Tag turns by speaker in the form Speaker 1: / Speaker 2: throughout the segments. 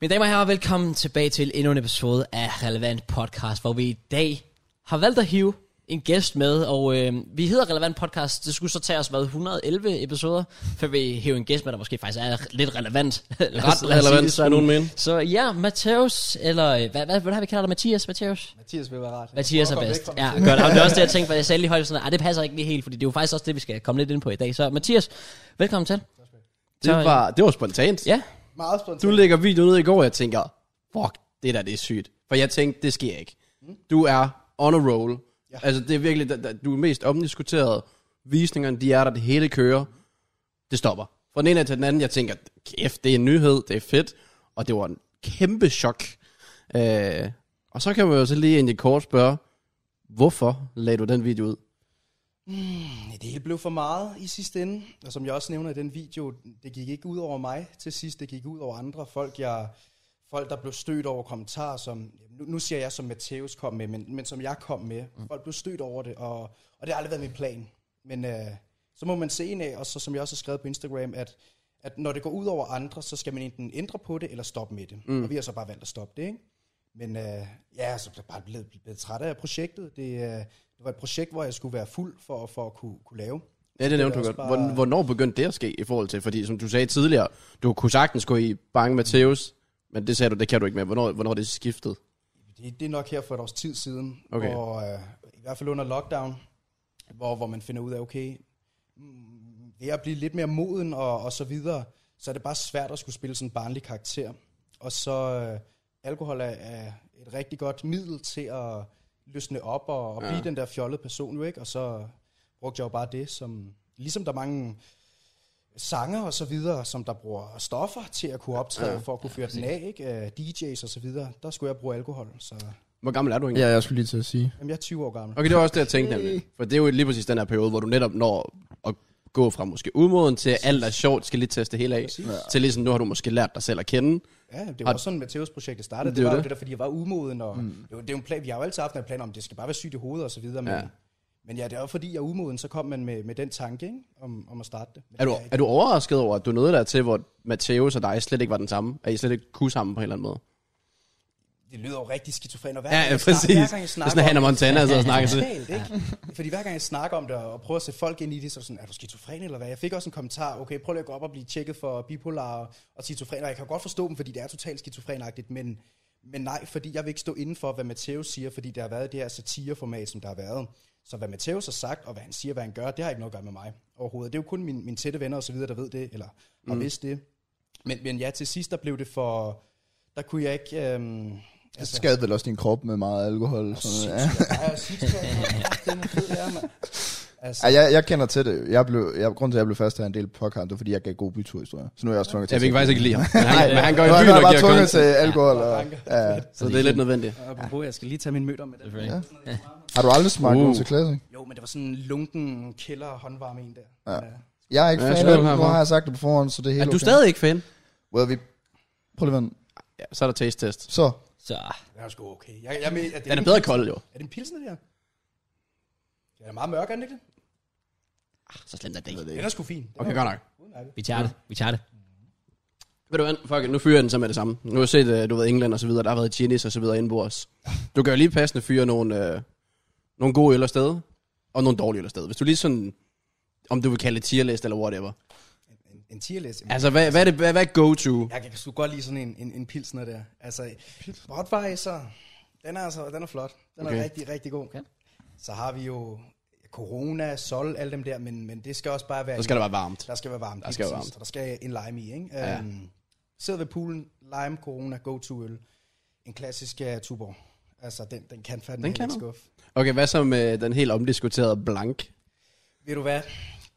Speaker 1: Mine damer og herrer, velkommen tilbage til endnu en episode af Relevant Podcast, hvor vi i dag har valgt at hive en gæst med, og øh, vi hedder Relevant Podcast. Det skulle så tage os, hvad, 111 episoder, før vi hiver en gæst med, der måske faktisk er lidt relevant. Lad os-
Speaker 2: Ret
Speaker 1: lad os sige
Speaker 2: relevant,
Speaker 1: det
Speaker 2: skulle
Speaker 1: sådan.
Speaker 2: nogen mene.
Speaker 1: Så ja, Matthäus, eller øh, hvad, hvad, hvad har vi kaldt dig? Mathias? Matthäus?
Speaker 3: Mathias vil være rart.
Speaker 1: Mathias er
Speaker 3: Prøv at komme
Speaker 1: bedst.
Speaker 3: væk fra
Speaker 1: Ja,
Speaker 3: Mathias.
Speaker 1: godt. Og det er også det, jeg tænkte, hvad jeg sagde lige højt. Sådan, "Ej, det passer ikke lige helt, fordi det er jo faktisk også det, vi skal komme lidt ind på i dag. Så Mathias, velkommen til.
Speaker 2: Det
Speaker 1: Så, øh,
Speaker 2: var, det var spontant.
Speaker 1: Ja,
Speaker 3: Meget
Speaker 2: Du
Speaker 3: spontant.
Speaker 2: lægger videoen ud i går, og jeg tænker, fuck, det der, det er sygt. For jeg tænkte, det sker ikke.
Speaker 1: Mm.
Speaker 2: Du er on a roll. Ja. Altså, det er virkelig, da, da, du er mest omdiskuteret. Visningerne, de er der, det hele kører. Det stopper. Fra den ene af til den anden, jeg tænker, kæft, det er en nyhed, det er fedt. Og det var en kæmpe chok. Øh, og så kan man jo så lige egentlig kort spørge, hvorfor lagde du den video ud?
Speaker 3: Mm, Det hele blev for meget i sidste ende. Og som jeg også nævner i den video, det gik ikke ud over mig til sidst. Det gik ud over andre folk, jeg, folk der blev stødt over kommentarer, som, nu, nu siger jeg, som Matthæus kom med, men, men som jeg kom med.
Speaker 1: Mm.
Speaker 3: Folk blev stødt over det, og, og det har aldrig været min plan. Men øh, så må man se en af, og så, som jeg også har skrevet på Instagram, at, at når det går ud over andre, så skal man enten ændre på det, eller stoppe med det. Mm. Og vi har så bare valgt at stoppe det, ikke? Men øh, ja, så blev jeg bare blevet, blevet træt af projektet. Det, øh, det var et projekt, hvor jeg skulle være fuld for, for at kunne, kunne lave.
Speaker 2: Ja, det
Speaker 3: er
Speaker 2: nævnte du
Speaker 3: også
Speaker 2: godt.
Speaker 3: bare-
Speaker 2: Bare... Hvornår begyndte det at ske i forhold til? Fordi som du sagde tidligere, du kunne sagtens gå i bange Matthæus, men det sagde du, det kan du ikke med. Hvornår, hvornår er det skiftet?
Speaker 3: Det, det er nok her for et års tid siden,
Speaker 2: Okay.
Speaker 3: hvor, øh, i hvert fald under lockdown, hvor, hvor man finder ud af, okay, mm, ved at blive lidt mere moden og, og så videre, så er det bare svært at skulle spille sådan en barnlig karakter. Og så øh, alkohol er, er et rigtig godt middel til at løsne op og, og blive den der fjollede person, jo ikke? Og så brugte jeg jo bare det, som ligesom der er mange sanger og så videre, som der bruger stoffer til at kunne optræde, ja, for at kunne føre den af, ikke? Øh, DJ's og så videre, der skulle jeg bruge alkohol, så
Speaker 2: Hvor gammel er du egentlig?
Speaker 4: Ja, jeg skulle lige til at sige.
Speaker 3: jamen, jeg er 20 år gammel.
Speaker 2: Okay, det var også det, jeg tænkte
Speaker 3: Øh.
Speaker 2: nemlig. For det er jo lige præcis den her periode, hvor du netop når at gå fra måske umoden til alt er sjovt, skal lige teste hele af,
Speaker 3: Præcis.
Speaker 2: til ligesom nu har du måske lært dig selv at kende.
Speaker 3: Ja, det
Speaker 2: Har-
Speaker 3: var også sådan, Matteus projektet startede.
Speaker 2: Mm, Det
Speaker 3: Det
Speaker 2: er
Speaker 3: var
Speaker 2: jo
Speaker 3: jo
Speaker 2: det.
Speaker 3: det der, fordi jeg var umoden, og mm. det, var, det er jo en plan, vi har jo altid haft en plan om, det skal bare være sygt i hovedet og så videre, men,
Speaker 2: Ja.
Speaker 3: ja. men ja, det var fordi jeg er umoden, så kom man med, med den tanke, ikke? Om, om at starte det. Men
Speaker 2: Er du,
Speaker 3: det
Speaker 2: er du overrasket over, at du nåede der til, hvor Matthæus og dig slet ikke var den samme? Er I slet ikke kunne sammen på en eller anden måde?
Speaker 3: det lyder jo rigtig skizofren, og hver,
Speaker 2: Ja,
Speaker 3: gang,
Speaker 2: ja
Speaker 3: jeg snak-
Speaker 2: præcis.
Speaker 3: hver gang
Speaker 2: Det
Speaker 3: jeg
Speaker 2: er
Speaker 3: snakker
Speaker 2: sådan,
Speaker 3: om
Speaker 2: Hannah Montana og så snakker til.
Speaker 3: Totalt, ikke? Fordi hver gang jeg snakker om det og prøver at sætte folk ind i det, så er det sådan, er du skizofren eller hvad? Jeg fik også en kommentar, okay, prøv lige at gå op og blive tjekket for bipolar og- og skizofren, og jeg kan godt forstå dem, fordi det er totalt skizofrenagtigt, men, men nej, fordi jeg vil ikke stå inden for, hvad Matteus siger, fordi der har været det her satireformat, som der har været. Så hvad Matteus har sagt, og hvad han siger, hvad han gør, det har ikke noget at gøre med mig overhovedet. Det er jo kun mine, mine tætte venner og så videre, der ved det, eller
Speaker 2: Mm.
Speaker 3: har vidst det. Men, men ja, til sidst, der blev det for... Der kunne jeg ikke... Øhm,
Speaker 4: Det skadede vel også din krop med meget alkohol. og Sådan noget. Ja.
Speaker 3: Ej, og sixpack, mand. Den er fed, det er, mand. Altså,
Speaker 4: Ej, jeg, jeg kender til det. Jeg blev, jeg, grunden til, at jeg blev fast af en del podcast, det var, fordi jeg gav gode byturhistorier. Så nu er jeg også tvunget til
Speaker 2: Jeg vil faktisk ikke lide ham, men han, men han går
Speaker 4: Jeg
Speaker 2: i
Speaker 4: var
Speaker 2: byen
Speaker 4: jeg
Speaker 2: og
Speaker 4: var bare
Speaker 2: giver
Speaker 4: tvunget til
Speaker 2: konten,
Speaker 4: alkohol.
Speaker 3: Ja,
Speaker 4: Og,
Speaker 3: banker.
Speaker 4: ja.
Speaker 2: så det er lidt nødvendigt.
Speaker 3: og apropos, jeg skal lige tage min møder med den.
Speaker 1: selvfølgelig.
Speaker 4: Har du aldrig smagt
Speaker 2: Uh.
Speaker 4: uh. til klasse?
Speaker 3: Jo, men det var sådan en lunken kælder håndvarme en der.
Speaker 4: Ja.
Speaker 3: Men, øh,
Speaker 4: Jeg er ikke
Speaker 2: Ja,
Speaker 4: ja, fan
Speaker 2: så
Speaker 4: af
Speaker 2: du
Speaker 4: det.
Speaker 2: har
Speaker 4: Nu
Speaker 2: fået-
Speaker 4: har jeg sagt det på forhånd, så det er helt
Speaker 2: Er du
Speaker 4: okay.
Speaker 2: stadig ikke fan?
Speaker 4: Well, vi... Prøv lige at vende.
Speaker 2: Ja, så er der taste test.
Speaker 4: Så.
Speaker 1: Så
Speaker 3: Den er sgu okay. Jeg, jeg mener, at det
Speaker 2: Den er bedre kold, jo.
Speaker 3: Er det en pilsner, det her? Den er meget mørk, er den ikke det?
Speaker 1: så slemt er det ikke.
Speaker 3: Den er sgu fin. Den
Speaker 2: Okay,
Speaker 3: er
Speaker 2: godt nok.
Speaker 3: udmærket.
Speaker 1: Vi tager det. Vi tager det.
Speaker 2: Ved du hvad, fuck it, nu fyrer jeg den så med det samme. Nu har jeg set, øh, du ved, England og så videre, der har været Guinness og så videre inde på os. Du kan jo lige passende fyre nogle, øh, nogle gode øl afsted, og nogle dårlige øl afsted. Hvis du lige sådan, om du vil kalde det tierlist eller whatever.
Speaker 3: En, en tierlæs. Ja.
Speaker 2: Altså, hvad, hvad, er, det, hvad, hvad er go-to?
Speaker 3: Jeg kan sgu godt lide sådan en, en, en pilsner der. Altså, Budweiser, den er altså, den er flot. Den
Speaker 2: Okay.
Speaker 3: er rigtig, rigtig god. Okay. Så har vi jo Corona, Sol, alle dem der, men, men det skal også bare være...
Speaker 2: Så skal det være varmt.
Speaker 3: Der skal være varmt.
Speaker 2: Der skal
Speaker 3: lige
Speaker 2: være
Speaker 3: præcis.
Speaker 2: varmt.
Speaker 3: Og der skal en lime i, ikke?
Speaker 2: Ja.
Speaker 3: Ja. Øhm, sidder ved poolen, lime, corona, go-to-øl. En klassisk uh, Tuborg. Altså, den, den kan fandme
Speaker 2: Den
Speaker 3: heller
Speaker 2: kan
Speaker 3: ikke
Speaker 2: du.
Speaker 3: skuffe.
Speaker 2: Okay, hvad så med den helt omdiskuterede blank?
Speaker 3: Ved du hvad?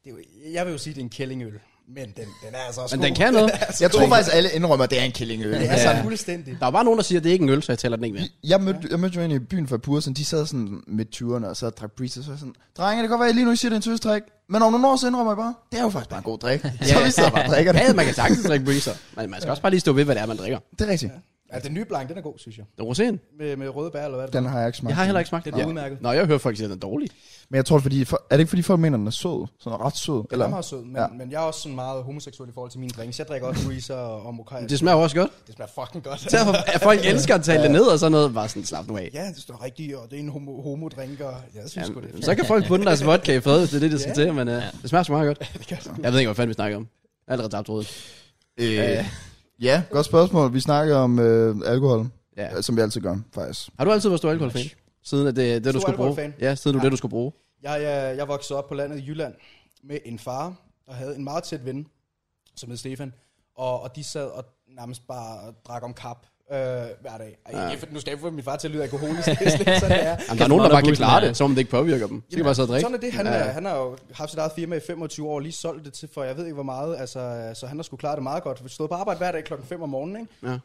Speaker 3: Det er jo, jeg vil jo sige, det er en kællingøl. Men den, den er altså også
Speaker 2: Men
Speaker 3: god.
Speaker 2: den kan noget.
Speaker 3: altså
Speaker 4: Jeg
Speaker 3: god.
Speaker 4: tror faktisk, alle indrømmer, at det er en killingøl.
Speaker 3: Den er
Speaker 4: Altså,
Speaker 3: altså fuldstændig.
Speaker 2: Der er bare nogen, der siger, at det er ikke en øl, så jeg tæller den ikke med.
Speaker 4: Jeg mødte, jeg mødte jo en i byen for Pursen, de sad sådan midt 20'erne og sad og drak breezer, så var jeg sådan, drenge, det kan godt være, at lige nu I siger, det er en tøsdrik, men om nogle år, så indrømmer jeg bare, det er jo faktisk bare en god drik. Så vi sidder bare og drikker det.
Speaker 2: Ja, man kan sagtens drikke breezer, men man skal også bare lige stå ved, hvad det er, man drikker.
Speaker 4: Det er rigtigt.
Speaker 3: Ja, den nye blank, den er god, synes jeg.
Speaker 2: Den roséen?
Speaker 3: Med, med røde bær, eller hvad er det?
Speaker 4: Den har jeg ikke smagt.
Speaker 2: Jeg har heller ikke smagt
Speaker 3: Den
Speaker 2: den.
Speaker 3: er
Speaker 2: Ja.
Speaker 3: udmærket.
Speaker 2: Nå, jeg hører faktisk, at den er dårlig.
Speaker 4: Men jeg tror, det er fordi, for, er det ikke fordi folk mener, den er sød? Sådan ret sød?
Speaker 3: Den er meget sød, men, ja.
Speaker 4: Ja.
Speaker 3: men jeg er også sådan meget homoseksuel i forhold til mine drinks. Jeg drikker også Breezer og Mokai.
Speaker 2: Det smager jo også godt.
Speaker 3: det smager fucking godt.
Speaker 2: Derfor, at folk elsker at tale det ned og sådan noget. Bare sådan, slap nu af.
Speaker 3: Ja, det står rigtigt, og det er en homo, homo-drink, og ja, jeg synes sgu, det er
Speaker 2: Jamen, så kan folk bunde deres vodka i fred, hvis det er det, de skal til. Men uh, det smager så meget godt.
Speaker 3: fedt.
Speaker 2: Jeg ved ikke, hvad fanden vi snakker om. Allerede tabt rådet.
Speaker 4: Øh, ja, godt spørgsmål. Vi snakker om øh, alkohol,
Speaker 2: Ja.
Speaker 4: ja. som vi altid gør, faktisk.
Speaker 2: Har du altid været stor alkoholfan? Siden at det, det du
Speaker 3: Stor
Speaker 2: skulle bruge?
Speaker 3: alkoholfan.
Speaker 2: Ja, siden du
Speaker 3: Ja.
Speaker 2: det, du skulle bruge.
Speaker 3: Jeg, jeg, jeg voksede op på landet i Jylland med en far, der havde en meget tæt ven, som hed Stefan, og, og de sad og nærmest bare drak om kap øh, hver dag. Ej, jeg, nu skal jeg få min far til at lyde alkoholisk, det er slet ikke sådan, det er.
Speaker 2: Jamen, der er nogen, der
Speaker 1: meget
Speaker 2: bare kan
Speaker 1: bussen
Speaker 2: klare
Speaker 1: er-
Speaker 2: det, som om det ikke påvirker dem. Så kan de bare sidde og drikke.
Speaker 3: Sådan er det. Han,
Speaker 2: Ja,
Speaker 3: ja.
Speaker 2: ja.
Speaker 3: han har jo haft sit eget firma i 25 år og lige solgt det til, for jeg ved ikke hvor meget. Altså, så han har skulle klare det meget godt. Vi stod på arbejde hver dag klokken 5 om morgenen, ikke?
Speaker 2: Ja.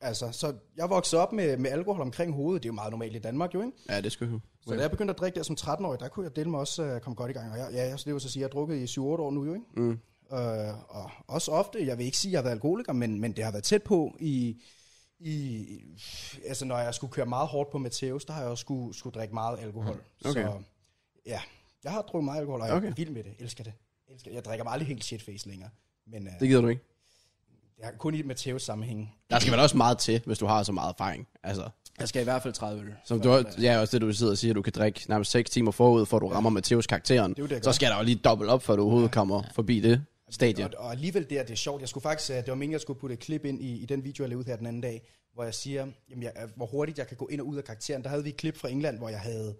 Speaker 3: Altså, så jeg voksede op med, med alkohol omkring hovedet. Det er jo meget normalt i Danmark, jo, ikke?
Speaker 2: ja, det skulle jo.
Speaker 3: Så da jeg begyndte at drikke der som 13-årig, der kunne jeg dele mig også uh, komme godt i gang. Og jeg, ja, jeg, det vil så sige, jeg har drukket i 7-8 år nu, jo, ikke? Mm. Uh, og også ofte, jeg vil ikke sige, at jeg har været alkoholiker, men, men det har været tæt på i... i altså, når jeg skulle køre meget hårdt på Mateus, der har jeg også skulle, skulle drikke meget alkohol.
Speaker 2: Okay.
Speaker 3: Så ja, jeg har drukket meget alkohol, og jeg
Speaker 2: Okay.
Speaker 3: er vild med det. Elsker det. Elsker det. Jeg drikker mig aldrig helt shitface længere. Men uh,
Speaker 2: Det
Speaker 3: det...
Speaker 2: gider du ikke.
Speaker 3: jeg er kun i Mateus sammenhæng.
Speaker 2: Der skal vel også meget til, hvis du har så meget erfaring. Altså,
Speaker 3: Jeg skal i hvert fald 30 øl.
Speaker 2: som du, ja, også det, du sidder og siger, at du kan drikke nærmest 6 timer forud, for du rammer Mateus karakteren.
Speaker 3: er jo det, jeg gør.
Speaker 2: så skal der jo lige dobbelt op, før du overhovedet kommer forbi det stadie.
Speaker 3: Og, og alligevel der, det er sjovt. Jeg skulle faktisk, øh, det var meningen, jeg skulle putte et klip ind i, i den video, jeg lavede ud her den anden dag, hvor jeg siger, jamen, jeg, øh, hvor hurtigt jeg kan gå ind og ud af karakteren. Der havde vi et klip fra England, hvor jeg havde,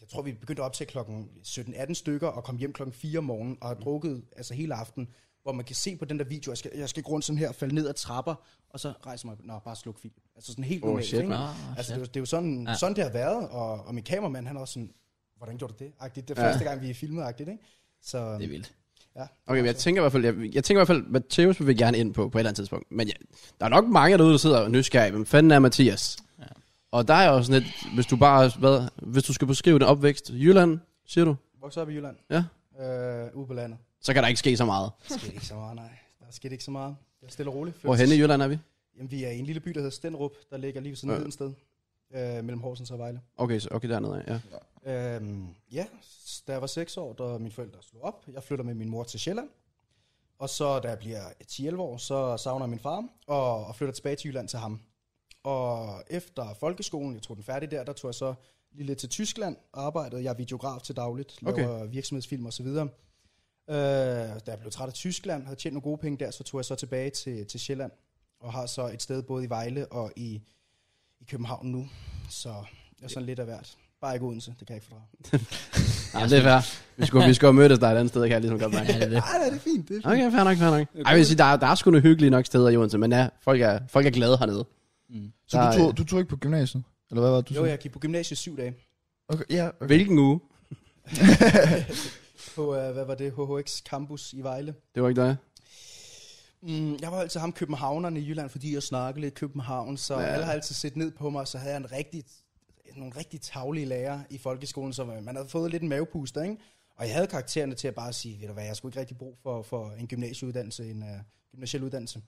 Speaker 3: jeg tror, vi begyndte op til klokken 17-18 stykker, og kom hjem klokken 4 om morgenen, og har drukket altså hele aften, hvor man kan se på den der video, jeg skal, jeg skal gå rundt sådan her, falde ned ad trapper, og så rejse mig op. Nå, bare sluk film. Altså sådan helt
Speaker 2: Oh,
Speaker 3: normalt,
Speaker 2: shit,
Speaker 3: ikke?
Speaker 2: man.
Speaker 1: Ah,
Speaker 3: altså,
Speaker 1: shit.
Speaker 3: det, er jo- det er jo sådan, ja. sådan det har været, og, og min kameramand, han er også sådan, hvordan gjorde du det? Agtigt, det er første gang, vi filmede, agtigt, ikke? Så, øhm,
Speaker 1: Det er vildt.
Speaker 3: ja.
Speaker 2: Okay, men jeg
Speaker 3: Altså.
Speaker 2: tænker i hvert fald, jeg, jeg tænker i hvert fald, Mateus vil vi gerne ind på, på et eller andet tidspunkt. Men jeg, der er nok mange derude, der sidder og er nysgerrige. Hvem fanden er Mathias? Ja. Og der er jo sådan lidt, hvis du bare, hvad, hvis du skal beskrive din opvækst, Jylland, siger du?
Speaker 3: Vokset op i Jylland.
Speaker 2: Ja.
Speaker 3: øh, ude på landet.
Speaker 2: Så kan der ikke ske så meget.
Speaker 3: Der skete ikke så meget, nej. Der skete ikke så meget. Det er stille og roligt.
Speaker 2: Hvor henne i Jylland er vi?
Speaker 3: Jamen, vi er i en lille by, der hedder Stenrup, der ligger lige ved
Speaker 2: Ja.
Speaker 3: sådan et sted. Øh, mellem Horsens og Vejle.
Speaker 2: Okay, så, okay dernede af, ja.
Speaker 3: Øhm, ja, s- da jeg var 6 år, der mine forældre slog op. Jeg flytter med min mor til Sjælland. Og så, da jeg bliver 10-11 år, så savner jeg min far og, og flytter tilbage til Jylland til ham. Og efter folkeskolen, jeg tog den færdig der, der tog jeg så lige lidt til Tyskland og arbejdede. Jeg er videograf til dagligt,
Speaker 2: Okay.
Speaker 3: laver virksomhedsfilm osv. Øh, da jeg blev træt af Tyskland, havde tjent nogle gode penge der, så tog jeg så tilbage til, til Sjælland. Og har så et sted både i Vejle og i, i København nu. Så jeg er sådan lidt af hvert. Bare ikke Odense, det kan jeg ikke fordrage.
Speaker 2: Nej, det er fair. Vi skulle, vi skulle mødes der et andet sted, kan jeg ligesom godt mærke.
Speaker 1: Ja, det er det.
Speaker 3: Nej, nej, det er fint. Det er
Speaker 2: Okay, fair nok, fair nok. Ej, jeg vil sige, der, er- der er sgu nogle hyggelige nok steder i Odense, men ja, folk er, folk er glade hernede.
Speaker 4: Så
Speaker 2: Der
Speaker 4: du
Speaker 2: er-
Speaker 4: tog, du tog ikke på gymnasiet? Eller hvad var det, du
Speaker 3: Jo,
Speaker 4: sagde?
Speaker 3: jeg gik på gymnasiet syv dage.
Speaker 4: Okay, ja, okay.
Speaker 2: Hvilken uge?
Speaker 3: På, uh, hvad var det, HHX Campus i Vejle.
Speaker 2: Det var ikke dig.
Speaker 3: Mm, jeg var altid ham københavnerne i Jylland, fordi jeg snakkede lidt København, så ja. alle har altid set ned på mig, og så havde jeg en rigtig, nogle rigtig tavlige lærer i folkeskolen, så man havde fået lidt en mavepuster, ikke? Og jeg havde karaktererne til at bare sige, ved du hvad, jeg skulle ikke rigtig brug for, for en gymnasieuddannelse, en uh, gymnasiel uddannelse.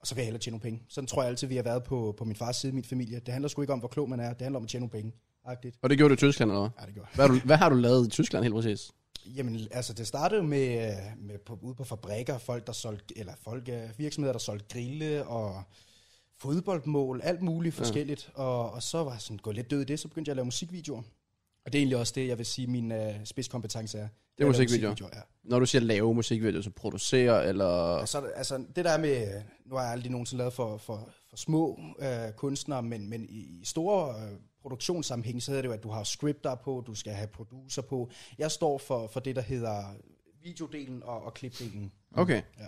Speaker 3: Og så vil jeg hellere tjene nogle penge. Sådan tror jeg altid, vi har været på, på min fars side, min familie. Det handler sgu ikke om, hvor klog man er, det handler om at tjene nogle penge. Agtigt.
Speaker 2: Og det gjorde du i Tyskland, eller hvad?
Speaker 3: Ja, det gjorde jeg.
Speaker 2: Hvad, har du, hvad har du lavet i Tyskland helt præcis?
Speaker 3: Jamen, altså det startede jo med, øh, med på, ude på fabrikker, folk der solgte, eller folk, øh, virksomheder, der solgte grille og fodboldmål, alt muligt forskelligt. Og, og så var jeg sådan gået lidt død i det, så begyndte jeg at lave musikvideoer. Og det er egentlig også det, jeg vil sige, min øh, spidskompetence er. Det
Speaker 2: musikvideoer.
Speaker 3: ja.
Speaker 2: Når du siger lave musikvideoer, så producere, eller...
Speaker 3: Og så, er der- altså, det der med, øh, nu har jeg aldrig nogensinde lavet for, for, for små øh, kunstnere, men, men i, i store øh, produktionssammenhæng, så hedder det jo, at du har scripter på, du skal have producer på. Jeg står for, for det, der hedder videodelen og, og klipdelen.
Speaker 2: Okay.
Speaker 3: Ja.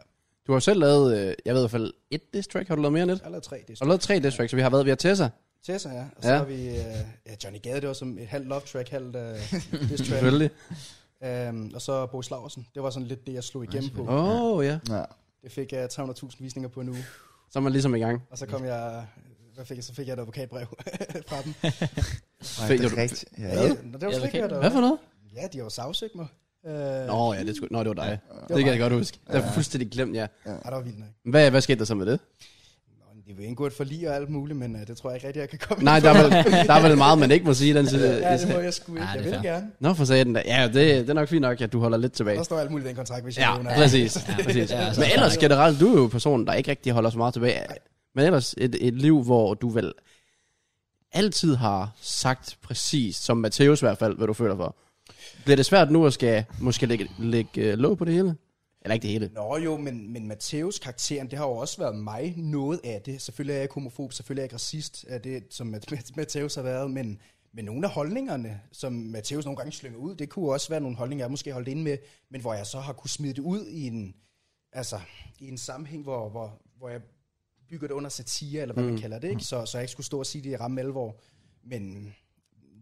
Speaker 2: Du har jo selv lavet, øh, jeg ved i hvert fald, et diss track. Har du lavet mere end et?
Speaker 3: Jeg har lavet tre, det er
Speaker 2: Har du lavet tre diss tracks, så vi har været ved at tæsse?
Speaker 3: Tessa, ja. Og så
Speaker 2: Ja.
Speaker 3: har vi øh, ja, Johnny Gade, det var som et halvt love track, halvt øh, diss track.
Speaker 2: Selvfølgelig.
Speaker 3: øhm, og så Bo Slaversen. Det var sådan lidt det, jeg slog igennem på.
Speaker 2: Åh, oh, ja.
Speaker 4: Ja.
Speaker 3: Det fik jeg uh, 300.000 visninger på en uge.
Speaker 2: Så er man ligesom i gang.
Speaker 3: Og så kom jeg, øh, hvad fik jeg, så fik jeg et advokatbrev fra dem.
Speaker 4: Ej,
Speaker 2: Fik
Speaker 4: det
Speaker 2: du-
Speaker 4: er rigtigt. Ja.
Speaker 3: Ja, ja, Nå, det var slet ikke,
Speaker 1: Advokat?
Speaker 3: hvad der
Speaker 2: Hvad for
Speaker 3: var.
Speaker 2: noget?
Speaker 3: Ja, de har jo sagsøgt mig. Øh, Nå.
Speaker 2: Nå, ja, det, skulle, nå, det var dig. Det kan jeg godt huske. Det er fuldstændig glemt, ja.
Speaker 3: Ej, det var vildt nok.
Speaker 2: Hvad, hvad skete der så med det?
Speaker 3: Nå, men Det vil indgå et forlig og alt muligt, men uh, det tror jeg ikke rigtig, jeg kan komme
Speaker 2: Nej,
Speaker 3: ind
Speaker 2: der
Speaker 3: på.
Speaker 2: er, vel, der er vel meget, man ikke må sige i den side.
Speaker 3: Ja, det må jeg sgu ikke.
Speaker 1: Ja,
Speaker 3: jeg
Speaker 1: det er
Speaker 3: vil
Speaker 1: fair.
Speaker 3: gerne.
Speaker 2: Nå, for satan da. Ja, det, det er nok fint nok, at du holder lidt tilbage.
Speaker 3: Der står alt muligt i den kontrakt, hvis jeg
Speaker 2: Ja,
Speaker 3: nævner.
Speaker 2: præcis. Ja, præcis.
Speaker 1: Ja,
Speaker 2: Ja,
Speaker 1: altså,
Speaker 2: men ellers generelt, du er jo personen, der ikke rigtig holder så meget tilbage. Men ellers et, et liv, hvor du vel altid har sagt præcis, som Matteus i hvert fald, hvad du føler for. Bliver det svært nu at skal måske lægge, lægge øh, låg på det hele? Eller ikke det hele?
Speaker 3: Nå jo, men, men Matteus karakteren, det har jo også været mig noget af det. Selvfølgelig er jeg ikke homofob, selvfølgelig er jeg ikke racist af det, som Mat- Mat- Matteus har været, men, men nogle af holdningerne, som Matteus nogle gange slynger ud, det kunne også være nogle holdninger, jeg måske holdt inde med, men hvor jeg så har kunne smide det ud i en, altså, i en sammenhæng, hvor, hvor, hvor jeg bygger det under satire, eller hvad mm. man kalder det, ikke? Så, så jeg ikke skulle stå og sige det i ramme alvor. Men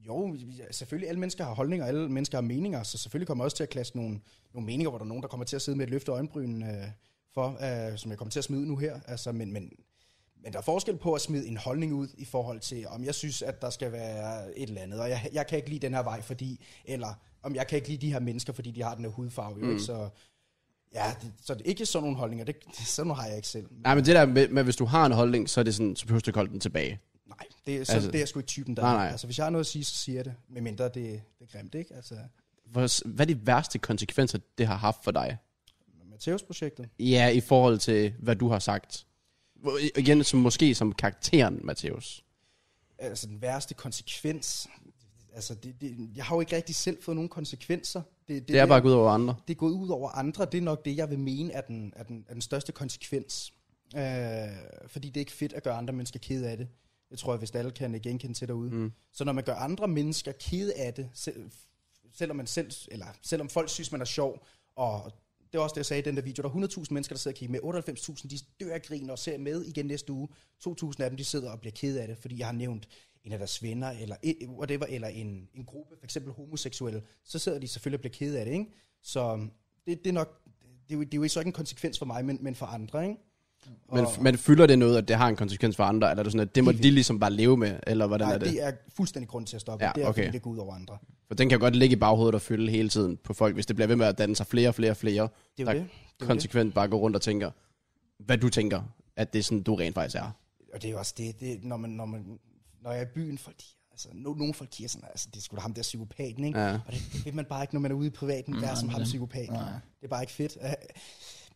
Speaker 3: jo, selvfølgelig alle mennesker har holdninger, alle mennesker har meninger, så selvfølgelig kommer jeg også til at klasse nogle, nogle meninger, hvor der er nogen, der kommer til at sidde med et løftet øjenbryn øh, for, øh, som jeg kommer til at smide ud nu her. Altså, men, men, men der er forskel på at smide en holdning ud i forhold til, om jeg synes, at der skal være et eller andet, og jeg, jeg kan ikke lide den her vej, fordi, eller om jeg kan ikke lide de her mennesker, fordi de har den her hudfarve, jo, mm. så ja, det, så det er ikke sådan nogle holdninger, det, sådan nogle har jeg ikke selv.
Speaker 2: Nej, men det der med, med, hvis du har en holdning, så er det sådan, så behøver du ikke holde den tilbage.
Speaker 3: Nej, det,
Speaker 2: Altså-
Speaker 3: så altså, det er sgu ikke typen der.
Speaker 2: Nej,
Speaker 3: Nej,
Speaker 2: nej.
Speaker 3: nej. Altså, hvis jeg har noget at sige, så siger jeg det. Medmindre det, det er grimt, ikke? Altså,
Speaker 2: Hvor- Hvad er de værste konsekvenser, det har haft for dig?
Speaker 3: Matteus-projektet.
Speaker 2: Ja, i forhold til, hvad du har sagt. Hvor- Igen, som måske som karakteren, Matteus.
Speaker 3: Altså, den værste konsekvens. Altså, det, det, jeg har jo ikke rigtig selv fået nogen konsekvenser. Det, det,
Speaker 2: Det er bare gået ud over andre.
Speaker 3: det er gået ud over andre. Det er nok det, jeg vil mene er den, er den, er den største konsekvens. Øh, fordi det er ikke fedt at gøre andre mennesker kede af det. Det tror jeg, hvis alle kan genkende til derude. Mm. Så når man gør andre mennesker kede af det, selv, selvom, man selv, eller selvom folk synes, man er sjov, og det er også det, jeg sagde i den der video, der er 100.000 mennesker, der sidder og kigger med, 98.000, de dør af grin og ser med igen næste uge, 2.000 af dem, de sidder og bliver ked af det, fordi jeg har nævnt en af deres venner, eller, et- whatever, eller en, en gruppe, for eksempel homoseksuelle, så sidder de selvfølgelig og bliver ked af det, ikke? Så um, det, det er nok, det er, jo, det er jo så ikke en konsekvens for mig, men, men for andre, ikke?
Speaker 2: Men, men fylder det noget, at det har en konsekvens for andre? Eller er det sådan, at det må de ligesom bare leve med? Eller hvordan
Speaker 3: Nej,
Speaker 2: er det?
Speaker 3: det er fuldstændig grund til at stoppe.
Speaker 2: Ja,
Speaker 3: Ja, det er,
Speaker 2: okay.
Speaker 3: okay. fordi det går ud over andre.
Speaker 2: For den kan godt ligge i baghovedet og fylde hele tiden på folk, hvis det bliver ved med at danne sig flere og flere og flere.
Speaker 3: Det er
Speaker 2: der
Speaker 3: jo det. det, er jo det.
Speaker 2: konsekvent bare går rundt og tænker, hvad du tænker, at det er sådan, du rent faktisk er.
Speaker 3: Og det er jo også det, det når, man, når, man, når jeg er i byen, folk de, altså, no, nogle folk kigger sådan, altså, det er sgu da ham der psykopaten, ikke?
Speaker 2: Ja.
Speaker 3: Og det, det ved man bare ikke, når man er ude i privaten, være som ham psykopaten. Det er bare ikke fedt.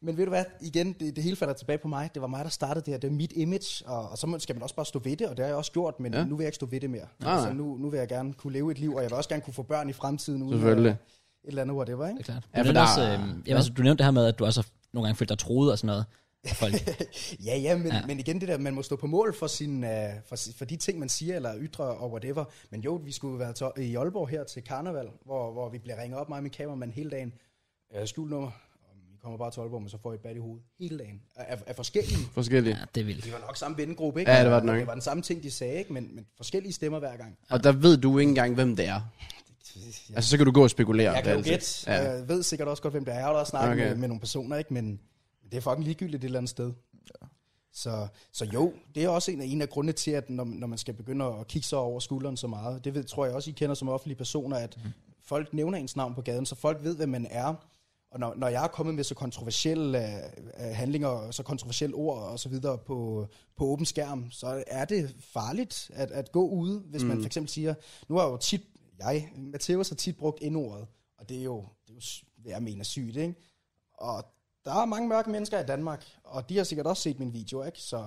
Speaker 3: Men ved du hvad, igen, det, det hele falder tilbage på mig. Det var mig, der startede det her. Det er mit image, og, og så må- skal man også bare stå ved det, og det har jeg også gjort, men
Speaker 2: Ja.
Speaker 3: ja. nu vil jeg ikke stå ved det mere.
Speaker 2: Nej, nej.
Speaker 3: Altså, nu, nu vil jeg gerne kunne leve et liv, og jeg vil også gerne kunne få børn i fremtiden. Uden
Speaker 2: Selvfølgelig.
Speaker 3: At, et eller andet whatever,
Speaker 1: Det er
Speaker 3: ikke?
Speaker 1: klart.
Speaker 2: Ja,
Speaker 1: Ja,
Speaker 2: for
Speaker 1: men
Speaker 2: der-
Speaker 1: der, også, øh, jamen,
Speaker 2: Ja.
Speaker 1: altså, du nævnte det her med, at du også har nogle gange følte dig troet og sådan noget. af Folk.
Speaker 3: Ja, ja men,
Speaker 1: Ja.
Speaker 3: ja, men igen det der, man må stå på mål for, sin, uh, for, si- for de ting, man siger eller ytrer og whatever. Men jo, vi skulle være to- i Aalborg her til karneval, hvor, hvor vi bliver ringet op, mig og min kameramand hele dagen. Uh, skjulnummer. I kommer bare til Aalborg, men så får I et bat i hovedet hele dagen. Af, af forskellige.
Speaker 2: Forskellige.
Speaker 1: ja, det er vildt.
Speaker 3: Det var nok samme vennegruppe, ikke?
Speaker 2: Ja, det var det
Speaker 3: Og
Speaker 2: nok.
Speaker 3: Det var den samme ting, de sagde, ikke? Men, men forskellige stemmer hver gang.
Speaker 2: Og der ved du ikke engang, hvem det er.
Speaker 3: Ja.
Speaker 2: Altså, så kan du gå og spekulere.
Speaker 3: Jeg kan jo
Speaker 2: hvad det er.
Speaker 3: gætte. øh,
Speaker 2: Ja.
Speaker 3: Ja. Jeg ved sikkert også godt, hvem det er. Jeg har da også snakket
Speaker 2: Okay.
Speaker 3: okay. med, med nogle personer, ikke? Men det er fucking ligegyldigt et eller andet sted. Så, så jo, det er også en af, en af grundene til, at når, når man skal begynde at kigge sig over skulderen så meget, det ved, tror jeg også, I kender som offentlige personer, at
Speaker 2: Mhm.
Speaker 3: folk nævner ens navn på gaden, så folk ved, hvem man er. Og når, når jeg er kommet med så kontroversielle øh, øh, handlinger, og så kontroversielle ord og så videre på, på åben skærm, så er det farligt at, at gå ude, hvis mm. man for eksempel siger, nu har jeg jo tit, jeg, Matheus har tit brugt N-ordet, og det er jo, det er jo sy- hvad jeg mener sygt, ikke? Og der er mange mørke mennesker i Danmark, og de har sikkert også set min video, ikke? Så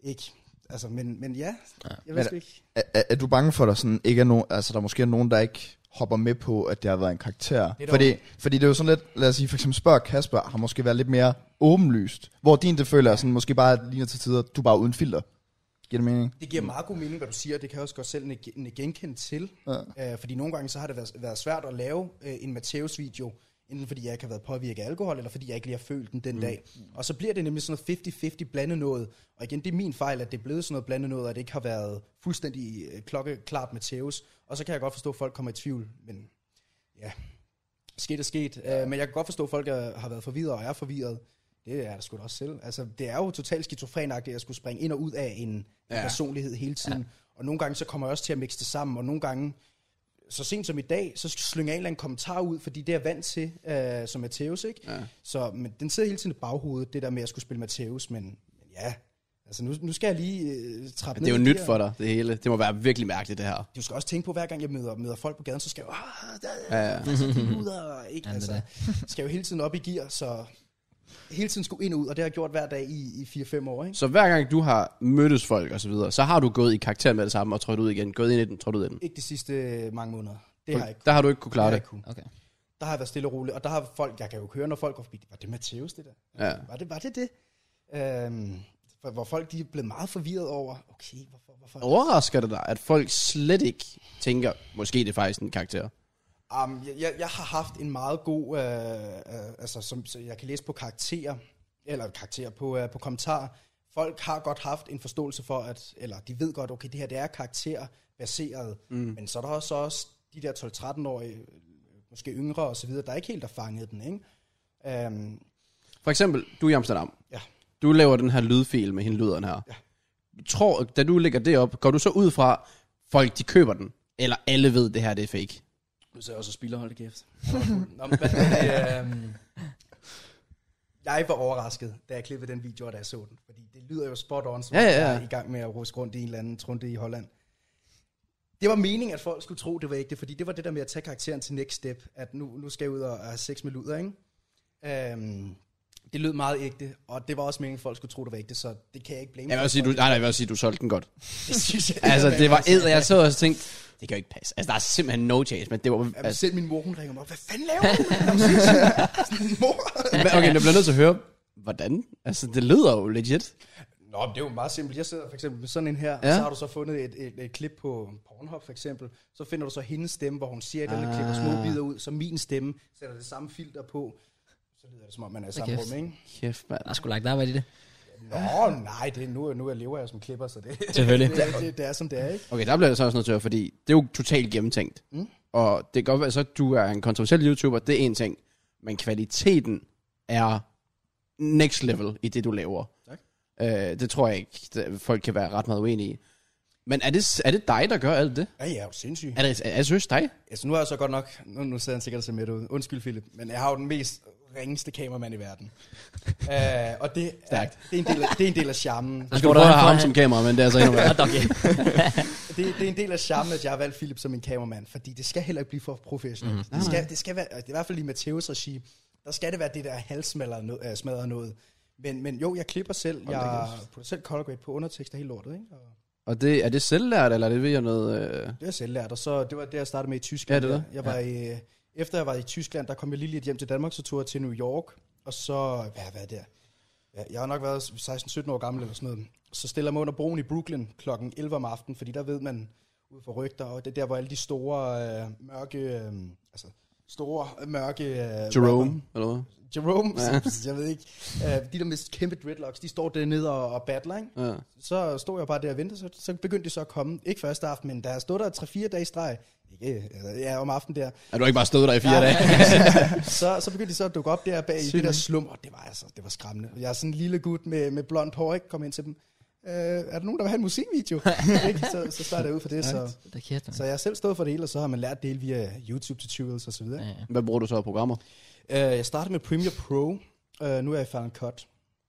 Speaker 3: ikke. Altså, men, men ja, jeg ved
Speaker 4: Men-
Speaker 3: sgu ikke.
Speaker 4: Er, er, er du bange for, at der, sådan ikke er nogen, altså, der måske er nogen, der ikke hopper med på, at det har været en karakter?
Speaker 3: Det er der
Speaker 4: fordi, fordi det er jo sådan lidt, lad os sige, for eksempel spørg Kasper, har måske været lidt mere åbenlyst, hvor din, det føler jeg sådan, måske bare ligner til tider, du er bare uden filter. Giver det mening?
Speaker 3: Det giver meget god mening, hvad du siger, og det kan jeg også godt selv nikke- nikke genkende til.
Speaker 4: Ja.
Speaker 3: Ja. Øh, fordi nogle gange så har det været, været svært at lave øh, en Matteus-video, enten fordi jeg ikke har været påvirket af alkohol, eller fordi jeg ikke lige har følt den den mm. dag. Og så bliver det nemlig sådan noget 50-50 blandet noget. Og igen, det er min fejl, at det er blevet sådan noget blandet noget, og det ikke har været fuldstændig øh, klokkeklart Matteus. Og så kan jeg godt forstå, at folk kommer i tvivl, men ja, sket er sket. Ja. men jeg kan godt forstå, at folk er, har været forvirret og er forvirret. Det er jeg da sgu da også selv. Altså, det er jo totalt skizofrenagtigt at skulle springe ind og ud af en ja. personlighed hele tiden. Ja. Og nogle gange, så kommer jeg også til at mixe det sammen, og nogle gange, så sent som i dag, så slynger jeg en eller anden kommentar ud, fordi det er jeg vant til, øh, som Matteus, ikke? Ja. Så men den sidder hele tiden i baghovedet, det der med, at jeg skulle spille Matteus, men, men ja, Altså, nu, nu skal jeg lige øh, trappe
Speaker 2: Men det er jo
Speaker 3: ned i
Speaker 2: nyt
Speaker 3: gear.
Speaker 2: for dig, det hele. Det må være virkelig mærkeligt, det her.
Speaker 3: Du skal også tænke på, hver gang jeg møder, møder folk på gaden, så skal jeg
Speaker 2: Ja, ja.
Speaker 3: jo ud og ikke,
Speaker 1: Ja, det er
Speaker 3: altså, skal jo hele tiden op i gear, så hele tiden skulle ind og ud, og det har jeg gjort hver dag i, i 4-5 år, ikke?
Speaker 2: Så hver gang du har mødtes folk og så videre, så har du gået i karakter med det samme og trådt ud igen. Gået ind i den, trådt ud af den.
Speaker 3: Ikke de sidste mange måneder. Det har jeg ikke
Speaker 2: Der har du ikke kunne klare
Speaker 3: har
Speaker 2: det.
Speaker 3: ikke kunnet.
Speaker 1: Okay.
Speaker 3: Der har jeg været stille og roligt, og der har folk, jeg kan jo høre, når folk går forbi, var det Matheus det der?
Speaker 2: Ja.
Speaker 3: Var det var det? det? Øhm, hvor- hvor folk de er blevet meget forvirret over, okay, hvorfor, hvorfor?
Speaker 2: Overrasker det dig, at folk slet ikke tænker, måske det er faktisk en karakter?
Speaker 3: Um, jeg- jeg, jeg har haft en meget god, øh, øh, altså som så jeg kan læse på karakterer, eller karakterer på, øh, på kommentarer. Folk har godt haft en forståelse for, at, eller de ved godt, okay, det her det er karakterbaseret, mm. men så er der også, også de der 12-13-årige, øh, måske yngre og så videre, der ikke helt har fanget den, ikke? Um,
Speaker 2: For eksempel, du er i Amsterdam.
Speaker 3: ja.
Speaker 2: Du laver den her lydfil med hende lyderen her. Ja. Tror, da du lægger det op, går du så ud fra, folk de køber den? Eller alle ved, det her det er fake?
Speaker 5: Nu sidder jeg også og spiller, hold da kæft.
Speaker 3: Nå, men, hvad, hvad, øh, jeg var overrasket, da jeg klippede den video, og da jeg så den. Fordi det lyder jo spot on, som
Speaker 2: Ja,
Speaker 3: ja,
Speaker 2: ja,
Speaker 3: ja,
Speaker 2: ja.
Speaker 3: jeg er i gang med at ruske rundt i en eller anden trunde i Holland. Det var meningen, at folk skulle tro, det var ægte, fordi det var det der med at tage karakteren til next step, at nu, nu skal jeg ud og og have sex med luder, ikke? Øhm, det lød meget ægte, og det var også meningen, at folk skulle tro, det var ægte, så det kan jeg ikke blame
Speaker 2: Jeg vil
Speaker 3: folk
Speaker 2: også sige,
Speaker 3: for.
Speaker 2: du, nej, nej, jeg vil også sige, du solgte den godt.
Speaker 3: Det synes jeg
Speaker 2: Altså,
Speaker 3: ikke.
Speaker 2: det var æd, og jeg så også tænkte, det kan jo ikke passe. Altså, der er simpelthen no chance, men det var...
Speaker 3: Jamen,
Speaker 2: Altså,
Speaker 3: selv min mor, hun ringer mig op, hvad fanden laver du? mand? Er du sindssyg?" Sådan, mor.
Speaker 2: Hva- okay, jeg bliver nødt til at høre, hvordan? Altså, det lyder jo legit.
Speaker 3: Nå, men det er jo meget simpelt. Jeg sidder for eksempel med sådan en her,
Speaker 2: Ja.
Speaker 3: ja. så har du så fundet et, et, et klip på Pornhub for eksempel. Så finder du så hendes stemme, hvor hun siger et eller andet, klipper små bidder ud, så min stemme sætter det samme filter på. Så lyder det, som om man er i samme
Speaker 1: kæft.
Speaker 3: rum, ikke?
Speaker 2: Kæft, mand.
Speaker 1: Der er sgu lagt arbejde i det.
Speaker 3: Nå, nej, det, er- nu, nu jeg lever jeg som klipper, så det,
Speaker 1: Selvfølgelig.
Speaker 3: det, det, det, det er som det er, ikke?
Speaker 2: Okay, der bliver jeg så også nødt til at høre, fordi det er jo totalt gennemtænkt. Mm. Og det kan godt være, så at du er en kontroversiel YouTuber, det er en ting. Men kvaliteten er next level i det, du laver.
Speaker 3: Tak.
Speaker 2: Øh, det tror jeg ikke, det- folk kan være ret meget uenige i. Men er det, er det dig, der gør alt det?
Speaker 3: Ja, ja, er du sindssyg.
Speaker 2: Er det, er det seriøst dig?
Speaker 3: Altså, nu er jeg så godt nok, nu, nu sidder han sikkert og ser med ud. Undskyld, Philip, men jeg har jo den mest ringeste kameramand i verden. uh, og det, er,
Speaker 2: Stærkt.
Speaker 3: det, er en del af, det er en del af charmen.
Speaker 2: Så skal du prøve at have ham som kamera, men det er altså endnu værre.
Speaker 1: Hot dog, ja.
Speaker 3: det, det er en del af charmen, at jeg har valgt Philip som min kameramand, fordi det skal heller ikke blive for professionelt. Mm. Det, skal, det skal være, det er i hvert fald i Matteus regi, der skal det være det der halssmadrede noget. smadrede noget. Men, men jo, jeg klipper selv, jeg putter selv color grade på undertekster helt lortet, ikke? Og
Speaker 2: Og det, er det selvlært, eller er det ved noget... Øh...
Speaker 3: det er jeg selv lært, og så det var det, jeg startede med i Tyskland.
Speaker 2: Ja, det er det.
Speaker 3: Jeg var ja. i, øh, efter jeg var i Tyskland, der kom jeg lige lidt hjem til Danmark, så tog jeg til New York, og så, hvad, hvad er det? Ja, jeg har nok været 16-17 år gammel eller sådan noget. Så stiller jeg mig under broen i Brooklyn kl. 11 om aftenen, fordi der ved man ud for rygter, og det er der, hvor alle de store øh, mørke, øh, altså store øh, mørke... Øh,
Speaker 2: Jerome, eller hvad?
Speaker 3: Jerome, ja. jeg ved ikke. Øh, de der med kæmpe dreadlocks, de står dernede og, og battler, ikke?
Speaker 2: Ja.
Speaker 3: så stod jeg bare der og ventede, så, så begyndte de så at komme. Ikke første aften, men der stod der 3-4 dage i streg. Ikke, altså, ja, om aftenen der.
Speaker 2: Er du ikke bare stået der i fire dage?
Speaker 3: så, så begyndte de så at dukke op der bag i det der slum, og det var altså, det var skræmmende. Jeg er sådan en lille gut med, med blondt hår, ikke? Kom ind til dem. Øh, er der nogen, der vil have en musikvideo? ikke? Så, så startede jeg ud for det, så,
Speaker 1: Der kæft, man.
Speaker 3: så jeg har selv stået for det hele, og så har man lært det hele via YouTube tutorials og så videre.
Speaker 1: Ja, ja.
Speaker 2: Hvad bruger du så af programmer?
Speaker 3: Øh, jeg startede med Premiere Pro. Øh, nu er jeg i Final Cut.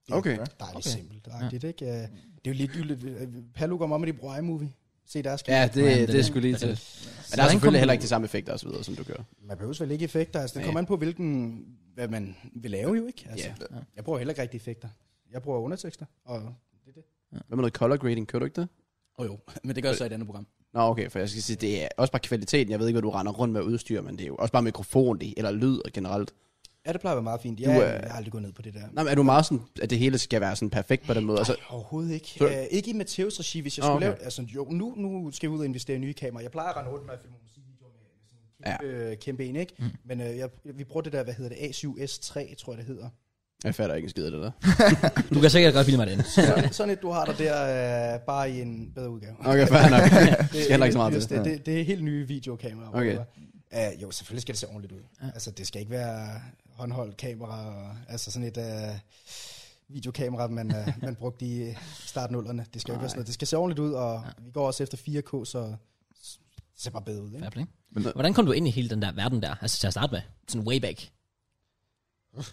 Speaker 3: Det er
Speaker 2: Okay.
Speaker 3: Dejligt okay. simpelt. Ja. Det, ikke? Øh, det er jo lidt yldigt. Palu går om, at de bruger iMovie. Se deres
Speaker 2: Ja, det,
Speaker 1: Jamen,
Speaker 2: det,
Speaker 1: det er-
Speaker 2: det Altså, skulle lige til.
Speaker 1: det er
Speaker 2: Men der er selvfølgelig heller ikke de samme effekter og så videre, som du gør.
Speaker 3: Man behøver vel ikke effekter. Altså, det
Speaker 2: Nej.
Speaker 3: kommer an på, hvilken, hvad man vil lave jo, ikke? Altså,
Speaker 2: Ja.
Speaker 3: yeah. Jeg bruger heller ikke rigtige effekter. Jeg bruger undertekster. Og det er det.
Speaker 2: Hvad med noget color grading? Kører du ikke det?
Speaker 5: Åh oh, jo, men det gør jeg så i et andet program.
Speaker 2: Nå, okay, for jeg skal sige, det er også bare kvaliteten. Jeg ved ikke, hvad du render rundt med udstyr, men det er jo også bare mikrofon, det, eller lyd generelt.
Speaker 3: Ja, det plejer at være meget fint. Jeg,
Speaker 2: Du
Speaker 3: du,
Speaker 2: er-
Speaker 3: øh... jeg har aldrig gået ned på det der.
Speaker 2: Nej, men er du meget sådan, at det hele skal være sådan perfekt på den måde? Altså,
Speaker 3: Overhovedet ikke.
Speaker 2: Så-
Speaker 3: Så... Øh, ikke i Matteus regi, hvis jeg
Speaker 2: Nå,
Speaker 3: skulle
Speaker 2: okay.
Speaker 3: lave... Altså, jo, nu, nu skal jeg ud og investere i nye kameraer. Jeg plejer at rende rundt, når jeg filmer musikvideoer med, med sådan en kæmpe, ja. kæmpe en, ikke? Mm. Men øh, jeg, vi bruger det der, hvad hedder det, A7S3, tror jeg, det hedder.
Speaker 2: jeg fatter ikke en skid af det der.
Speaker 1: Du kan sikkert godt bilde mig den.
Speaker 3: Sådan, sådan et, du har der der, øh, bare i en bedre udgave.
Speaker 2: Okay, fair nok.
Speaker 3: Det
Speaker 2: Det
Speaker 3: er
Speaker 2: skal heller ikke så meget
Speaker 3: dyreste.
Speaker 2: til.
Speaker 3: Det, det er helt nye videokameraer.
Speaker 2: Okay.
Speaker 3: whatever. Uh, jo, selvfølgelig skal det se ordentligt ud. Ja. Altså, det skal ikke være håndholdt kamera, og, altså sådan et uh, videokamera, man, uh, man brugte i startnullerne. Det skal jo ikke være sådan noget. Det skal se ordentligt ud, og ja. vi går også efter 4K, så s- det ser bare bedre ud. Ikke?
Speaker 1: Fair play. Hvordan kom du ind i hele den der verden der, altså til at starte med? Sådan way back.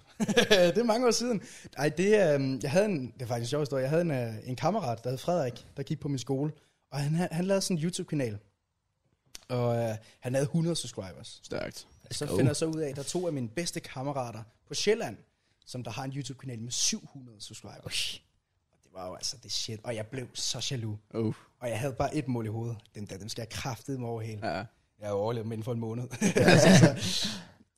Speaker 3: det er mange år siden. Ej, det, øhm, jeg havde en, det er faktisk en sjov historie. Jeg havde en, øh, en kammerat, der hed Frederik, der gik på min skole. Og han, han, han lavede sådan en YouTube-kanal. Og øh, han havde 100 subscribers.
Speaker 2: Stærkt.
Speaker 3: Så finder jeg så ud af, at der er to af mine bedste kammerater på Sjælland, som der har en YouTube-kanal med 700 subscribers. Og det var jo altså det shit. Og jeg blev så jaloux.
Speaker 2: Uh.
Speaker 3: Og jeg havde bare et mål i hovedet. Dem, der, dem skal jeg kraftede mig overhale.
Speaker 2: Ja.
Speaker 3: Jeg har overlevet dem inden for en måned. altså, så-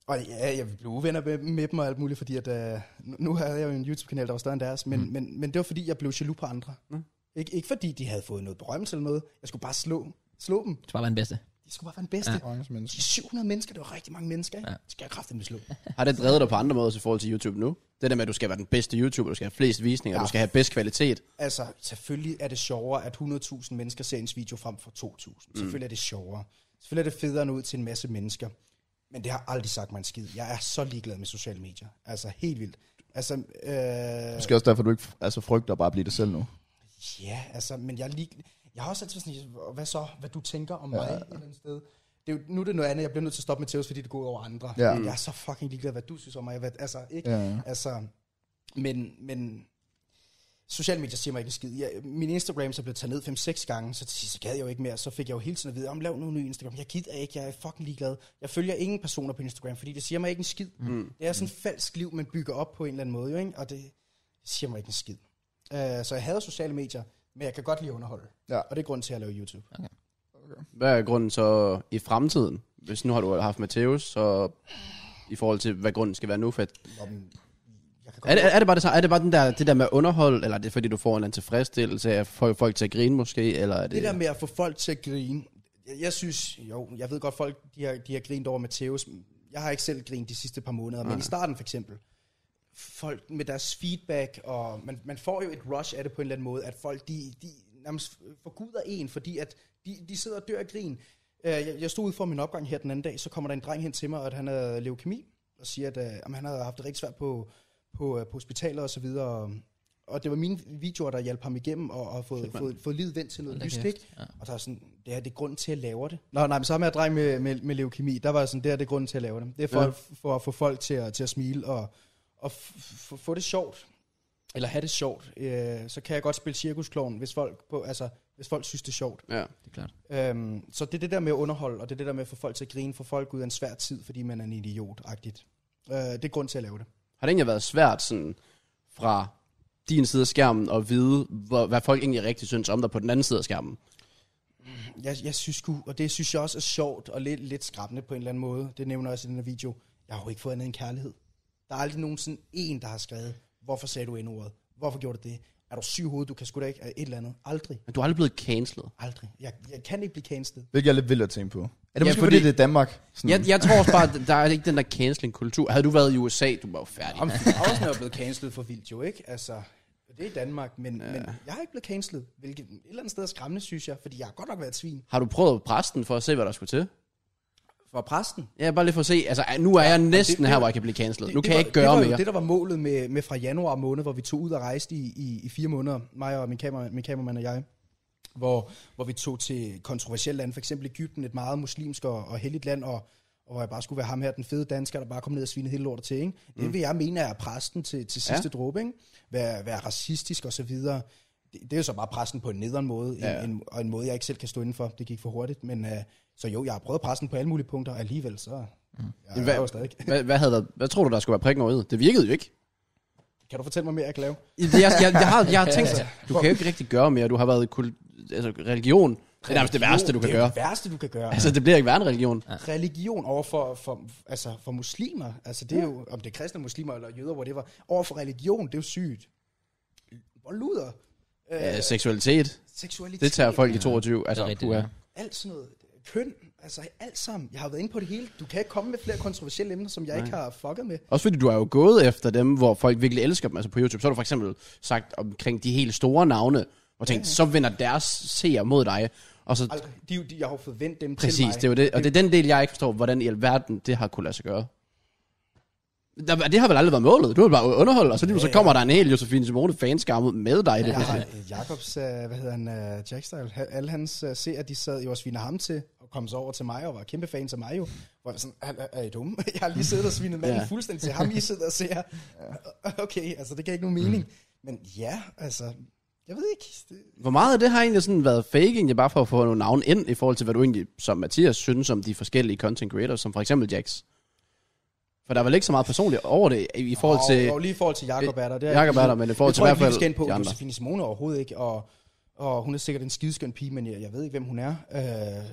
Speaker 3: og ja, jeg blev uvenner med, med dem og alt muligt, fordi at, øh, nu- nu havde jeg jo en YouTube-kanal, der var større end deres, men, mm. men, men det var fordi, jeg blev jaloux på andre. Mm. Ik- ikke fordi, de havde fået noget berømmelse eller noget. Jeg skulle bare slå, slå dem.
Speaker 1: Det var bare den bedste.
Speaker 3: De skulle bare være den bedste. Ja.
Speaker 4: Orange mennesker.
Speaker 3: De 700 mennesker, det var rigtig mange mennesker. Ikke? Ja. Skal jeg kraftigt med slå?
Speaker 2: Har det drevet dig på andre måder i forhold til YouTube nu? Det der med, at du skal være den bedste YouTuber, du skal have flest visninger, ja.
Speaker 3: Ja.
Speaker 2: du skal have bedst kvalitet.
Speaker 3: Altså, selvfølgelig er det sjovere, at 100.000 mennesker ser ens video frem for 2.000. Mm. Selvfølgelig er det sjovere. Selvfølgelig er det federe at nå ud til en masse mennesker. Men det har aldrig sagt mig en skid. Jeg er så ligeglad med sociale medier. Altså, helt vildt. Altså, øh,
Speaker 4: Måske også derfor, du ikke altså, frygter bare at blive det selv nu.
Speaker 3: ja, altså, men jeg er lig... Jeg har også altid været sådan, "Hva- hvad så, hvad du tænker om mig et eller andet sted. Det er jo, nu er det noget andet, jeg bliver nødt til at stoppe med Theos, fordi det går ud over andre.
Speaker 4: Ja.
Speaker 3: Men Jeg er så fucking ligeglad, hvad du synes om mig. Hvad, altså, ikke?
Speaker 4: Ja, ja.
Speaker 3: Altså, men, men sociale medier siger mig ikke en skid. Jeg, min Instagram så blev taget ned 5-6 gange, så til sidst så gad jeg jo ikke mere. Så fik jeg jo hele tiden at vide, om lav nu en ny Instagram. Jeg gider ikke, jeg er fucking ligeglad. Jeg følger ingen personer på Instagram, fordi det siger mig ikke en skid. Mm. Det er sådan et falsk liv, man bygger op på en eller anden måde, jo, ikke? og det siger mig ikke en skid. Uh, så jeg hader sociale medier, men jeg kan godt lide at underholde.
Speaker 4: Ja.
Speaker 3: Og det er grunden til, at jeg laver YouTube.
Speaker 2: Hvad er grunden så i fremtiden? Hvis nu har du haft Mateus, så i forhold til, hvad grunden skal være nu. For at,
Speaker 3: Om, jeg kan godt
Speaker 2: er, det, er, det bare det, så, er det bare den der, det der med underhold, eller er det fordi, du får en eller anden tilfredsstillelse af at få folk til at grine måske? Eller er det,
Speaker 3: Det der med at få folk til at grine, jeg, jeg synes, jo, jeg ved godt, folk de har, de har grint over Mateus. Jeg har ikke selv grint de sidste par måneder, men i starten for eksempel, folk med deres feedback, og man, man får jo et rush af det på en eller anden måde, at folk, de, de nærmest forguder en, fordi at de, de sidder og dør af grin. Øh, Jeg, jeg stod ude for min opgang her den anden dag, så kommer der en dreng hen til mig, og at han havde leukemi, og siger, at øh, jamen, han havde haft det rigtig svært på, på, øh, på hospitaler og så videre, og, og det var mine videoer, der hjalp ham igennem, og, og fået, fået, fået livet vendt til noget lyst, ikke? Ja. Og der er sådan, det her det er grunden til at lave det. Nå, nej, men så med at dreng med, med, med leukemi, der var jeg sådan, det her det er grunden til at lave det. Det er for, ja. for at få folk til at, til at smile, og, og f- f- få det sjovt, eller have det sjovt, øh, så kan jeg godt spille cirkuskloven, hvis folk, på, altså, hvis folk synes, det er sjovt.
Speaker 2: Ja.
Speaker 1: Det er klart.
Speaker 3: Øhm, så det er det der med at underholde, og det er det der med at få folk til at grine, få folk ud af en svær tid, fordi man er en idiot-agtigt. Øh, det er grund til at lave det.
Speaker 2: Har det egentlig været svært sådan, fra din side af skærmen at vide, hvor, hvad folk egentlig rigtig synes om dig på den anden side af skærmen?
Speaker 3: Jeg, jeg synes sgu, og det synes jeg også er sjovt og lidt, lidt skræmmende på en eller anden måde. Det nævner jeg også i den her video. Jeg har jo ikke fået andet end kærlighed. Der er aldrig nogensinde en, der har skrevet, hvorfor sagde du endordet? Hvorfor gjorde du det? Er du syg i hovedet? Du kan sgu da ikke. Et eller andet. Aldrig.
Speaker 2: Men du er aldrig blevet cancelled.
Speaker 3: Aldrig. Jeg, jeg kan ikke blive cancelled.
Speaker 4: Hvilket er lidt vildt at tænke på. Er det
Speaker 2: Ja,
Speaker 4: måske
Speaker 2: fordi-
Speaker 4: fordi, det er Danmark? Sådan,
Speaker 3: Mm.
Speaker 2: Jeg, jeg tror også bare, at der er ikke den der canceling-kultur. Havde du været i USA, du var jo færdig.
Speaker 3: Om Fausen er jo blevet cancelled for vildt jo, ikke? Altså, det er i Danmark, men, ja. men jeg er ikke blevet cancelled, hvilket et eller andet sted er skræmmende, synes jeg, fordi jeg har godt nok været et svin.
Speaker 2: Har du prøvet præsten for at se, hvad der skulle til?
Speaker 3: For præsten?
Speaker 2: Ja, bare lige for at se. Altså, nu er jeg næsten
Speaker 3: det- det-
Speaker 2: her, hvor jeg kan blive cancelled. Nu kan jeg
Speaker 3: var,
Speaker 2: ikke
Speaker 3: det
Speaker 2: gøre
Speaker 3: var jo
Speaker 2: mere.
Speaker 3: det, der var målet med, med fra januar måned, hvor vi tog ud og rejste i, i, i fire måneder, mig og min kameramand, min kameramand og jeg, hvor, hvor vi tog til kontroversielle lande, for eksempel Ægypten, et meget muslimsk og, og helligt land, og, og hvor jeg bare skulle være ham her, den fede dansker, der bare kom ned og svinede hele lortet til, ikke? Det vil jeg mene er præsten til, til sidste
Speaker 2: Mm. Ja.
Speaker 3: ja. dråbe, ikke? Være, være racistisk og så videre. Det, det er jo så bare præsten på en nederen måde, ja. en, en, og en måde, jeg ikke selv kan stå indenfor. Det gik for hurtigt, men øh, så jo, jeg har prøvet præsten på alle mulige punkter, og alligevel så... Mm. Jeg,
Speaker 2: Hvad-
Speaker 3: jeg er jo stadig.
Speaker 2: Hvad, hvad, havde der, hvad tror du, der skulle være prikken over i? Det virkede jo ikke.
Speaker 3: Kan du fortælle mig mere, jeg kan lave?
Speaker 2: Jeg, jeg, jeg, har, jeg har tænkt, du kan jo ikke rigtig gøre mere. Du har været i kul, altså, religion. Det er nærmest det værste, du kan
Speaker 3: det er
Speaker 2: gøre.
Speaker 3: Det værste, du kan gøre. Altså,
Speaker 2: Altså, det bliver ikke værre en religion.
Speaker 3: religion over for, for, altså, for muslimer, altså det er jo, om det er kristne muslimer eller jøder, hvor det var, over for religion, det er jo sygt. Hvor luder. Øh,
Speaker 2: Ja, seksualitet,
Speaker 3: seksualitet.
Speaker 2: det tager folk i 22. Altså,
Speaker 1: Det er rigtigt,
Speaker 2: puha.
Speaker 1: ja.
Speaker 3: Alt sådan noget. Køn, altså alt sammen. Jeg har været inde på det hele. Du kan ikke komme med flere kontroversielle emner, som jeg Nej. ikke har fucket med.
Speaker 2: Også fordi du har jo gået efter dem, hvor folk virkelig elsker dem. Altså på YouTube, så har du for eksempel sagt omkring de helt store navne, og tænkt, så vender deres seer mod dig. Og så,
Speaker 3: Aldrig. Altså, De, er jo- de, jeg har jo forventet dem til
Speaker 2: præcis,
Speaker 3: mig.
Speaker 2: det er jo det. Og det er den del, jeg ikke forstår, hvordan i alverden det har kunne lade sig gøre. Der, det har vel aldrig været målet. Du har bare underholdt, og så, lige, så kommer der en hel Josefine Simone fanskamme med dig. i Det.
Speaker 3: Jeg har øh, Jacobs, øh, hvad hedder han, øh, Jackstyle, ha- alle hans øh, serier, de sad jo og sviner ham til, og kom så over til mig, og var kæmpe fans af mig jo, hvor jeg var sådan, er, er- er I dumme? Jeg har lige siddet og svinet manden
Speaker 2: Ja.
Speaker 3: ja. fuldstændig til ham, I sidder og ser. Okay, altså det gav ikke
Speaker 2: Mm.
Speaker 3: nogen mening. Men ja, altså, jeg ved ikke. Det,
Speaker 2: Hvor meget af det har egentlig sådan været fake, egentlig bare for at få nogle navn ind, i forhold til, hvad du egentlig, som Mathias, synes om de forskellige content creators, som for eksempel Jax? For der er vel ikke så meget personligt over det, i i forhold til...
Speaker 3: Og, og lige i forhold til Jacob er der. Det
Speaker 2: Jakob er der, men i forhold
Speaker 3: jeg
Speaker 2: til
Speaker 3: tror
Speaker 2: i
Speaker 3: ikke,
Speaker 2: hvert
Speaker 3: vi
Speaker 2: fald
Speaker 3: skal ind på
Speaker 2: de andre.
Speaker 3: Josefine Simone overhovedet ikke, og, og hun er sikkert en skideskøn pige, men jeg, jeg ved ikke, hvem hun er. Øh,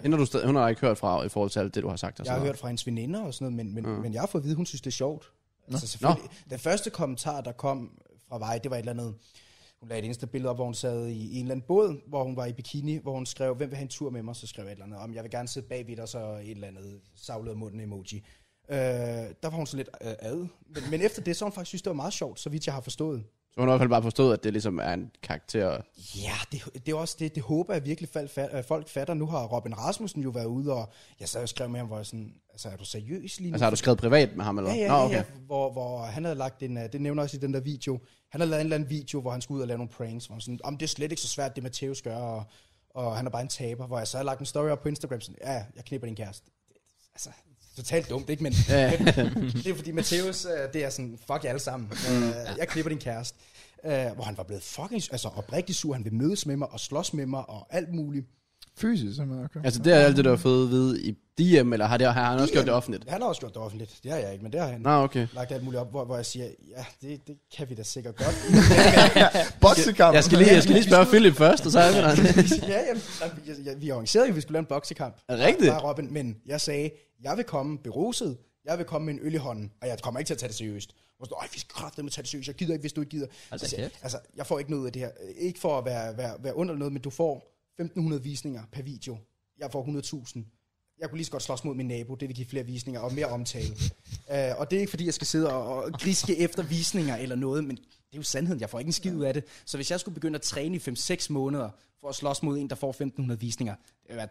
Speaker 2: Hende har du stadig, hun har ikke hørt fra, i forhold til alt det, du har sagt. Og
Speaker 3: Jeg
Speaker 2: sådan
Speaker 3: har
Speaker 2: noget.
Speaker 3: hørt fra hendes veninder og sådan noget, men, men, mm. men jeg har fået at vide, hun synes, det er sjovt. Altså, selvfølgelig. Den første kommentar, der kom fra vej, det var et eller andet... Hun lagde et eneste billede op, hvor hun sad i en eller anden båd, hvor hun var i bikini, hvor hun skrev, hvem vil have en tur med mig? Så skrev jeg et eller andet om, jeg vil gerne sidde bagved dig, så et eller andet savlet munden emoji. Øh, der var hun så lidt øh, ad. Men, men, efter det, så har hun faktisk synes, det var meget sjovt, så vidt jeg har forstået.
Speaker 2: Så hun har i hvert fald bare forstået, at det ligesom er en karakter.
Speaker 3: Ja, det, det er også det, det håber jeg virkelig, fald, fat, øh, folk fatter. Nu har Robin Rasmussen jo været ude, og jeg sad og skrev med ham, hvor jeg sådan, altså er du seriøs lige nu?
Speaker 2: Altså har du skrevet privat med ham, eller?
Speaker 3: Ja, ja,
Speaker 2: Nå,
Speaker 3: ja,
Speaker 2: okay.
Speaker 3: ja. Hvor, hvor han havde lagt en, øh, det nævner også i den der video, han havde lavet en eller anden video, hvor han skulle ud og lave nogle pranks, hvor han sådan, om det er slet ikke så svært, det Mateus gør, og, og han er bare en taber, hvor jeg så havde lagt en story op på Instagram, sådan, ja, jeg knipper din kæreste. Altså, totalt dumt, ikke? Men, ja. men det er fordi Mateus, øh, det er sådan, fuck jer alle sammen,
Speaker 2: Mm.
Speaker 3: Øh, jeg knipper din kæreste. Øh, hvor han var blevet fucking, altså oprigtig sur, han vil mødes med mig og slås med mig og alt muligt.
Speaker 4: Fysisk, simpelthen. Okay.
Speaker 2: Altså det er alt det, du har fået at vide i DM, eller har, det, har han også gjort det offentligt?
Speaker 3: Han har også gjort det offentligt, det har jeg ikke, men det har han.
Speaker 2: Nå, okay.
Speaker 3: lagt alt muligt op, hvor, hvor jeg siger, ja, det, det kan vi da sikkert godt.
Speaker 4: Boksekamp.
Speaker 2: Jeg skal lige, jeg skal lige spørge Philip først, og så er vi der.
Speaker 3: ja, jamen, jamen, jeg, jeg, vi arrangerede jo, at vi skulle lave en boksekamp.
Speaker 2: Er det rigtigt?
Speaker 3: Der er Robin, men jeg sagde, jeg vil komme beruset, jeg vil komme med en øl i hånden, og jeg kommer ikke til at tage det seriøst. Og sådan, "Øj, vi skal kraftedeme tage det seriøst, jeg gider ikke, hvis du ikke gider.
Speaker 1: Altså,
Speaker 3: Så siger jeg,
Speaker 1: kæft.
Speaker 3: altså, jeg får ikke noget ud af det her. Ikke for at være, være, være under noget, men du får 1.500 visninger per video. Jeg får 100.000. Jeg kunne lige så godt slås mod min nabo, det vil give flere visninger og mere omtale. uh, og det er ikke fordi, jeg skal sidde og, og griske efter visninger eller noget, men det er jo sandheden, jeg får ikke en skid ud af det. Så hvis jeg skulle begynde at træne i 5-6 måneder for at slås mod en, der får 1.500 visninger, det vil, være,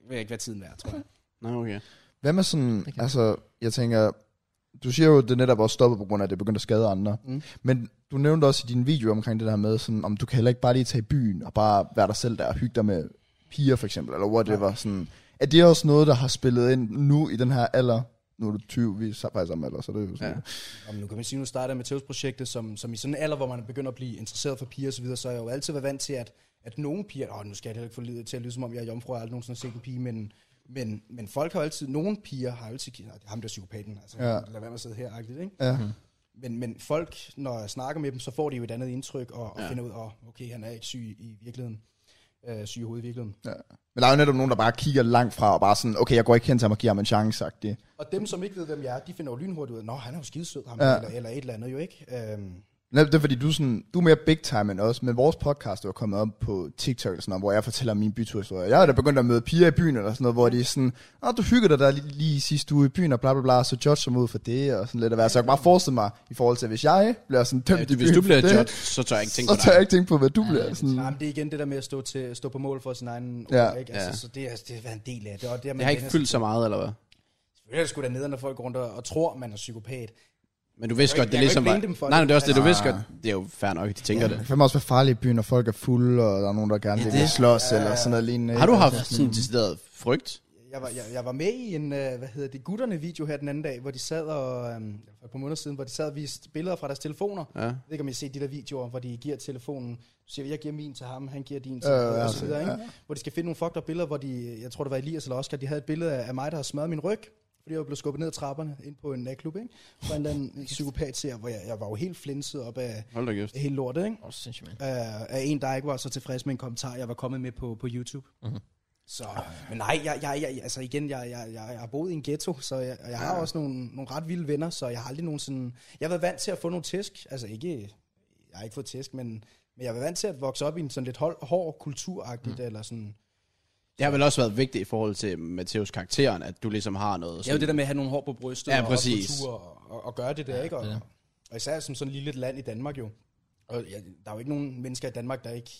Speaker 3: det vil ikke være tiden værd, tror jeg.
Speaker 2: Nå, okay.
Speaker 4: Hvad med sådan, altså, jeg tænker, du siger jo, at det netop også stoppet på grund af, at det begyndte at skade andre. Mm. Men du nævnte også i din video omkring det der med, sådan, om du kan heller ikke bare lige tage i byen og bare være dig selv der og hygge dig med piger for eksempel, eller whatever. Ja. Sådan, er det også noget, der har spillet ind nu i den her alder? Nu er du 20, vi er så- faktisk samme alder, så det er jo sådan. Ja.
Speaker 3: Om nu kan man sige, nu starter jeg med Tævs-projektet, som, som i sådan en alder, hvor man begynder at blive interesseret for piger osv., så, videre, så har jeg jo altid været vant til, at, at nogle piger, åh, nu skal jeg heller ikke få livet til at lyde, som om jeg er jomfru, og jeg har aldrig nogensinde set en pige, men, men, men folk har jo altid, nogle piger har jo altid, nej, det er ham der er psykopaten, altså
Speaker 4: Ja.
Speaker 3: ja. lad være med at sidde her, agtigt, ikke?
Speaker 4: Ja.
Speaker 3: Men, men folk, når jeg snakker med dem, så får de jo et andet indtryk, og, og ja. finder ud af, oh, okay, han er ikke syg i virkeligheden, øh, syg i hovedet i virkeligheden.
Speaker 4: Men der er jo netop nogen, der bare kigger langt fra og bare sådan, okay, jeg går ikke hen til ham og giver ham en chance, sagt det.
Speaker 3: Og dem, som ikke ved, hvem jeg er, de finder jo lynhurtigt ud af, nå, han er jo skidesød, ham,
Speaker 4: Ja.
Speaker 3: ja. eller, eller et eller andet jo, ikke? Øhm,
Speaker 4: Netop det er, fordi du er, sådan, du er mere big time end os, men vores podcast er jo kommet op på TikTok, eller sådan noget, hvor jeg fortæller min byturhistorie. Jeg er da begyndt at møde piger i byen, eller sådan noget, hvor de er sådan, Nå, du hyggede dig der lige, lige sidste uge i byen, og bla bla bla, så judge mig ud for det, og sådan lidt at være. Så jeg kan bare forestille mig, i forhold til, hvis jeg bliver sådan dømt ja,
Speaker 2: Hvis
Speaker 4: i byen
Speaker 2: du bliver
Speaker 4: for det,
Speaker 2: judged, så tør jeg ikke tænke
Speaker 4: så
Speaker 2: på
Speaker 4: tager jeg
Speaker 2: dig.
Speaker 4: ikke tænke på, hvad du ja, bliver. Sådan.
Speaker 3: Nej, men det er igen det der med at stå, til, stå på mål for sin egen
Speaker 4: Ja.
Speaker 3: ja, ord, ikke? Altså,
Speaker 2: Mm. Ja.
Speaker 3: ja. Så det, er- det har været en del af det. Og det,
Speaker 2: Det har ikke fyldt så meget, eller hvad?
Speaker 3: Det er sgu da nederen, når folk går rundt og, og tror, man er psykopat.
Speaker 2: Men du vidste
Speaker 3: Jeg
Speaker 2: godt, det
Speaker 3: kan
Speaker 2: er
Speaker 3: ikke
Speaker 2: ligesom... Var...
Speaker 3: blame dem for
Speaker 2: Nej,
Speaker 3: det.
Speaker 2: nej, det er også det, du
Speaker 4: Altså-
Speaker 2: vidste godt. Det er jo fair nok, at de tænker det.
Speaker 4: Det kan også være farligt i byen, når folk er fulde, og der er nogen, der gerne vil ja, slås, ja, eller sådan noget lignende.
Speaker 2: Har du
Speaker 4: ikke?
Speaker 2: haft sådan en decideret frygt?
Speaker 3: Jeg var, jeg, jeg var med i en, øh, hvad hedder det, gutterne-video her den anden dag, hvor de sad og, øhm, for et par måneder siden, hvor de sad og viste billeder fra deres telefoner.
Speaker 2: Ja.
Speaker 3: Jeg ved ikke, om I har set de der videoer, hvor de giver telefonen. Så siger, vi, jeg giver min til ham, han giver din til
Speaker 4: Øh,
Speaker 3: ham,
Speaker 4: ja,
Speaker 3: og så videre,
Speaker 4: ja.
Speaker 3: ikke? Hvor de skal finde nogle fucked up billeder, hvor de, jeg tror det var Elias eller Oscar, de havde et billede af af mig, der har smadret min ryg, fordi jeg blev skubbet ned ad trapperne ind på en natklub, ikke? Fra en eller anden psykopat ser, hvor jeg, jeg var jo helt flinset op af,
Speaker 2: Hold da kæft.
Speaker 3: af hele lortet, ikke?
Speaker 1: Åh, sindssygt, man.
Speaker 3: øh, af en, der ikke var så tilfreds med en kommentar, jeg var kommet med på, på YouTube. Mm-hmm. Så, men nej, jeg, jeg, jeg, altså igen, jeg, jeg, jeg, jeg har boet i en ghetto, så jeg, og jeg har også nogle, nogle ret vilde venner, så jeg har aldrig nogensinde... Jeg har været vant til at få nogle tæsk, altså ikke... Jeg har ikke fået tæsk, men, men jeg har været vant til at vokse op i en sådan lidt hold, hård kulturagtigt, mm. eller sådan...
Speaker 2: Det har vel også været vigtigt i forhold til Matteus karakteren, at du ligesom har noget.
Speaker 5: Det er jo
Speaker 2: Sådan...
Speaker 5: det der med at have nogle hår på brystet.
Speaker 2: Ja,
Speaker 5: og-
Speaker 2: præcis.
Speaker 3: kultur og, og, og gøre det der, ja, ikke? Og,
Speaker 1: det er.
Speaker 3: og især som sådan et lille land i Danmark jo. Og ja, der er jo ikke nogen mennesker i Danmark, der ikke,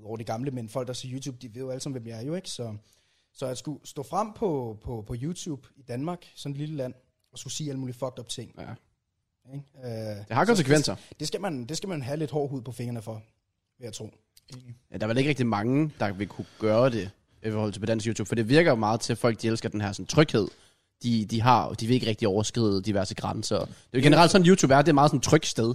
Speaker 3: udover de gamle, men folk, der ser YouTube, de ved jo alle sammen, hvem jeg er jo, ikke? Så, så at skulle stå frem på, på, på YouTube i Danmark, sådan et lille land, og skulle sige alle mulige fucked up ting.
Speaker 2: Ja.
Speaker 3: Ikke? Øh,
Speaker 2: Det har
Speaker 3: så
Speaker 2: konsekvenser.
Speaker 3: Det, det, skal man, det skal man have lidt hård hud på fingrene for, vil jeg tro.
Speaker 2: Ja, der er vel ikke rigtig mange, der vil kunne gøre det i forhold til på dansk YouTube, for det virker jo meget til, at folk de elsker den her sådan, tryghed, de, de har, og de vil ikke rigtig overskride diverse grænser. Det er jo generelt sådan, YouTube er, det er meget sådan et trygt sted,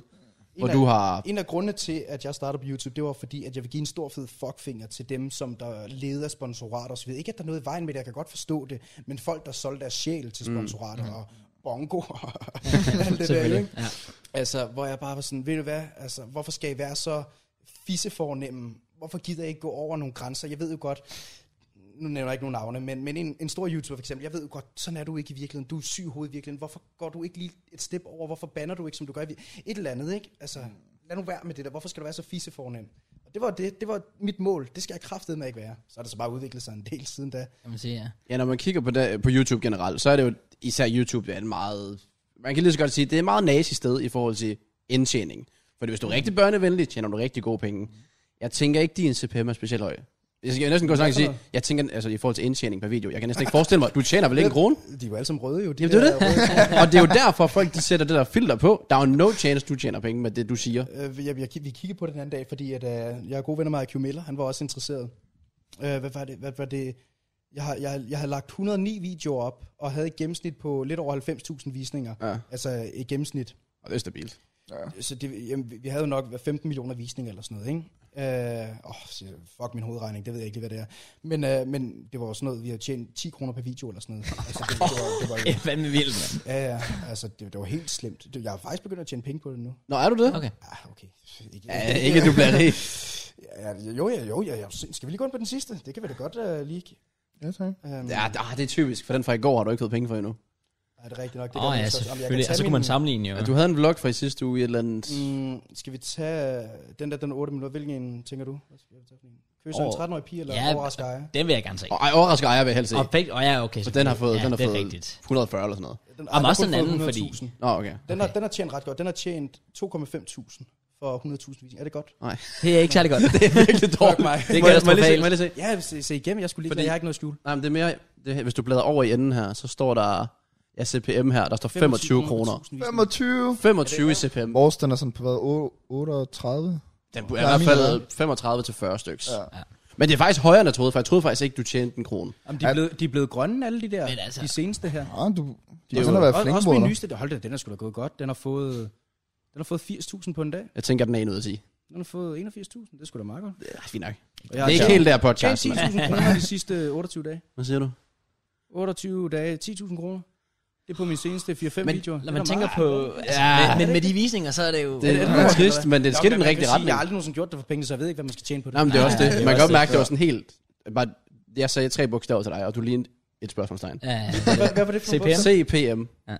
Speaker 2: hvor
Speaker 3: af-
Speaker 2: du har...
Speaker 3: En af grundene til, at jeg startede på YouTube, det var fordi, at jeg vil give en stor fed fuckfinger til dem, som der leder sponsorater osv. Ikke, at der er noget i vejen med det, jeg kan godt forstå det, men folk, der solgte deres sjæl til sponsorater mm. og bongo og alt det der, ikke?
Speaker 1: Ja.
Speaker 3: Altså, hvor jeg bare var sådan, ved du hvad, altså, hvorfor skal I være så fissefornemme? Hvorfor gider I ikke gå over nogle grænser? Jeg ved jo godt, nu nævner jeg ikke nogen navne, men, men en, en stor YouTuber for eksempel, jeg ved jo godt, sådan er du ikke i virkeligheden, du er syg i hovedet i virkeligheden, hvorfor går du ikke lige et step over, hvorfor banner du ikke, som du gør i vir- Et eller andet, ikke? Altså, lad nu være med det der, hvorfor skal du være så fissefornem? Og det var det, det var mit mål, det skal jeg kraftedeme ikke være. Så er det så bare udviklet sig en del siden da.
Speaker 1: Kan man sige, ja.
Speaker 2: Ja, når man kigger på, det, på YouTube generelt, så er det jo især YouTube er en meget... Man kan lige så godt sige, det er et meget nazi sted i forhold til indtjening. For hvis du er rigtig børnevenlig, tjener du rigtig gode penge. Jeg tænker ikke, din CPM er specielt høj. Jeg skal næsten gå så langt og sige, jeg tænker, altså i forhold til indtjening per video, jeg kan næsten ikke forestille mig, du tjener vel ikke en krone?
Speaker 3: De er jo alle sammen røde jo. De
Speaker 2: Jamen, det er
Speaker 3: der
Speaker 2: det. og det er jo derfor, folk de sætter det der filter på. Der er jo no chance, du tjener penge med det, du siger.
Speaker 3: Øh, jeg, jeg, vi kiggede på det den anden dag, fordi at, øh, jeg er gode venner med IQ Miller. Han var også interesseret. Øh, hvad var det? Hvad var det? Jeg, har, jeg, jeg havde lagt 109 videoer op, og havde et gennemsnit på lidt over 90.000 visninger.
Speaker 2: Ja.
Speaker 3: Altså et gennemsnit.
Speaker 2: Og det er stabilt.
Speaker 3: Så det, jamen, vi- vi havde jo nok hvad, 15 millioner visninger eller sådan noget, ikke? Øh, åh, siger jeg, fuck min hovedregning, det ved jeg ikke lige, hvad det er. Men, øh, men det var jo sådan noget, vi havde tjent 10 kroner per video eller sådan noget. Altså, det, det var, det var,
Speaker 1: Det er fandme vildt, mand.
Speaker 3: ja, ja, altså, det, det var helt slemt. Det- Jeg har faktisk begyndt at tjene penge på det nu.
Speaker 2: Nå, er du det?
Speaker 1: Okay.
Speaker 3: Ah, okay. Ikke,
Speaker 2: Ja, ikke, at du bliver rig.
Speaker 3: Ja, jo, ja, jo, ja, ja. Skal vi lige gå ind på den sidste? Det kan vi da godt uh, lige.
Speaker 4: Ja, tak.
Speaker 3: Um,
Speaker 2: Ja, ah, det er typisk, for den fra i går har du ikke fået penge for endnu.
Speaker 3: Er det rigtigt nok? Det
Speaker 1: Åh oh,
Speaker 3: kan vi
Speaker 1: ja,
Speaker 3: også- om jeg
Speaker 1: selvfølgelig.
Speaker 3: tage
Speaker 1: Og så kunne man
Speaker 3: min-
Speaker 1: sammenligne jo.
Speaker 2: Ja. Du havde en vlog fra i sidste uge i et eller andet...
Speaker 3: Mm, skal vi tage øh, den der, den 8 minutter? Hvilken en tænker du? Hvad skal vi tage for en? Kyser en
Speaker 2: Over-
Speaker 3: 13-årig pige, eller
Speaker 1: Ja,
Speaker 3: ja, overrasker jeg?
Speaker 1: Den vil jeg gerne se.
Speaker 2: Og Ej, overrasker ejer, vil jeg helst se.
Speaker 1: Og begge, og ja, okay.
Speaker 2: Så den har fået,
Speaker 1: ja,
Speaker 2: den har
Speaker 1: det er
Speaker 2: fået
Speaker 1: rigtigt.
Speaker 2: 140 eller sådan noget.
Speaker 3: Den,
Speaker 1: Jamen, også
Speaker 3: kun
Speaker 1: den
Speaker 3: fået
Speaker 1: anden, fordi-
Speaker 3: 100.000.
Speaker 2: Nå, okay.
Speaker 3: Den, har, den har tjent ret godt. Den har tjent 2,5.000 for 100.000 visninger. Er det godt?
Speaker 2: Nej.
Speaker 1: Det er ikke særlig godt.
Speaker 2: Det er virkelig dårligt.
Speaker 3: mig.
Speaker 1: Det er
Speaker 2: Må jeg- må jeg lige se-
Speaker 1: katastrofalt.
Speaker 2: Må jeg lige se?
Speaker 3: Ja, se, se igennem. Jeg skulle lige
Speaker 2: Fordi-
Speaker 3: fordi... jeg har ikke noget skjul.
Speaker 2: Nej, men det er mere... Det, her- hvis du bladrer over i enden her, så står der... Ja, CPM her. Der står 25 kroner.
Speaker 4: 25.
Speaker 2: 25 i CPM.
Speaker 4: Vores, den er sådan på hvad, o- Ah, 38?
Speaker 2: Den er
Speaker 4: Ja,
Speaker 2: i hvert
Speaker 4: min
Speaker 2: fald 35 til 40 stykker.
Speaker 4: Ja.
Speaker 1: Ja.
Speaker 2: Men det er faktisk højere, end jeg troede, for jeg troede faktisk ikke, du tjente en krone.
Speaker 5: Jamen, de, er blevet, de er blevet grønne, alle de der,
Speaker 1: Men altså-
Speaker 5: de seneste her.
Speaker 4: Ja, du... Det
Speaker 2: jo-
Speaker 4: er sådan at være
Speaker 5: Og,
Speaker 4: flink,
Speaker 5: også min
Speaker 4: bror.
Speaker 5: nyeste, hold da, den er sgu da gået godt. Den har fået, den har fået 80.000 på en dag.
Speaker 2: Jeg tænker, den er en ud at sige.
Speaker 5: Den har fået 81.000, det er sgu da meget godt.
Speaker 2: Ja, fint nok.
Speaker 5: Og jeg
Speaker 2: Det er
Speaker 3: Altså-
Speaker 2: ikke helt der
Speaker 5: tjent
Speaker 2: podcast, mand.
Speaker 5: 10.000 kroner de sidste 28 dage.
Speaker 2: Hvad siger du?
Speaker 5: 28 dage, 10.000 kroner. Det er på min seneste 4-5
Speaker 2: Men
Speaker 5: videoer.
Speaker 1: Når
Speaker 5: Det er
Speaker 1: man
Speaker 5: da
Speaker 1: tænker
Speaker 5: meget
Speaker 1: på...
Speaker 5: godt.
Speaker 1: Altså,
Speaker 2: Ja.
Speaker 1: men, men med de visninger, så er det jo...
Speaker 2: Det er lidt trist, men det er skidt i den rigtige retning.
Speaker 5: Jeg har aldrig nogensinde gjort det for penge, så jeg ved ikke, hvad man skal tjene på det.
Speaker 2: Nej, men det er også
Speaker 1: Nej,
Speaker 2: det.
Speaker 1: det er
Speaker 2: Man kan
Speaker 1: også
Speaker 2: godt
Speaker 1: det.
Speaker 2: mærke, det var sådan helt... Bare, jeg sagde tre bogstaver til dig, og du lignede et spørgsmålstegn.
Speaker 1: Ja, ja.
Speaker 3: Hvad, hvad var det for
Speaker 1: CPM?
Speaker 3: en
Speaker 2: CPM.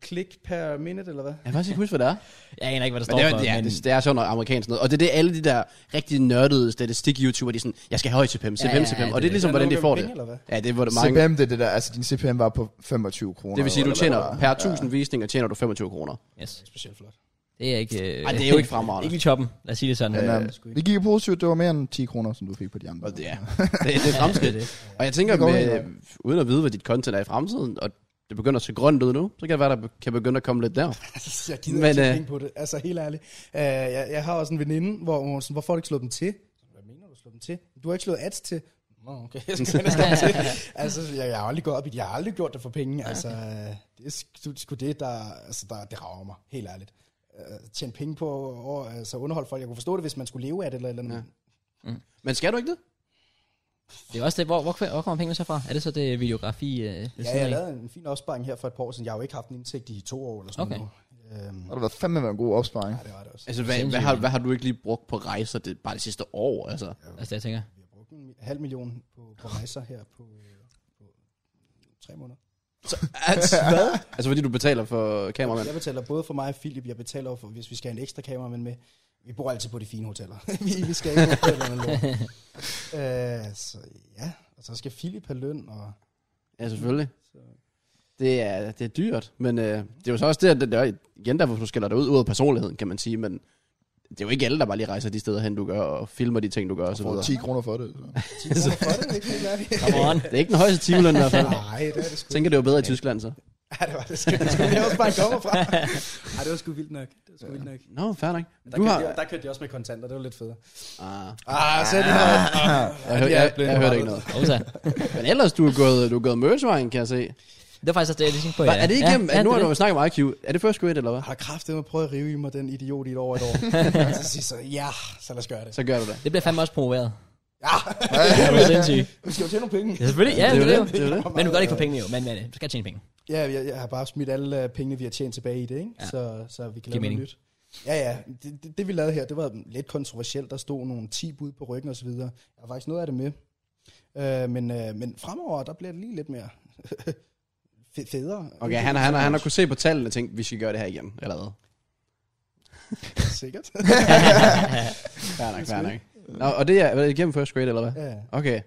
Speaker 3: klik per minute, eller hvad?
Speaker 2: Jeg kan faktisk ikke huske, hvad det er.
Speaker 1: Jeg aner ikke, hvad der
Speaker 2: Men
Speaker 1: står
Speaker 2: det,
Speaker 1: for,
Speaker 2: er, ja,
Speaker 1: men...
Speaker 2: det, det er sådan noget amerikansk noget. Og det er det, alle de der rigtig nørdede statistik-youtuber, de er sådan, jeg skal have høj CPM, CPM,
Speaker 1: Ja, ja, ja, det
Speaker 2: CPM. Og det er
Speaker 1: er
Speaker 2: ligesom,
Speaker 3: det.
Speaker 2: hvordan de
Speaker 3: Er der
Speaker 2: får
Speaker 3: nogen, der
Speaker 2: det.
Speaker 3: penge, eller hvad?
Speaker 2: Ja, det er, hvor det er mange...
Speaker 4: CPM, det er det der. Altså, din CPM var på 25 kroner.
Speaker 2: Det vil sige, du
Speaker 4: eller hvad
Speaker 2: tjener
Speaker 4: det var.
Speaker 2: per 1000 visninger, tjener du 25 kroner.
Speaker 1: Yes.
Speaker 3: Specielt flot.
Speaker 1: Det er ikke... Øh,
Speaker 2: Ej, det er jo ikke fremragende.
Speaker 1: ikke i toppen, lad os sige det sådan. Øh,
Speaker 4: Men,
Speaker 1: Ja,
Speaker 4: øhm, det gik jo positivt. Det var mere end 10 kroner, som du fik på de andre.
Speaker 2: Øh, Og det er, det, det er
Speaker 1: det
Speaker 2: fremskridt.
Speaker 1: er det.
Speaker 2: Og jeg tænker,
Speaker 4: Det går
Speaker 2: med,
Speaker 4: helt
Speaker 2: uden at vide, hvad dit content er i fremtiden, og det begynder at se grønt ud nu, så kan det være, der kan begynde at komme lidt der.
Speaker 3: Altså, jeg
Speaker 2: Men,
Speaker 3: gider Men, ikke
Speaker 2: øh,
Speaker 3: øh... penge på det. Altså, helt ærligt. Uh, jeg, jeg har også en veninde, hvor hun var sådan, hvorfor har du ikke slået dem til? Hvad mener du, slået dem til? Du har ikke slået ads til. Nå, okay. Jeg skal hen og slå dem til. altså, jeg, jeg, har aldrig gået op i det. Jeg har aldrig gjort det for penge. Altså, øh, det er sgu- sgu det, der, altså, der det rager mig. Helt ærligt. Uh, tjene penge på og altså, underholde folk. Jeg kunne forstå det, hvis man skulle leve af det. Eller, eller ja.
Speaker 2: Men skal du ikke det?
Speaker 1: Det er også det, hvor, hvor, hvor kommer pengene så fra? Er det så det videografi? Øh, ved siden
Speaker 3: ja,
Speaker 1: af?
Speaker 3: jeg lavede en fin opsparing her for et par år siden. Jeg har jo ikke haft en indtægt i to år eller sådan
Speaker 1: Okay.
Speaker 3: okay. noget. Øhm,
Speaker 4: Og det var fandme været en god opsparing.
Speaker 3: det var det også.
Speaker 2: Altså, hvad, hvad, har, hvad har du ikke lige brugt på rejser det, bare det sidste år? Altså?
Speaker 1: Altså, jeg tænker.
Speaker 3: Vi har brugt en halv million på, på rejser her på, øh, på tre måneder.
Speaker 2: Så, altså, hvad? altså, fordi du betaler for kameramand.
Speaker 3: Jeg betaler både for mig og Philip, jeg betaler for, hvis vi skal have en ekstra kameramand med. Vi bor altid på de fine hoteller. vi, vi skal ikke på hotellerne lort. øh, så ja, og så skal Philip have løn, og
Speaker 2: Ja, selvfølgelig. Det er, det er dyrt, men øh, det er jo så også det, at det er igen derfor, du skiller dig ud, ud af personligheden, kan man sige, men det er jo ikke alle, der bare lige rejser de steder hen, du gør, og filmer de ting, du gør, og så
Speaker 4: Får
Speaker 2: videre.
Speaker 4: 10 kroner for det.
Speaker 3: 10
Speaker 4: Så.
Speaker 3: kroner for det, er det ikke helt ærligt?
Speaker 1: Come on.
Speaker 2: Det er ikke den højeste timeløn i hvert fald.
Speaker 3: Nej, det er det sgu.
Speaker 2: Jeg tænker, det var bedre i Tyskland, så.
Speaker 3: Ja, det var det. Skal, det skulle jeg også bare komme fra. Ej, det var sgu vildt nok. Det var sgu vildt nok.
Speaker 2: Nå, no, fair nok.
Speaker 3: Der,
Speaker 2: Du
Speaker 3: kørte
Speaker 2: har...
Speaker 3: de, der kørte de også med kontanter, det var lidt federe.
Speaker 2: Ah,
Speaker 3: Ah, så er det noget.
Speaker 2: jeg, jeg, jeg, jeg, jeg hørte ikke noget.
Speaker 1: Hovsa.
Speaker 2: Men ellers, du er gået, du er gået Mørsvejen, kan jeg se.
Speaker 1: Det var faktisk også det, jeg lige tænkte på.
Speaker 2: Hva, er det ikke ja, ja, nu har
Speaker 1: det
Speaker 2: du
Speaker 1: er
Speaker 2: jo snakket om IQ. Er det first grade, eller hvad?
Speaker 3: Har der kraft med at prøve at rive i mig den idiot i et år et år? Og så siger jeg så, ja, så lad os gøre det.
Speaker 2: Så gør du det.
Speaker 1: det. Det bliver fandme også promoveret.
Speaker 3: Ja,
Speaker 1: Det er jo sindssygt.
Speaker 3: vi skal jo tjene nogle penge.
Speaker 1: Ja, selvfølgelig. Ja,
Speaker 2: Det er
Speaker 1: det
Speaker 2: jo
Speaker 1: er
Speaker 2: det.
Speaker 1: det.
Speaker 2: er jo
Speaker 1: Men du gør det ikke for pengene jo, men hvad er det? Du skal tjene penge.
Speaker 3: Ja, jeg, jeg har bare smidt alle øh, pengene, vi har tjent tilbage i det, ikke?
Speaker 1: Ja.
Speaker 3: Ja. Så, så vi kan
Speaker 1: Giver
Speaker 3: lave noget
Speaker 1: mening.
Speaker 3: nyt. Ja, ja. Det, det, det, vi lavede her, det var lidt kontroversielt. Der stod nogle 10 bud på ryggen og så videre. Jeg har faktisk noget af det med. Øh, men, øh, men fremover, der bliver det lige lidt mere fe- federe.
Speaker 2: Okay, han, har- han, har- han har kunne se på tallene og tænkt, vi skal gøre det her igen, eller hvad?
Speaker 3: Sikkert.
Speaker 2: Fair nok, fair nok. Nå, og det er, er det igennem first grade, eller hvad?
Speaker 3: ja,
Speaker 2: Okay.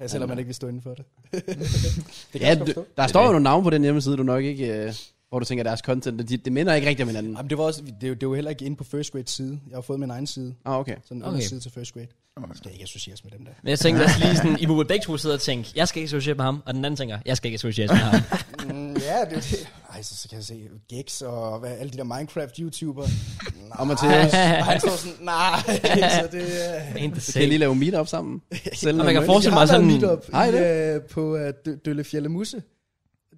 Speaker 3: ja, selvom man ikke vil stå inden for det.
Speaker 2: Ja,
Speaker 3: det jeg også godt
Speaker 2: du,
Speaker 3: forstå.
Speaker 2: der står jo nogle navne på den hjemmeside, du nok ikke... Øh, hvor du tænker, deres content, det, det minder ikke rigtigt om hinanden.
Speaker 3: Jamen, det, var også, det, er jo, det er jo heller ikke inde på first grade side. Jeg har fået min egen side.
Speaker 2: Ah, okay.
Speaker 3: Sådan en
Speaker 1: Okay.
Speaker 3: okay. side til first grade. Okay. Skal ikke associeres med dem der.
Speaker 1: Men jeg tænkte også lige sådan, I må begge to sidde og tænke, jeg skal ikke associeres med ham, og den anden tænker, jeg skal ikke associeres med ham.
Speaker 3: Mm, ja, det er jo det. Ej, så, så kan jeg se Gex og hvad, alle de der Minecraft-YouTuber. Nej.
Speaker 2: Og Mathias.
Speaker 3: Og han står sådan, nej. så det, øh,
Speaker 1: Ain't the
Speaker 2: Kan I
Speaker 1: same.
Speaker 2: lige lave meetup sammen? Sælge
Speaker 1: Og man
Speaker 2: noget
Speaker 1: kan
Speaker 2: merch?
Speaker 1: forestille mig
Speaker 3: Jeg har
Speaker 1: sådan,
Speaker 3: været meetup
Speaker 2: Hej,
Speaker 3: i, øh, på øh, Dø- Døllefjelle Musse.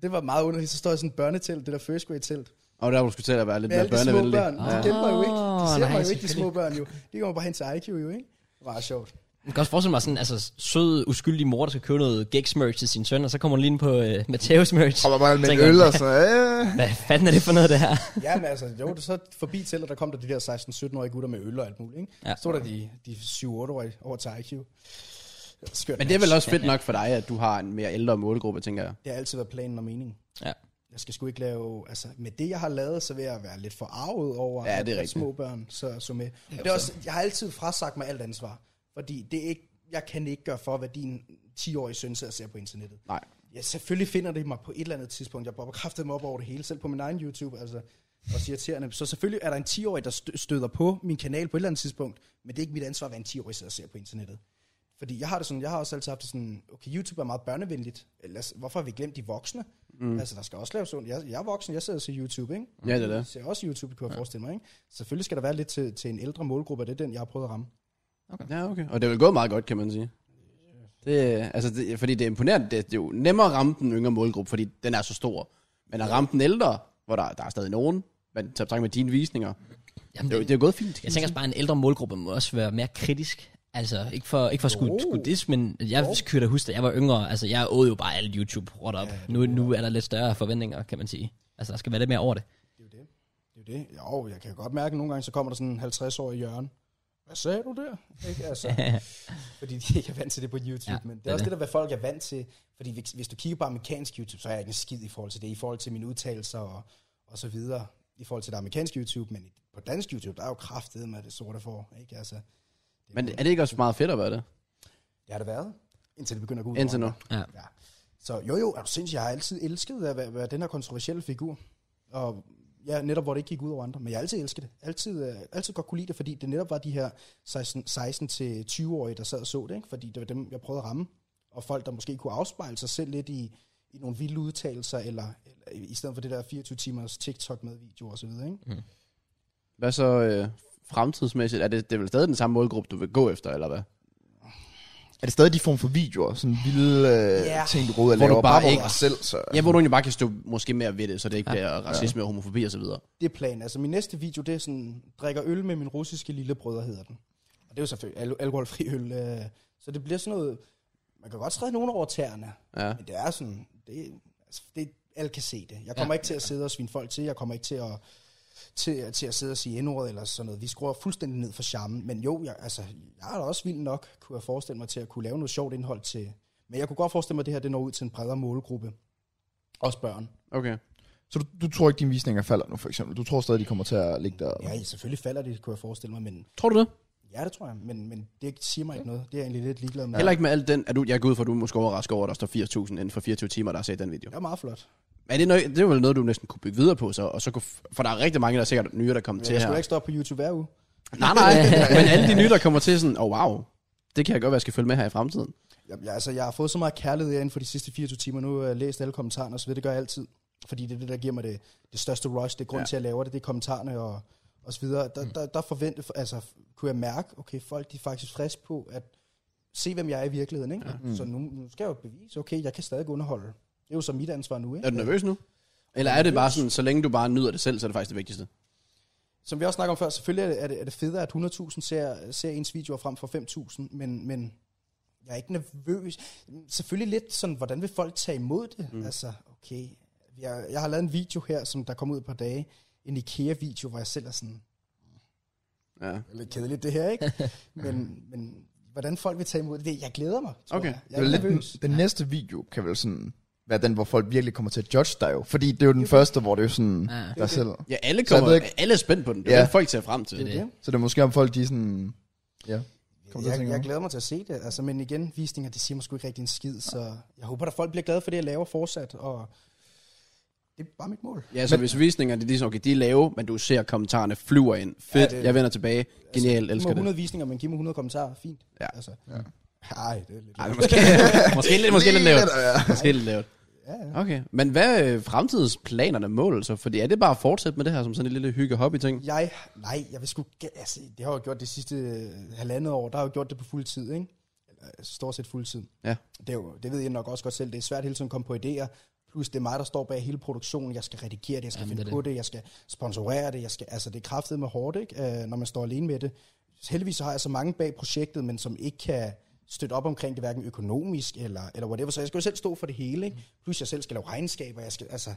Speaker 3: Det var meget underligt. Så står jeg i sådan et børnetelt, det der first grade telt.
Speaker 2: Og der var du skulle til at være lidt
Speaker 3: Med
Speaker 2: mere
Speaker 3: alle de små
Speaker 2: børnevenlig.
Speaker 3: børn. De kender mig jo ikke. De ser
Speaker 1: Åh, nej,
Speaker 3: mig jo ikke, de små
Speaker 1: selvfølgelig.
Speaker 3: børn jo. De kommer bare hen til IQ jo, ikke? Det var sjovt.
Speaker 1: Man kan også forestille mig sådan, altså sød, uskyldig mor, der skal købe noget Gex merch til sin søn, og så kommer hun lige ind på øh, Mateus merch.
Speaker 4: Kommer bare med en
Speaker 1: Tænker-
Speaker 4: øl, og så... Øh.
Speaker 1: Hvad fanden er det for noget, det her?
Speaker 3: Ja, men altså, jo, det så forbi til, og der kom der de der 16-17-årige gutter med øl og alt muligt, ikke?
Speaker 1: Ja.
Speaker 3: Ja. Stod der de, de 7-8-årige over til IQ. Skørt.
Speaker 2: Men det er vel også fedt nok for dig, at du har en mere ældre målgruppe, tænker jeg.
Speaker 3: Det har altid været planen og meningen.
Speaker 1: Ja.
Speaker 3: Jeg skal sgu ikke lave... Altså, med det, jeg har lavet, så vil jeg være lidt forarvet over
Speaker 2: Ja, det er
Speaker 3: at- at
Speaker 2: rigtigt.
Speaker 3: små børn, så, så med. Men det er også, jeg har altid frasagt mig alt ansvar, fordi det er ikke, jeg kan ikke gøre for, hvad din 10-årige søn sidder og ser på internettet.
Speaker 2: Nej.
Speaker 3: Ja, selvfølgelig finder det mig på et eller andet tidspunkt. Jeg bobber kraftet mig op over det hele, selv på min egen YouTube, altså også irriterende. Så selvfølgelig er der en 10-årig, der stø- støder på min kanal på et eller andet tidspunkt, men det er ikke mit ansvar, hvad en 10-årig sidder og ser på internettet. Fordi jeg har det sådan, jeg har også altid haft det sådan, okay, YouTube er meget børnevenligt. Lad os, hvorfor har vi glemt de voksne? Mm. Altså, der skal også laves ondt. Jeg, jeg er voksen, jeg sidder og ser YouTube, ikke?
Speaker 2: Ja, det er
Speaker 3: Jeg
Speaker 2: det.
Speaker 3: ser også YouTube, kunne jeg forestille mig, ikke? Selvfølgelig skal der være lidt til, til en ældre målgruppe, og det er den, jeg har prøvet at ramme.
Speaker 2: Ja, okay. Og det vil gå meget godt, kan man sige. Det, altså, det, fordi det er imponerende. Det, det er jo nemmere at ramme den yngre målgruppe, fordi den er så stor. Men at ramme den ældre, hvor der, der er stadig nogen, men tager betragtning med dine visninger,
Speaker 1: Jamen,
Speaker 2: det, er jo- det er jo gået fint.
Speaker 1: Jeg tænker også bare, at en ældre målgruppe må også være mere kritisk. Altså, ikke for, ikke for skud,
Speaker 3: Jo.
Speaker 1: skud dis, men jeg kan da huske, da jeg var yngre, altså jeg åd jo bare alle youtube råd op. nu, nu er der lidt større forventninger, kan man sige. Altså, der skal være lidt mere over det.
Speaker 3: Det er jo det. Jo, jeg kan godt mærke, at nogle gange så kommer der sådan en 50-årig hjørne. Hvad sagde du der? Ikke? Altså, fordi de ikke er vant til det på YouTube.
Speaker 1: Ja,
Speaker 3: Ja, men det
Speaker 1: det er
Speaker 3: er også
Speaker 1: det.
Speaker 3: det, der hvad folk er vant til. Fordi hvis, hvis du kigger på amerikansk YouTube, så har jeg ikke en skid i forhold til det. I forhold til mine udtalelser og, og så videre. I forhold til det amerikanske YouTube. Men på dansk YouTube, der er jo kraftedet med det sorte for. Ikke? Altså,
Speaker 2: Men er det ikke også meget fedt at være det?
Speaker 3: det har det været. Indtil det begynder at gå ud.
Speaker 2: Indtil
Speaker 3: over
Speaker 2: nu.
Speaker 1: Ja.
Speaker 3: Ja. Så jo, jo, er du sindssygt, jeg har altid elsket at være, være den her kontroversielle figur. Og ja, netop hvor det ikke gik ud over andre. Men jeg har altid elsket det. Altid, øh, altid godt kunne lide det, fordi det netop var de her 16-20-årige, der sad og så det. Ikke? Fordi det var dem, jeg prøvede at ramme. Og folk, der måske kunne afspejle sig selv lidt i, i nogle vilde udtalelser, eller, eller i stedet for det der 24-timers TikTok med videoer osv. Ikke?
Speaker 2: Hvad så øh, fremtidsmæssigt? Er det, det er vel stadig den samme målgruppe, du vil gå efter, eller hvad?
Speaker 4: Er det stadig de form for videoer? Sådan vilde øh,
Speaker 3: Ja.
Speaker 4: yeah. ting, du går ud og
Speaker 2: Hvor du
Speaker 4: laver.
Speaker 2: bare
Speaker 4: hvor
Speaker 2: ikke-
Speaker 4: du er selv, så...
Speaker 2: Ja, hvor du egentlig bare kan stå måske mere ved det, så det ikke bliver racisme og homofobi og så videre.
Speaker 3: det er planen. Altså min næste video, det er sådan, drikker øl med min russiske lillebrødre, hedder den. Og det er jo selvfølgelig al- alkoholfri øl. Øh, så det bliver sådan noget, man kan godt træde nogen over tæerne,
Speaker 2: Ja.
Speaker 3: men det er sådan, det, altså, det, alle kan se det. Jeg kommer ikke til at sidde og svine folk til, jeg kommer ikke til at, til, til at sidde og sige endordet eller sådan noget. Vi skruer fuldstændig ned for charmen, men jo, jeg, altså, jeg er da også vild nok, kunne jeg forestille mig til at kunne lave noget sjovt indhold til. Men jeg kunne godt forestille mig, at det her det når ud til en bredere målgruppe. Også børn.
Speaker 2: Okay.
Speaker 4: Så du, du tror ikke, dine visninger falder nu, for eksempel? Du tror stadig, de kommer til at ligge der?
Speaker 3: Ja, selvfølgelig falder det, kunne jeg forestille mig, men
Speaker 2: Tror du det?
Speaker 3: Ja, det tror jeg, men, men det siger mig ikke noget. Det er jeg egentlig lidt ligeglad med.
Speaker 2: Heller ikke med alt den, at du, jeg går ud for, at du er måske overrasket over, at der står 80.000 inden for 24 timer, der har set den video.
Speaker 3: Det er meget flot.
Speaker 2: Men det, er noget, det er vel noget, du næsten kunne bygge videre på, så, og så kunne, f- for der er rigtig mange, der er sikkert nye, der kommer
Speaker 3: Men
Speaker 2: til
Speaker 3: jeg
Speaker 2: her.
Speaker 3: skulle ikke stå på YouTube hver uge.
Speaker 2: Nej, nej, men alle de nye, der kommer til sådan, oh wow, det kan jeg godt være, jeg skal følge med her i fremtiden.
Speaker 3: Jeg, jeg, altså, jeg har fået så meget kærlighed herinde for de sidste 24 timer. Nu har jeg læst alle kommentarerne, så ved det gør jeg altid. fordi det er det, der giver mig det, det største rush, det er grund ja. til, at jeg laver det, det er kommentarerne og, og så videre. Der, mm. der, der forventede, altså, kunne jeg mærke, okay, folk de er faktisk friske på at se, hvem jeg er i virkeligheden. Ikke? Ja. Mm. Så nu, nu skal jeg jo bevise, okay, jeg kan stadig underholde. Det er jo så mit ansvar nu. Ikke?
Speaker 2: Er du nervøs nu? Eller er det bare sådan, så længe du bare nyder det selv, så er det faktisk det vigtigste?
Speaker 3: Som vi også snakker om før, selvfølgelig er det, er det, er det federe, at 100.000 ser, ser ens videoer frem for 5.000, men, men jeg er ikke nervøs. Selvfølgelig lidt sådan, hvordan vil folk tage imod det? Mm. Altså, okay, jeg, jeg har lavet en video her, som der kom ud på dage, en IKEA-video, hvor jeg selv er sådan,
Speaker 2: Ja.
Speaker 3: det er lidt kedeligt det her, ikke? men, men hvordan folk vil tage imod det, jeg glæder mig, tror
Speaker 2: Okay.
Speaker 3: jeg. Jeg
Speaker 4: Det er
Speaker 3: er
Speaker 4: lidt den,
Speaker 3: nervøs.
Speaker 4: den næste video kan vel sådan være den, hvor folk virkelig kommer til at judge dig jo. Fordi det er jo den første, hvor det er jo sådan
Speaker 1: Ja.
Speaker 4: dig selv.
Speaker 2: Ja, alle,
Speaker 4: Så jeg
Speaker 2: kommer,
Speaker 4: ved
Speaker 2: ikke...
Speaker 4: ikke-
Speaker 2: alle er spændt på den. Det er
Speaker 4: Ja.
Speaker 2: det, folk ser frem til.
Speaker 1: Det er det.
Speaker 4: Så det er måske om folk, de er sådan... Ja. Kom til at
Speaker 3: Jeg,
Speaker 4: tænke
Speaker 3: jeg
Speaker 4: over.
Speaker 3: glæder mig til at se det, altså, men igen, visninger, det siger mig sgu ikke rigtig en skid, så jeg håber, at folk bliver glade for det, jeg laver fortsat, og det er bare mit mål.
Speaker 2: Ja, så men... hvis visningerne, det er ligesom, okay, de er lave, men du ser kommentarerne flyver ind. Fedt, ja,
Speaker 3: Ja,
Speaker 2: det...
Speaker 3: det-
Speaker 2: jeg vender tilbage. Genial,
Speaker 3: Giv mig
Speaker 2: elsker det.
Speaker 3: 100 visninger, men giv mig 100 kommentarer, fint.
Speaker 2: Ja.
Speaker 3: Altså, ja. Ej, det er lidt...
Speaker 2: Ej, men måske, måske lidt, måske lidt lavt. Måske lidt lavt. Okay, men hvad øh, er fremtidsplanerne mål så? Fordi er det bare at fortsætte med det her som sådan en lille hygge hobby ting?
Speaker 3: Jeg, nej, jeg vil sgu, ga- altså, det har jeg jo gjort det sidste øh, halvandet år, der har jeg jo gjort det på fuld tid, ikke? Eller, øh, Stort set fuld tid.
Speaker 2: Ja.
Speaker 3: Det, er jo, det ved jeg nok også godt selv, det er svært hele tiden at komme på idéer, plus det er mig, der står bag hele produktionen, jeg skal redigere det, jeg skal
Speaker 1: Jamen,
Speaker 3: Jamen, finde
Speaker 1: det
Speaker 3: det
Speaker 1: er
Speaker 3: på det, jeg skal sponsorere det, jeg skal, altså det er kraftet med hårdt, ikke? Øh, når man står alene med det. Heldigvis så har jeg så mange bag projektet, men som ikke kan støtte op omkring det, hverken økonomisk eller, eller whatever, så jeg skal jo selv stå for det hele, ikke?
Speaker 1: Mm.
Speaker 3: Plus jeg selv skal lave regnskaber, jeg skal, altså,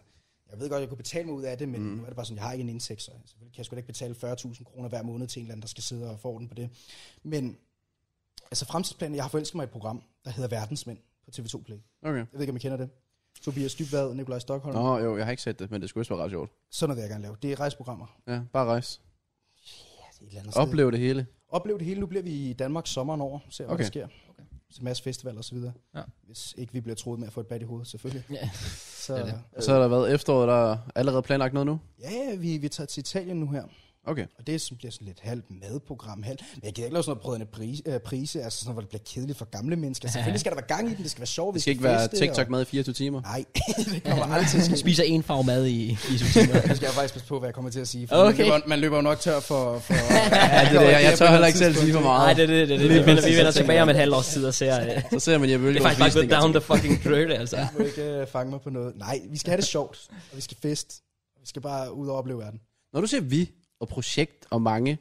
Speaker 3: jeg ved godt, jeg kunne betale mig ud af det, men mm. nu er det bare sådan, jeg har ikke en indtægt, så selvfølgelig kan jeg sgu da ikke betale 40.000 kroner hver måned til en eller anden, der skal sidde og få orden på det. Men altså fremtidsplanen, jeg har forelsket mig i et program, der hedder Verdensmænd på TV2 Play.
Speaker 2: Okay.
Speaker 3: Jeg ved ikke, om I kender det. Tobias Dybvad, Nikolaj Stockholm. Nå.
Speaker 2: Nå, jo, jeg har ikke set det, men det skulle også være ret sjovt.
Speaker 3: Sådan noget vil jeg gerne lave. Det er rejseprogrammer.
Speaker 2: Ja, bare rejse.
Speaker 3: Ja, det er et eller andet sted.
Speaker 2: Oplev det hele.
Speaker 3: Oplev det hele. Nu bliver vi i Danmark sommeren over. Se,
Speaker 2: Okay.
Speaker 3: hvad okay. der sker. Okay. Så masse festival og så videre.
Speaker 1: Ja.
Speaker 3: Hvis ikke vi bliver troet med at få et bad i hovedet, selvfølgelig.
Speaker 1: Ja.
Speaker 3: Så,
Speaker 1: Det er
Speaker 3: ja,
Speaker 1: det.
Speaker 2: Og så har der været efteråret, der er allerede planlagt noget nu?
Speaker 3: ja vi, vi tager til Italien nu her.
Speaker 2: Okay.
Speaker 3: Og det sådan, bliver sådan lidt halvt madprogram, halvt. Men jeg gider ikke lave sådan noget brødende pris, øh, prise, altså sådan noget, hvor det bliver kedeligt for gamle mennesker. Selvfølgelig skal der være gang i den, det skal være sjovt.
Speaker 2: Det skal ikke være TikTok
Speaker 3: med.
Speaker 2: med i 24 timer.
Speaker 3: Nej, det kommer aldrig til at ske.
Speaker 1: Spiser en farve mad i, i to timer.
Speaker 3: Nu skal jeg faktisk passe på, hvad jeg kommer til at sige. For
Speaker 1: Okay.
Speaker 3: man, løber, man løber jo nok tør for... for
Speaker 2: Ja, det er det. Jeg, jeg tør heller ikke selv sige for meget.
Speaker 1: Nej, det er det, det, er det. Vi vender, vi vender tilbage om et halvt års tid og ser... øh,
Speaker 2: Så ser man, jeg vil
Speaker 1: Det er faktisk bare gået down the fucking drain, altså.
Speaker 3: jeg må ikke øh, fange mig på noget. Nej, vi skal have det sjovt, og vi skal fest. Vi skal bare ud og opleve verden.
Speaker 2: Når du siger vi og projekt og mange,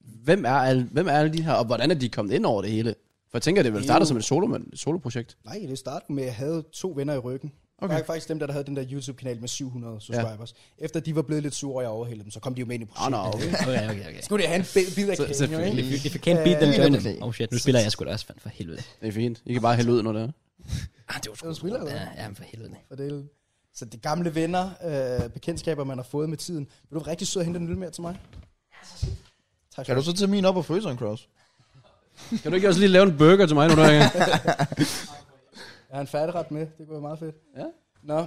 Speaker 2: hvem er alle, hvem er alle de her, og hvordan er de kommet ind over det hele? For jeg tænker, det vel starter som et solo, et soloprojekt.
Speaker 3: Nej, det startede med, at jeg havde to venner i ryggen. Okay. Det var faktisk dem, der havde den der YouTube-kanal med 700 subscribers. Ja. Efter de var blevet lidt sure, og jeg overhældede dem, så kom de jo med ind i
Speaker 2: Åh, oh,
Speaker 3: projektet.
Speaker 2: no, okay.
Speaker 1: Okay, okay, okay.
Speaker 3: Skulle det have en bi- bid af kagen, jo,
Speaker 2: selvfølgelig.
Speaker 3: ikke?
Speaker 1: If you, if you can't beat them, join them.
Speaker 4: Okay.
Speaker 1: Oh shit, nu spiller jeg sgu da også, fand for helvede.
Speaker 2: Det er fint. I kan bare hælde ud, når det er.
Speaker 1: Ah, det var sgu...
Speaker 3: Det var thriller, eller
Speaker 1: Ja, ja, men for helvede.
Speaker 3: For det. Så det gamle venner, øh, bekendtskaber, man har fået med tiden. Vil du være rigtig sød at hente en øl mere til mig? Tak
Speaker 4: Kan
Speaker 3: skal
Speaker 4: du så tage min op og fryseren, Cross?
Speaker 2: Kan du ikke også lige lave en burger til mig nu, der er
Speaker 3: Jeg har en færdigret med, det kunne være meget fedt.
Speaker 2: Ja.
Speaker 3: Nå,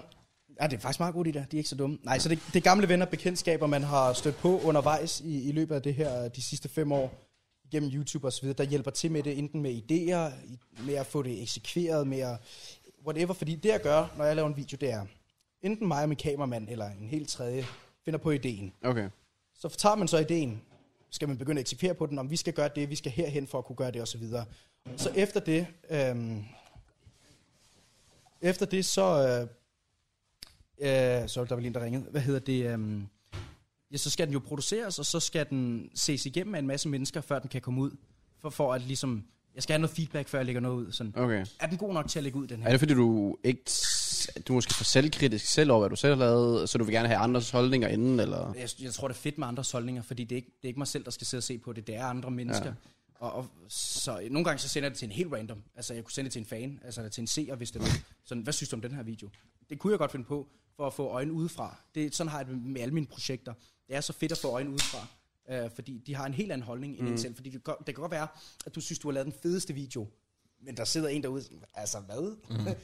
Speaker 3: ja, det er faktisk meget godt, de der. De er ikke så dumme. Nej, så det, det er gamle venner, bekendtskaber, man har stødt på undervejs i, i løbet af det her, de sidste fem år, gennem YouTube og så videre, der hjælper til med det, enten med idéer, i- med at få det eksekveret, med at whatever. Fordi det, jeg gør, når jeg laver en video, det er, enten mig og min kameramand, eller en helt tredje, finder på ideen.
Speaker 2: Okay.
Speaker 3: Så tager man så ideen, skal man begynde at eksekvere på den, om vi skal gøre det, vi skal herhen for at kunne gøre det osv. Så efter det, øhm, efter det så, øh, øh, så der var lige en, der ringede, hvad hedder det, øhm, ja, så skal den jo produceres, og så skal den ses igennem af en masse mennesker, før den kan komme ud, for, for at ligesom, jeg skal have noget feedback, før jeg lægger noget ud. Sådan.
Speaker 2: Okay.
Speaker 3: Er den god nok til at lægge ud, den her?
Speaker 2: Er det fordi, du ikke... s- Du er måske for selvkritisk selv over, hvad du selv har lavet, så du vil gerne have andres holdninger inden, eller...
Speaker 5: Jeg, jeg tror, det er fedt med andres holdninger, fordi det er, ikke, det er ikke mig selv, der skal sidde og se på det. Det er andre mennesker. Ja. Og, og, så nogle gange så sender jeg det til en helt random. Altså, jeg kunne sende det til en fan, altså til en seer, hvis det var. Sådan, hvad synes du om den her video? Det kunne jeg godt finde på, for at få øjne udefra. Det, sådan har jeg det med alle mine projekter. Det er så fedt at få øjne udefra. Øh, fordi de har en helt anden holdning end mm. en selv. Fordi det, kan- det kan godt være, at du synes, du har lavet den fedeste video, men der sidder en derude, sådan, altså hvad? Mm.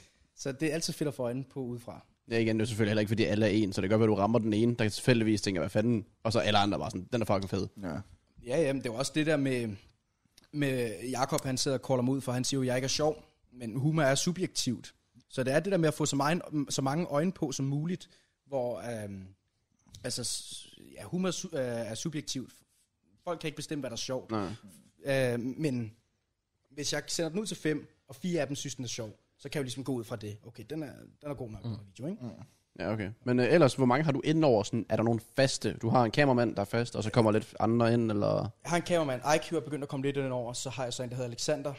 Speaker 5: så det er altid fedt at få øjne på udefra.
Speaker 2: Ja, igen, det er jo selvfølgelig heller ikke, fordi alle er en, så det kan godt være, du rammer den ene, der tilfældigvis tænker, hvad fanden, og så alle andre bare sådan, den er fucking fed.
Speaker 4: Ja.
Speaker 5: Ja, ja, men det var også det der med, med Jakob, han sidder og kolder mig ud, for han siger jo, jeg ikke er sjov, men humor er subjektivt. Så det er det der med at få så, meget, så mange øjne på som muligt,
Speaker 3: hvor øhm, altså, s- ja, humor su- øh, er subjektivt. Folk kan ikke bestemme, hvad der er sjovt.
Speaker 2: Nej.
Speaker 3: Øh, men hvis jeg sender den ud til fem, og fire af dem synes, den er sjov, så kan jeg jo ligesom gå ud fra det. Okay, den er, den er god nok, mm. den her video, ikke? Mm.
Speaker 2: Ja, okay. Men øh, ellers, hvor mange har du ind over? Sådan, er der nogen faste? Du har en kameramand, der er fast, og så kommer lidt andre ind, eller...
Speaker 3: Jeg har en kameramand, IQ er begyndt at komme lidt ind over, så har jeg så en, der hedder Alexander,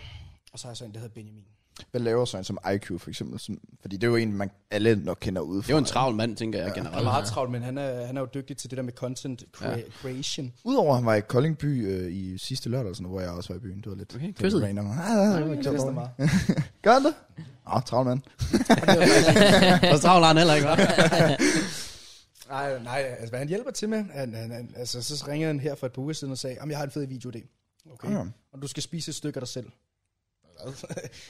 Speaker 3: og så har jeg så en, der hedder Benjamin.
Speaker 4: Hvad laver sådan en som IQ for eksempel? Som, fordi det er jo en, man alle nok kender udefra.
Speaker 2: Det er jo en travl mand, tænker jeg generelt.
Speaker 3: Han er meget travlt, men han er, han er jo dygtig til det der med content crea- ja. creation.
Speaker 4: Udover at han var i Koldingby øh, i sidste lørdag, eller sådan, hvor jeg også var i byen. Det var lidt
Speaker 2: Okay,
Speaker 4: det var
Speaker 2: kysset.
Speaker 4: lidt random. Ah, ah, ah, det var
Speaker 3: Kysser
Speaker 4: sjovt.
Speaker 3: mig.
Speaker 4: Gør han det? Ah, travl mand.
Speaker 2: Og så travl har han heller ikke, hva'?
Speaker 3: Nej, nej, altså hvad han hjælper til med, han, han, han, altså så ringede han her for et par uger siden og sagde, om jeg har en fed videoidé. Okay.
Speaker 4: Ja.
Speaker 3: Og du skal spise et stykke af dig selv.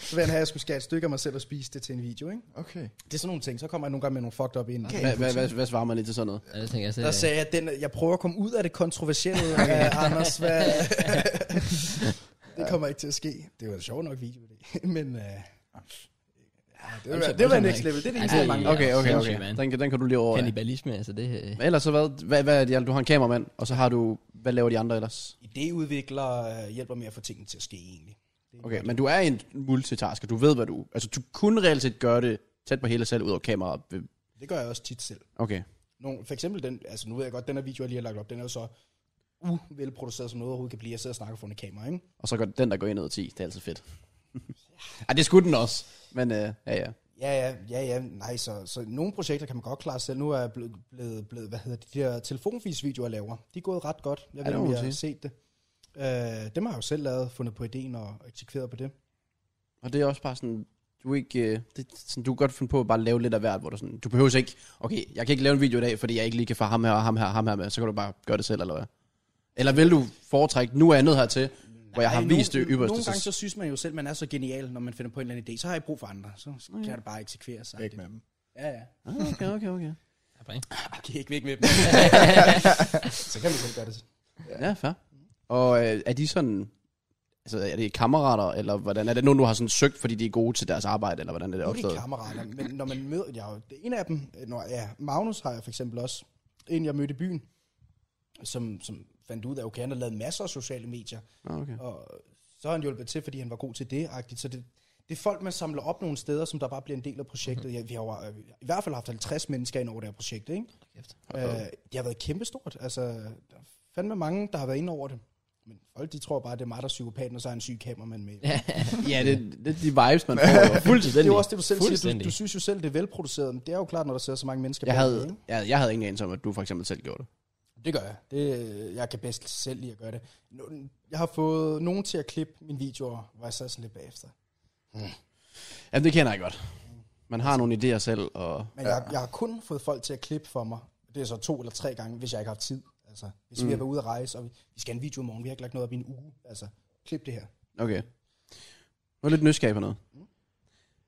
Speaker 3: så vil han have, at jeg skulle skære et stykke af mig selv og spise det til en video, ikke?
Speaker 4: Okay.
Speaker 3: Det er sådan nogle ting, så kommer jeg nogle gange med nogle fucked up ind.
Speaker 2: Hvad- hvad- hvad- Hvad svarer man lige til sådan noget?
Speaker 1: Ja, det tænker jeg
Speaker 2: Øh.
Speaker 3: Der
Speaker 1: selv.
Speaker 3: sagde jeg, den, jeg prøver at komme ud af det kontroversielle, øh, Anders. Hvad? det kommer ikke til at ske. Det var en sjov nok video, det. men... Øh, ja, det, var, det var next level. Det er det
Speaker 2: Altså,
Speaker 3: eneste, jeg mangler.
Speaker 1: Okay,
Speaker 2: Okay, okay,
Speaker 1: sindssygt,
Speaker 2: okay.
Speaker 1: mand.
Speaker 2: Den, kan- den kan du lige over.
Speaker 1: Kannibalisme, altså det... øh,
Speaker 2: Men ellers så hvad, hvad, hvad er det, du har en kameramand, og så har du, hvad laver de andre ellers?
Speaker 3: Idéudvikler øh, hjælper med at få tingene til at ske, egentlig.
Speaker 2: Okay, men du er en multitasker, du ved, hvad du... Altså, du kunne reelt set gøre det tæt på hele selv ud over kameraet.
Speaker 3: Det gør jeg også tit selv.
Speaker 2: Okay.
Speaker 3: Nogle, for eksempel den, altså nu ved jeg godt, den her video, jeg lige har lagt op, den er jo så uvelproduceret, som noget overhovedet kan blive. Jeg sidder og snakker foran et kamera, ikke?
Speaker 2: Og så går den, der går ind ud af 10. Det er altid fedt. Ej, det skulle den også. Men øh, ja, ja.
Speaker 3: Ja, ja, ja, ja, nej, så, så nogle projekter kan man godt klare selv. Nu er jeg blevet, blevet, blevet hvad hedder det, de der telefonfis-videoer, jeg laver. De er gået ret godt. Jeg
Speaker 2: det
Speaker 3: ved ikke,
Speaker 2: må
Speaker 3: om
Speaker 2: man
Speaker 3: jeg har
Speaker 2: sige.
Speaker 3: set det. Øh, dem har jeg jo selv lavet, fundet på ideen og eksekveret på det.
Speaker 2: Og det er også bare sådan, du er ikke, øh, det, er sådan, du kan godt finde på at bare lave lidt af hvert, hvor du sådan, du behøver ikke, okay, jeg kan ikke lave en video i dag, fordi jeg ikke lige kan få ham her og ham her og ham her med, så kan du bare gøre det selv, eller hvad? Eller vil du foretrække, nu er jeg nødt hertil, hvor jeg har
Speaker 3: Ej,
Speaker 2: vist
Speaker 3: nogle-
Speaker 2: det ypperste.
Speaker 3: Nogle gange så synes man jo selv, man er så genial, når man finder på en eller anden idé. Så har jeg brug for andre. Så kan mm. det bare eksekvere sig.
Speaker 4: Væk med dem.
Speaker 3: Ja, ja.
Speaker 2: Ah, Okay, okay, okay.
Speaker 3: Okay, ikke væk med dem. så kan man selv gøre det.
Speaker 2: Ja, fair. Og øh, er de sådan, altså er det kammerater, eller hvordan, er det nogen, du har sådan søgt, fordi de er gode til deres arbejde, eller hvordan er det
Speaker 3: Nu er det
Speaker 2: opstået?
Speaker 3: ikke kammerater, men når man møder... Ja, det er en af dem, øh, når, ja, Magnus har jeg for eksempel også, en jeg mødte i byen, som, som fandt ud af, okay, han har lavet masser af sociale medier,
Speaker 2: Ah, okay.
Speaker 3: og så har han hjulpet til, fordi han var god til det, -agtigt. så det, det er folk, man samler op nogle steder, som der bare bliver en del af projektet. Ja, vi har jo, øh, i hvert fald haft 50 mennesker ind over det her projekt, ikke? Øh, det har været kæmpestort. Altså, der er fandme mange, der har været inde over det. Men folk, de tror bare, det er mig, der er psykopaten, og så er en syg kameramand med.
Speaker 2: Ja, det, det er de vibes, man får. jo.
Speaker 1: Fuldstændig.
Speaker 3: Det er jo også det, du selv siger. Du,
Speaker 1: Fuldstændig.
Speaker 3: du synes jo selv, det er velproduceret, men det er jo klart, når der sidder så mange mennesker
Speaker 2: Jeg
Speaker 3: bag det,
Speaker 2: havde,
Speaker 3: ikke?
Speaker 2: jeg, jeg havde ingen anelse om, at du for eksempel selv gjorde det.
Speaker 3: Det gør jeg. Det, øh, jeg kan bedst selv lide at gøre det. Nu- Jeg har fået nogen til at klippe mine videoer, hvor jeg sad sådan lidt bagefter.
Speaker 2: Jamen, det kender jeg godt. Man har nogle idéer selv, og...
Speaker 3: Men jeg, jeg har kun fået folk til at klippe for mig. Det er så to eller tre gange, hvis jeg ikke har haft tid. Altså, hvis mm. vi har været ude at rejse, og vi, vi skal have en video i morgen, vi har ikke lagt noget op i en uge. Altså, klip det her.
Speaker 2: Okay. Nu er jeg lidt nysgerrig på noget.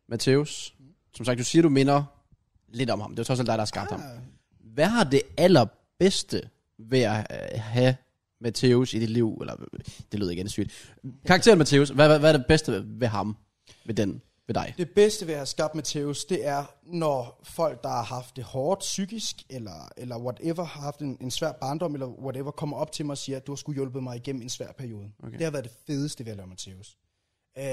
Speaker 2: Matheus, som sagt, du siger, du minder lidt om ham. Det er jo trods alt dig, der har skabt ah. ham. Hvad har det allerbedste ved at øh, have Matheus i dit liv? Eller, øh, det lyder igen sygt. Karakteren Matheus, hvad, hvad, hvad er det bedste ved, ved ham? Ved den? Ved dig?
Speaker 3: Det bedste ved at have skabt Mateus, det er, når folk, der har haft det hårdt psykisk, eller, eller whatever, har haft en, en svær barndom, eller whatever, kommer op til mig og siger, at du har skulle hjulpet mig igennem en svær periode. Okay. Det har været det fedeste ved at lave Mateus. Øh,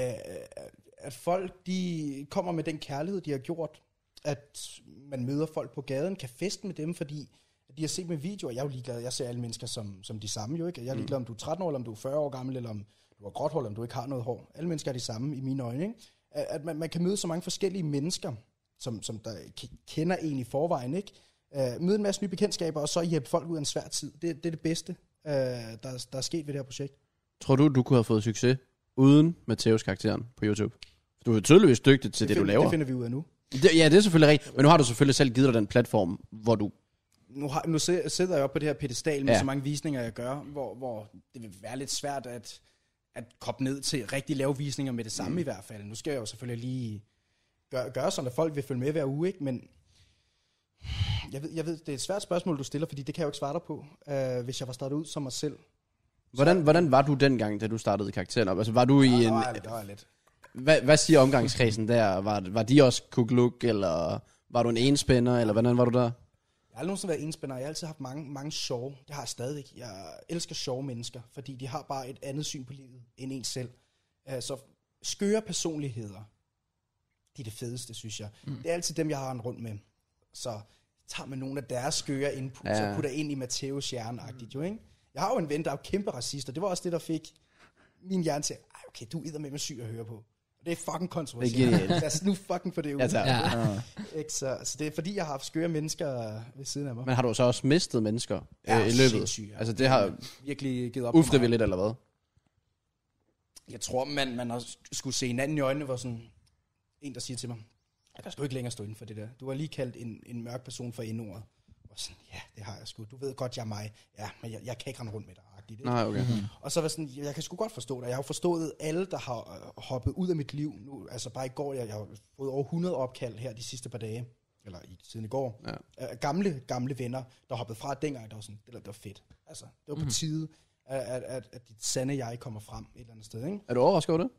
Speaker 3: at folk, de kommer med den kærlighed, de har gjort, at man møder folk på gaden, kan feste med dem, fordi de har set med videoer, jeg er jo ligeglad, jeg ser alle mennesker som, som de samme jo, ikke? Jeg er
Speaker 2: Mm.
Speaker 3: ligeglad, om du er 13 år, eller om du er 40 år gammel, eller om du har gråt hår, eller om du ikke har noget hår. Alle mennesker er de samme i mine øjne, ikke? At at man, man kan møde så mange forskellige mennesker, som, som der k- kender en i forvejen, ikke? Uh, møde en masse nye bekendtskaber, og så hjælpe folk ud af en svær tid. Det, det er det bedste, uh, der, der er sket ved det her projekt.
Speaker 2: Tror du, du kunne have fået succes uden Matheus-karakteren på YouTube? Du er tydeligvis dygtig til det, det du
Speaker 3: find-
Speaker 2: laver.
Speaker 3: Det
Speaker 2: Det
Speaker 3: finder vi ud af nu.
Speaker 2: det, ja, det er selvfølgelig rigtigt. Men nu har du selvfølgelig selv givet dig den platform, hvor du
Speaker 3: nu, har, nu si- sidder jeg oppe på det her pedestal med
Speaker 2: Ja.
Speaker 3: ja. så mange visninger, jeg gør, hvor, hvor det vil være lidt svært at, at koppe ned til rigtig lave visninger med det samme mm. i hvert fald. Nu skal jeg jo selvfølgelig lige gøre, gøre sådan, at folk vil følge med hver uge, ikke? men jeg ved, jeg ved, det er et svært spørgsmål, du stiller, fordi det kan jeg jo ikke svare dig på, øh, hvis jeg var startet ud som mig selv.
Speaker 2: Hvordan, hvordan var du dengang, da du startede karakteren op? Altså, var du i
Speaker 3: Der
Speaker 2: en...
Speaker 3: var, der var lidt.
Speaker 2: Hvad, hvad siger omgangskredsen der? Var, var de også kugluk, eller var du en enspænder, eller hvordan var du der?
Speaker 3: Jeg har aldrig nogensinde været enspænder, jeg har altid haft mange, mange sjove. Det har jeg stadig. Jeg elsker sjove mennesker, fordi de har bare et andet syn på livet end en selv. Øh, Så skøre personligheder, de er det fedeste, synes jeg. Mm. Det er altid dem, jeg har rundt med. Så tager man nogle af deres skøre inputs
Speaker 2: Ja.
Speaker 3: ja. og putter ind i Matteus hjerneagtigt, jo ikke? Jeg har jo en ven, der er jo kæmpe racist, og det var også det, der fik min hjerne til, Ej, okay, du er med med syg at høre på. Og det Altså. er fucking kontroversielt.
Speaker 2: Det er genialt.
Speaker 3: Lad os nu fucking for det ud.
Speaker 2: Ja, tak.
Speaker 1: Ja.
Speaker 3: Ikke, så, så det er fordi, jeg har haft skøre mennesker ved siden af mig.
Speaker 2: Men har du så også mistet mennesker
Speaker 3: Ja,
Speaker 2: øh, i løbet?
Speaker 3: sindssygt, ja.
Speaker 2: Altså det har
Speaker 5: Virkelig givet op. på mig.
Speaker 2: ufrivilligt eller hvad?
Speaker 5: Jeg tror, man, man har s- skulle se hinanden i øjnene, hvor sådan en, der siger til mig, jeg kan sgu ikke længere stå inden for det der. Du har lige kaldt en, en mørk person for endordet. Og sådan, ja, det har jeg sgu. Du ved godt, jeg er mig. Ja, men jeg, jeg kan ikke rende rundt med dig. agtigt, ikke?
Speaker 2: Nej, okay.
Speaker 3: Og så var jeg sådan, jeg kan sgu godt forstå det. Jeg har jo forstået alle, der har øh, hoppet ud af mit liv nu. Altså bare i går, jeg, jeg har fået over 100 opkald her de sidste par dage. Eller i, siden i går. Ja. Øh, gamle, gamle venner, der hoppede fra dengang, der var sådan, det, der, det var fedt. Altså, det var på tide, at, at, at, at dit sande jeg kommer frem et eller andet sted, ikke?
Speaker 2: Er du overrasket over det?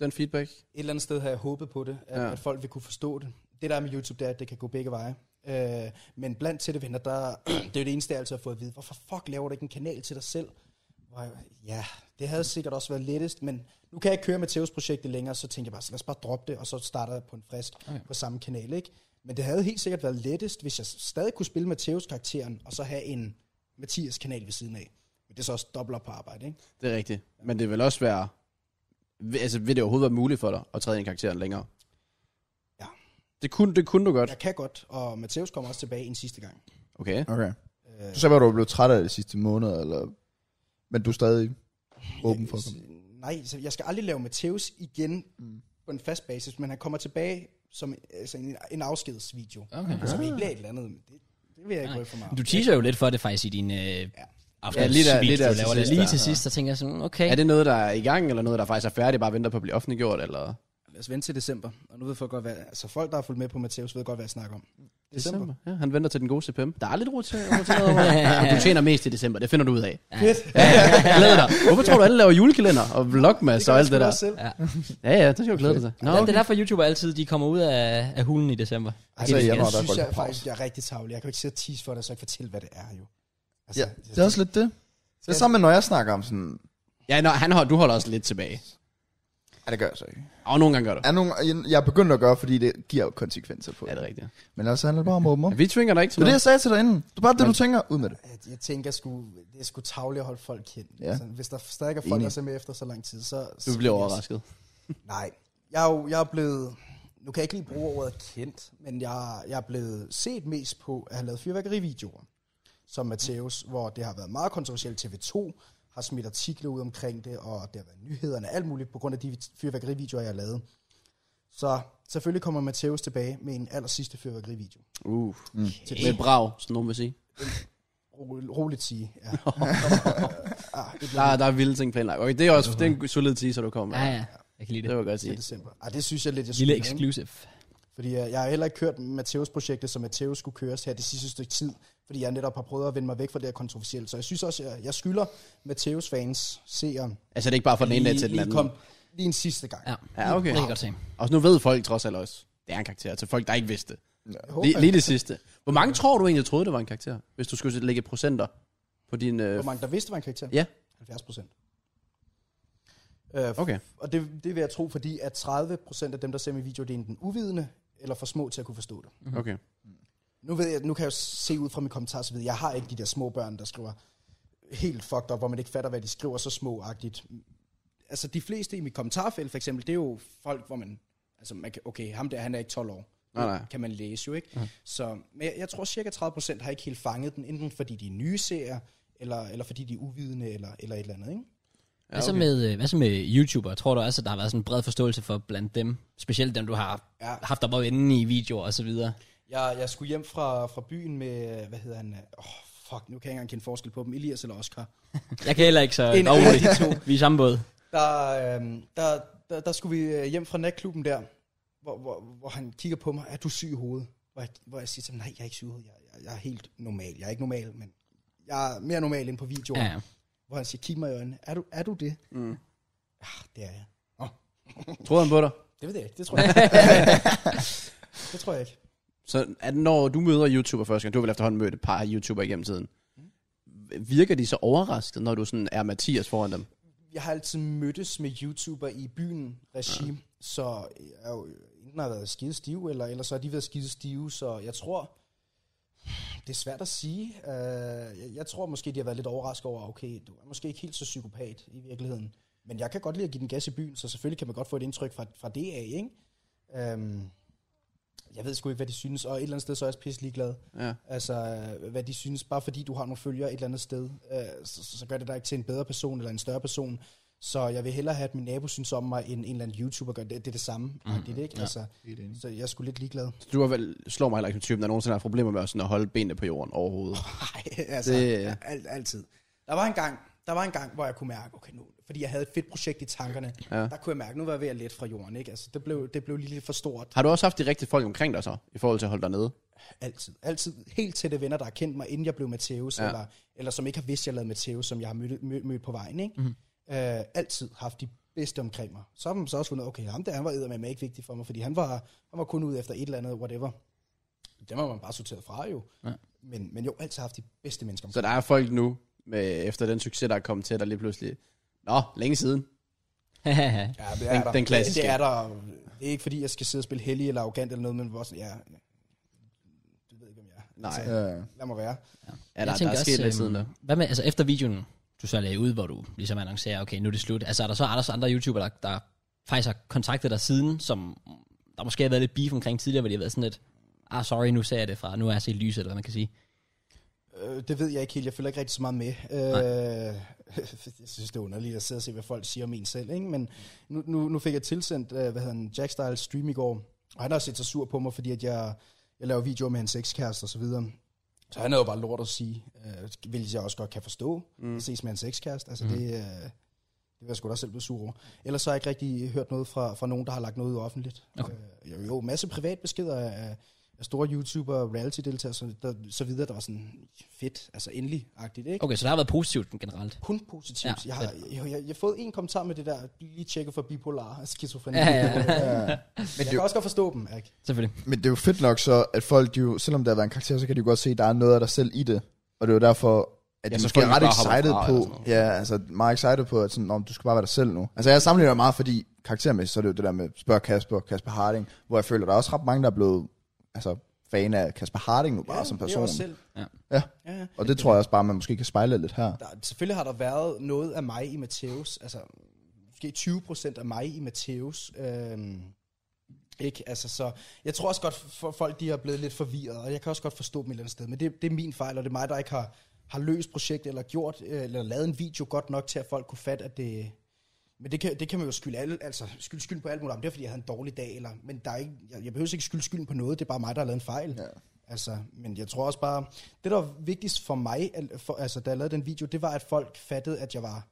Speaker 2: Den feedback?
Speaker 3: et eller andet sted havde jeg håbet på det, at,
Speaker 2: Ja.
Speaker 3: ja. at folk vil kunne forstå det. Det der er med YouTube, det er, at det kan gå begge veje. Øh, men blandt tætte venner, der, det er jo det eneste, jeg altid har fået at vide. Hvorfor fuck laver du ikke en kanal til dig selv? Hvor jeg, ja, det havde sikkert også været lettest, men nu kan jeg ikke køre Mateus projektet længere, så tænkte jeg bare, så lad os bare droppe det, og så starter jeg på en frisk okay. på samme kanal, ikke? Men det havde helt sikkert været lettest, hvis jeg stadig kunne spille Mateus karakteren, og så have en Mathias kanal ved siden af. Men det er så også dobbelt op på arbejde, ikke?
Speaker 2: Det er rigtigt. Men det vil også være... vil- Altså, vil det overhovedet være muligt for dig at træde ind i karakteren længere?
Speaker 3: Ja.
Speaker 2: Det kunne, det kunne du godt.
Speaker 3: Jeg kan godt, og Mateus kommer også tilbage en sidste gang. Øh,
Speaker 2: Okay.
Speaker 4: Okay. Du sagde, at du var blevet træt af det sidste måned, eller... Men du er stadig åben for at komme.
Speaker 3: Øh, Nej, så jeg skal aldrig lave Mateus igen mm. på en fast basis, men han kommer tilbage som altså en, en afskedsvideo.
Speaker 1: Okay. Ah.
Speaker 3: Så vi ikke bliver et eller andet. Det, det vil jeg ikke gå for meget.
Speaker 1: Du teaser jo lidt for det faktisk i din øh, aften.
Speaker 2: Ja, lige der- lige
Speaker 1: du
Speaker 2: der til
Speaker 1: laver det.
Speaker 2: sidst,
Speaker 1: Lige
Speaker 2: ja.
Speaker 1: til sidst, der tænker jeg sådan, okay.
Speaker 2: Er det noget, der er i gang, eller noget, der faktisk er færdigt, bare venter på at blive offentliggjort, eller...
Speaker 5: Lad os vente til december. Og nu ved folk godt, hvad... Altså,
Speaker 3: Altså folk, der har fulgt med på Mateus, ved godt, hvad jeg snakker om.
Speaker 1: Mm.
Speaker 3: December.
Speaker 2: Ja, han venter til den gode CPM. Der er lidt rutineret over ja, Du tjener mest i december, det finder du ud af.
Speaker 3: Fedt.
Speaker 2: Ja, ja, glæd dig. Hvorfor tror du, alle laver julekalender og vlogmas og alt det der?
Speaker 3: Selv.
Speaker 2: Ja, ja, det skal du glæde dig til. Nå,
Speaker 1: Ja, Det
Speaker 2: okay.
Speaker 1: er derfor, YouTuber altid de kommer ud af, af hulen i december.
Speaker 4: Altså, i januar,
Speaker 3: jeg
Speaker 4: der er
Speaker 3: synes
Speaker 4: folk
Speaker 3: jeg
Speaker 4: på pause.
Speaker 3: faktisk, jeg er rigtig tavlig. Jeg kan jo ikke sidde og tease for dig, så jeg kan fortælle, hvad det er jo. Altså,
Speaker 4: Ja, det er også lidt det. Det er sammen når Altså, jeg snakker om sådan...
Speaker 2: Ja, nå, han hold, du holder også lidt tilbage.
Speaker 4: Ja, det gør jeg så ikke.
Speaker 2: Og nogle gange gør du.
Speaker 4: Er nogen, jeg- jeg er begyndt at gøre, fordi det giver jo konsekvenser på
Speaker 2: Ja, det er rigtigt.
Speaker 4: Men altså, handler det bare om at åbne op.
Speaker 2: Ja, vi tvinger dig ikke til
Speaker 4: Det er det,
Speaker 2: noget.
Speaker 4: jeg sagde til dig inden. Det er bare det, du tænker. Ud med det.
Speaker 3: at jeg tænker, sgu, det er sgu tavligt at holde folk kendt.
Speaker 4: Ja.
Speaker 3: Ja. Altså, hvis der stadig er folk,
Speaker 4: Enig.
Speaker 3: der ser med efter så lang tid, så...
Speaker 2: Du bliver overrasket.
Speaker 3: Nej, jeg er jo jeg er blevet... Nu kan jeg ikke lige bruge ordet kendt, men jeg, jeg er blevet set mest på at have lavet fyrværkerivideoer, som Mateus, hvor det har været meget kontroversielt. TV2 har smidt artikler ud omkring det, og det har været nyhederne og alt muligt på grund af de fyrværkerivideoer, jeg har lavet. Så selvfølgelig kommer Mateus tilbage med en aller sidste fyrværkerivideo.
Speaker 2: Uh. Mm. Med brav, som nogen vil sige.
Speaker 3: Ro- roligt sige, ja. Ah,
Speaker 2: Der, der er vilde ting planlagt. Okay, det er også det er en solid teaser, du kommer med.
Speaker 1: Ja, ja. Jeg kan lide
Speaker 2: Det vil
Speaker 1: det.
Speaker 2: jeg godt
Speaker 3: til
Speaker 2: sige.
Speaker 3: december. Ej, det synes jeg lidt, jeg
Speaker 1: Lille
Speaker 3: skylder, ikke?
Speaker 1: exclusive.
Speaker 3: Fordi øh, jeg har heller ikke kørt Mateus-projektet, som Mateus skulle køres her det sidste stykke tid, fordi jeg netop har prøvet at vende mig væk fra det her kontroversielle. Så jeg synes også, jeg, jeg skylder Mateus-fans, seere,
Speaker 2: Altså, det er ikke bare fra den ene dag til den
Speaker 3: lige,
Speaker 2: anden.
Speaker 3: kom, lige en sidste gang.
Speaker 1: Ja,
Speaker 2: Ja, okay.
Speaker 1: Det kan jeg godt se.
Speaker 2: Og nu ved folk trods alt også, det er en karakter til folk, der ikke vidste det.
Speaker 3: Jeg håber,
Speaker 2: Lige, lige det sidste. Hvor mange tror du egentlig troede, det var en karakter? Hvis du skulle lægge procenter på din... Øh...
Speaker 3: hvor mange der vidste, det var en karakter?
Speaker 2: Ja,
Speaker 3: 70 procent. Øh, f-
Speaker 2: okay.
Speaker 3: og det, det vil jeg tro, fordi at 30 procent af dem, der ser min video, det er enten uvidende eller for små til at kunne forstå det.
Speaker 2: okay.
Speaker 3: Nu, ved jeg, nu kan jeg jo se ud fra min kommentar, så ved jeg, jeg har ikke de der små børn, der skriver helt fucked up, hvor man ikke fatter, hvad de skriver så småagtigt. Altså de fleste i mit kommentarfelt for eksempel, det er jo folk, hvor man, altså man kan, okay, ham der, han er ikke 12 år.
Speaker 2: Nej, nej. Mhm.
Speaker 3: kan man læse jo, ikke? Så men jeg, jeg tror cirka 30% har ikke helt fanget den, enten fordi de er nye serier, eller, eller fordi de er uvidende, eller, eller et eller andet, ikke?
Speaker 1: Hvad så med, øh, hvad så med YouTuber? Tror du også, at der har været sådan en bred forståelse for blandt dem? Specielt dem, du har
Speaker 3: Ja.
Speaker 1: haft op og vende i videoer og så videre.
Speaker 3: Jeg, jeg skulle hjem fra, fra byen med, hvad hedder han? Åh, oh, fuck, nu kan jeg ikke engang kende forskel på dem. Elias eller Oscar.
Speaker 1: Jeg kan heller ikke så
Speaker 3: En-
Speaker 1: dog roligt. Vi er i samme båd.
Speaker 3: Der, øhm, der, der, der skulle vi øh, hjem fra natklubben der, hvor, hvor, hvor han kigger på mig, er du syg i hovedet? Hvor jeg, hvor jeg siger til ham, nej, jeg er ikke syg i hovedet, jeg, jeg, jeg er helt normal. Jeg er ikke normal, men jeg er mere normal end på videoer.
Speaker 1: Ja,
Speaker 3: Ja.
Speaker 1: ja.
Speaker 3: Hvor han siger, kig mig i øjnene, er du, er du det? Mm. Ah, det er jeg.
Speaker 2: Troede han på dig?
Speaker 3: Det ved jeg ikke, det tror jeg ikke. det tror jeg ikke.
Speaker 2: Så at når du møder YouTuber første gang, du har vel efterhånden mødt et par YouTuber igennem tiden, virker de så overrasket, når du sådan er Mathias foran dem?
Speaker 3: jeg har altid mødtes med YouTuber i byen regime, ja. så jeg jo enten har været skide stive, eller, eller så har de været skide stive, så jeg tror, det er svært at sige. Uh, jeg, jeg tror måske, de har været lidt overrasket over, okay, du er måske ikke helt så psykopat i virkeligheden, men jeg kan godt lide at give den gas i byen, så selvfølgelig kan man godt få et indtryk fra, fra det af, ikke? Um, jeg ved sgu ikke, hvad de synes, og et eller andet sted så er jeg også pisse ligeglad.
Speaker 2: Ja.
Speaker 3: Altså, øh, hvad de synes. Bare fordi du har nogle følgere et eller andet sted, øh, så, så gør det dig ikke til en bedre person eller en større person. Så jeg vil hellere have, at min nabo synes om mig, end en eller anden YouTuber gør det. Det er det samme. Mm, det, ikke? Ja. Altså, så jeg er sgu lidt ligeglad.
Speaker 2: Så du har vel, slår mig heller ikke som typen, der nogensinde har problemer med at, sådan at holde benene på jorden overhovedet.
Speaker 3: Nej, altså,
Speaker 2: Det-
Speaker 3: det... alt, altid. Der var en gang, der var en gang, hvor jeg kunne mærke, okay nu, fordi jeg havde et fedt projekt i tankerne, ja. der kunne jeg mærke, nu var jeg ved at lette fra jorden, ikke? Altså, det blev, det blev lige lidt for stort.
Speaker 2: Har du også haft de rigtige folk omkring dig så, i forhold til at holde dig nede?
Speaker 3: Altid. Altid helt tætte venner, der har kendt mig, inden jeg blev Mateus,
Speaker 2: Ja.
Speaker 3: ja. eller, eller som ikke har vidst, jeg lavede Mateus, som jeg har mødt, mødt, mødt på vejen. Ikke?
Speaker 2: Mhm.
Speaker 3: Mm. Øh, altid haft de bedste omkring mig. Så har man så også fundet, okay, ham der, han var eddermame ikke vigtig for mig, fordi han var, han var kun ude efter et eller andet, whatever. Dem har man bare sorteret fra jo. Ja. Men, men jo, altid haft de bedste mennesker omkring
Speaker 2: Så der er folk nu, med, efter den succes, der er kommet til dig lige pludselig. Nå, længe siden.
Speaker 3: Ja, det er
Speaker 2: Den-
Speaker 3: der.
Speaker 2: den klassiske.
Speaker 3: Det, det er der. Det er ikke fordi, jeg skal sidde og spille heldig eller arrogant eller noget, men hvor sådan, ja, du ved ikke, om jeg er.
Speaker 2: Nej.
Speaker 4: Ja.
Speaker 3: Lad mig være.
Speaker 2: Ja, der, der er sket lidt siden der.
Speaker 1: hvad med, altså efter videoen, du så lagde ud, hvor du ligesom annoncerer, okay, nu er det slut. Altså er der så andre, andre YouTubere, der, der faktisk har kontaktet dig siden, som der måske har været lidt beef omkring tidligere, hvor de har været sådan lidt, ah, sorry, nu ser jeg det fra, nu er jeg set lys, eller hvad man kan sige.
Speaker 3: Øh, det ved jeg ikke helt. Jeg følger ikke rigtig så meget med. Øh, jeg synes, det er underligt at sidde og se, hvad folk siger om en selv. Ikke? Men nu, nu, nu fik jeg tilsendt, øh, hvad hedder han, Jack Styles stream i går. Og han har set sig sur på mig, fordi at jeg, jeg laver videoer med hans ekskæreste og så videre. Så han er jo bare lort at sige, øh, hvilket jeg også godt kan forstå. Mm. Ses med hans ekskæreste. Altså mm. det, øh, det vil jeg sgu da også selv blive sur over. Ellers så har jeg ikke rigtig hørt noget fra, fra nogen, der har lagt noget ud offentligt. Okay. Øh, jo, jo, masse privatbeskeder af, af store YouTuber, reality-deltagere, så, der, så videre, der var sådan fedt, altså endelig-agtigt, ikke?
Speaker 1: Okay, så der har været positivt generelt.
Speaker 3: kun positivt.
Speaker 1: Ja,
Speaker 3: Ja, jeg, har,
Speaker 1: fedt.
Speaker 3: jeg, jeg, jeg har fået en kommentar med det der, lige tjekket for bipolar og skizofreni.
Speaker 1: Ja,
Speaker 3: Ja,
Speaker 1: ja, ja.
Speaker 3: ja. Men
Speaker 4: Men,
Speaker 3: jeg
Speaker 4: det, er
Speaker 3: kan
Speaker 4: jo-
Speaker 3: også godt forstå dem, ikke?
Speaker 1: Selvfølgelig.
Speaker 4: men det er jo fedt nok så, at folk, de jo, selvom der har været en karakter, så kan de jo godt se, at der er noget af dig selv i det. Og det er jo derfor, at
Speaker 2: Ja,
Speaker 4: ja,
Speaker 2: så
Speaker 4: de måske
Speaker 2: folk
Speaker 4: er ret
Speaker 2: bare hopper
Speaker 4: excited
Speaker 2: fra eller sådan
Speaker 4: på, ja, altså meget excited på, at sådan, om du skal bare være dig selv nu. Altså jeg sammenligner meget, fordi karaktermæssigt, så er det jo det der med, spørg Kasper, Kasper Harding, hvor jeg føler, der er også ret mange, der er blevet, altså, fan af Kasper Harding nu bare ja, som
Speaker 3: det er
Speaker 4: person.
Speaker 3: også selv.
Speaker 4: Ja.
Speaker 3: Ja.
Speaker 4: Og det tror jeg også bare, man måske kan spejle lidt her.
Speaker 3: Der, selvfølgelig har der været noget af mig i Mateus, altså måske 20 procent af mig i Mateus. Øhm, ikke? Altså, så jeg tror også godt, for folk de er blevet lidt forvirret, og jeg kan også godt forstå dem et eller andet sted, men det, det er min fejl, og det er mig, der ikke har, har løst projektet, eller gjort, øh, eller lavet en video godt nok til, at folk kunne fatte, at det... Men det kan, det kan man jo skylde, alle, altså, skylde skylden på alt muligt om. Det er, fordi jeg havde en dårlig dag. Eller, men der er ikke, jeg, jeg behøver ikke skylde skylden på noget. Det er bare mig, der har lavet en fejl. Ja. Altså, men jeg tror også bare... Det, der var vigtigst for mig, al- for, altså, da jeg lavede den video, det var, at folk fattede, at jeg var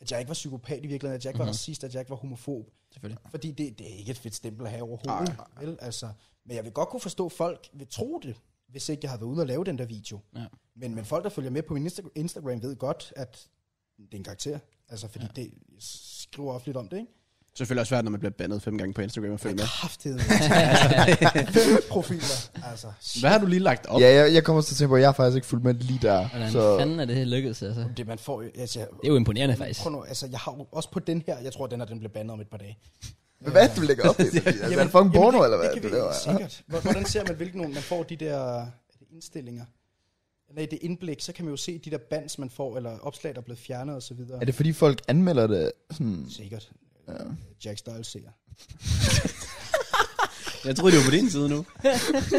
Speaker 3: at jeg ikke var psykopat i virkeligheden, at jeg ikke var racist, at jeg ikke var homofob.
Speaker 1: Mhm. Selvfølgelig.
Speaker 3: Fordi det, det er ikke et fedt stempel at have overhovedet. Vel? Altså, men jeg vil godt kunne forstå, at folk vil tro det, hvis ikke jeg havde været ude og lave den der video.
Speaker 1: Ja.
Speaker 3: Men, men folk, der følger med på min Insta- Instagram, ved godt, at det er en karakter. Altså, fordi ja. det jeg skriver ofte lidt om det, ikke?
Speaker 2: Selvfølgelig også svært, når man bliver bandet fem gange på Instagram og følger med.
Speaker 3: Kraftedet. altså, fem profiler. Altså, shit.
Speaker 2: Hvad har du lige lagt op?
Speaker 4: Ja, jeg, jeg kommer også til at tænke på, at jeg har faktisk ikke fulgt med lige der.
Speaker 1: Hvordan
Speaker 4: Så,
Speaker 1: så... fanden er det her lykkedes, altså?
Speaker 3: det man får jo- altså,
Speaker 1: Det er jo imponerende, faktisk.
Speaker 3: Prøv nu, altså, jeg har jo også på den her, jeg tror, den her, den bliver bandet om et par dage.
Speaker 4: hvad er det, du lægger op i? Altså, er det fucking porno,
Speaker 3: det,
Speaker 4: eller hvad?
Speaker 3: Det kan
Speaker 4: Det,
Speaker 3: vi,
Speaker 4: det, det,
Speaker 3: sikkert. Hvor- Hvordan ser man, hvilke nogle, man får de der er det indstillinger? Eller i det indblik, så kan man jo se de der bands, man får, eller opslag, der er blevet fjernet og så videre.
Speaker 4: er det fordi folk anmelder det? Sådan,
Speaker 3: Sikkert. Ja. Jack Styles ser.
Speaker 2: Jeg troede, det var på din side nu.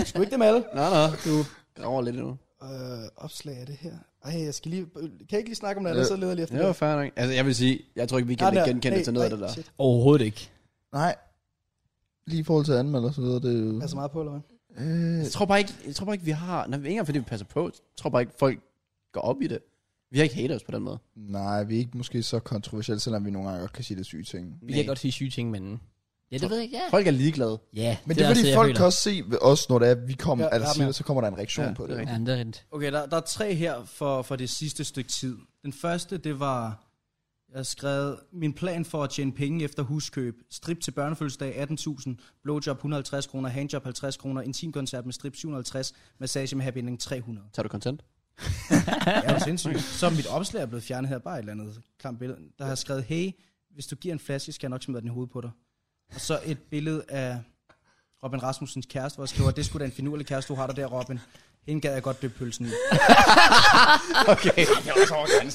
Speaker 3: Skal ikke dem alle?
Speaker 2: Nå, nå, du graver lidt nu.
Speaker 3: Øh, opslag af det her. Ej, jeg skal lige... Kan jeg ikke lige snakke om det, Ah, eller så leder jeg lige efter
Speaker 2: Det var fair nok. Altså, jeg vil sige, jeg tror ikke, vi kan
Speaker 3: Nej, nej,
Speaker 2: genkende
Speaker 3: nej,
Speaker 2: til noget af
Speaker 3: nej,
Speaker 2: det der.
Speaker 3: shit.
Speaker 1: Overhovedet ikke.
Speaker 4: nej. Lige i forhold til at anmelde og så videre, det er jo...
Speaker 3: Er
Speaker 2: Mm.
Speaker 3: så meget på, eller hvad?
Speaker 4: Øh,
Speaker 2: Jeg tror bare ikke, jeg tror bare ikke vi har... Nej, ikke engang fordi vi passer på. Jeg tror bare ikke, folk går op i det. Vi har ikke haters på den måde.
Speaker 4: nej, vi er ikke måske så kontroversielle, selvom vi nogle gange godt kan sige det er syge ting.
Speaker 2: Mm.
Speaker 4: Men
Speaker 1: Vi kan godt sige syge ting, men... Ja, det ved jeg ikke, ja.
Speaker 2: Folk er ligeglade.
Speaker 1: Ja,
Speaker 4: det, er,
Speaker 1: også
Speaker 4: fordi
Speaker 1: det, altså, jeg
Speaker 4: folk
Speaker 1: føler.
Speaker 4: kan også se ved os, når det er, vi kommer,
Speaker 3: Ja,
Speaker 4: ja, altså,
Speaker 3: ja,
Speaker 4: siger
Speaker 3: men-
Speaker 4: det, så kommer der en reaktion
Speaker 2: Ja,
Speaker 4: på
Speaker 2: det er
Speaker 4: det.
Speaker 1: Ja, det er rigtigt.
Speaker 5: Okay, der, der er tre her for, for det sidste stykke tid. Den første, det var Jeg har skrevet, min plan for at tjene penge efter huskøb. Strip til børnefødselsdag 18.000, blowjob 150 kroner, handjob 50 kroner, intimkoncert med strip 750, massage med happy ending 300.
Speaker 2: Tager du content?
Speaker 5: Ja, det er sindssygt. Så mit opslag er blevet fjernet her, bare et eller andet klamt billede. Der har jeg skrevet, hey, hvis du giver en flaske, skal jeg nok smide den i hovedet på dig. Og så et billede af Robin Rasmussens kæreste, hvor jeg skriver, det skulle da en finurlig kæreste, du har der der, Robin. Hende gad jeg godt døbe pølsen i.
Speaker 2: Okay.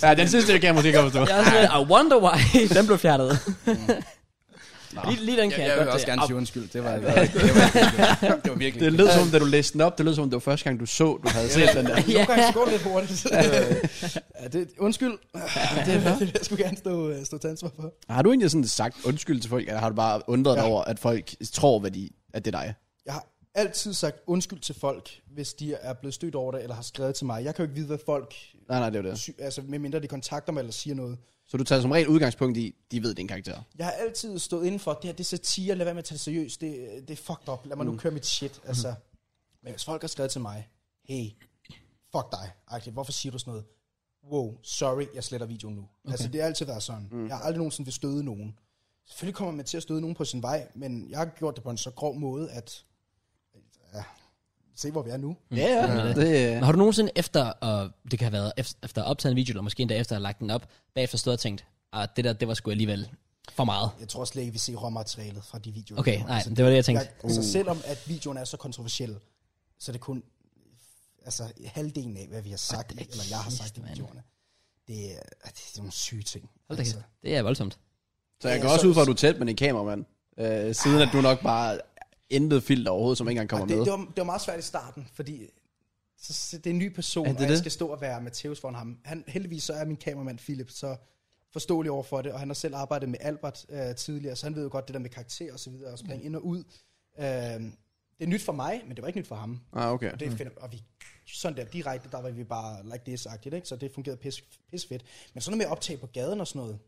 Speaker 2: ja, den sidste kan jeg måske godt forstå.
Speaker 1: Jeg er også lidt, I wonder why. den blev fjertet. lige, lige den kan
Speaker 5: jeg,
Speaker 1: jeg,
Speaker 5: jeg vil
Speaker 1: godt. øh,
Speaker 5: også
Speaker 1: det.
Speaker 5: gerne
Speaker 1: Au.
Speaker 5: sige undskyld. Det var, det var, det var, det var virkelig.
Speaker 2: Det lød som, da du læste den op, det lød som, det var første gang, du så, du havde set den der.
Speaker 3: Nogle gange så går det lidt hurtigt. Øh, ja, det, undskyld. det er det, jeg skulle gerne stå, øh, stå til ansvar for.
Speaker 2: Har du egentlig sådan sagt undskyld til folk, eller har du bare undret dig
Speaker 3: Ja.
Speaker 2: over, at folk tror, hvad de, at det er dig?
Speaker 3: Jeg har altid sagt undskyld til folk, hvis de er blevet stødt over det, eller har skrevet til mig. Jeg kan jo ikke vide, hvad folk...
Speaker 2: Nej, nej, det er jo det.
Speaker 3: Sy- altså, medmindre de kontakter mig eller siger noget.
Speaker 2: Så du tager som regel udgangspunkt i, de ved din karakter.
Speaker 3: Jeg har altid stået inden for, det her det er satire, lad være med at tage det seriøst, det, det er fucked up, lad mig nu køre mit shit. Altså. Men hvis folk har skrevet til mig, hey, fuck dig, agtigt, hvorfor siger du sådan noget? Wow, sorry, jeg sletter videoen nu. Okay. Altså det har altid været sådan. Mm. Jeg har aldrig nogensinde vil støde nogen. Selvfølgelig kommer man til at støde nogen på sin vej, men jeg har gjort det på en så grov måde, at ja, se hvor vi er nu.
Speaker 2: Ja, ja. Det,
Speaker 3: øh,
Speaker 1: Men Har du nogensinde efter, og det kan have været efter, efter at have optaget en video, eller måske endda efter at have lagt den op, bagefter stået og tænkt, at det der, det var sgu alligevel for meget.
Speaker 3: Jeg tror slet ikke, vi ser råmaterialet fra de videoer. der
Speaker 1: Okay,
Speaker 3: kommer.
Speaker 1: nej, det var det, jeg tænkte.
Speaker 3: Jeg, altså selvom at videoen er så kontroversiel, så er det kun altså, halvdelen af, hvad vi har sagt, i, eller jeg har sagt i
Speaker 1: mand.
Speaker 3: videoerne. Det er, at det er nogle syge ting. altså.
Speaker 1: Hold da kæft, det er voldsomt.
Speaker 2: så jeg går
Speaker 3: Ja,
Speaker 2: også
Speaker 3: så-
Speaker 2: ud fra, at du er tæt med din kameramand. Øh, siden at du nok bare intet filter overhovedet, som ikke engang kommer
Speaker 3: det, det,
Speaker 2: med.
Speaker 3: var, det var meget svært i starten, fordi så, så det er en ny person,
Speaker 2: Er
Speaker 3: er
Speaker 2: det
Speaker 3: det og
Speaker 2: det?
Speaker 3: jeg skal stå og være Matheus foran ham. Han, heldigvis så er min kameramand Philip så forståelig over for det, og han har selv arbejdet med Albert øh, tidligere, så han ved jo godt det der med karakter og så videre, og
Speaker 1: Mm.
Speaker 3: springe ind og ud. Øh, det er nyt for mig, men det var ikke nyt for ham.
Speaker 2: Ah, okay.
Speaker 3: Og, det finder, og vi, sådan der direkte, der var vi bare like this agtigt, ikke? så det fungerede pis, pis fedt. Men sådan noget med at optage på gaden og sådan noget,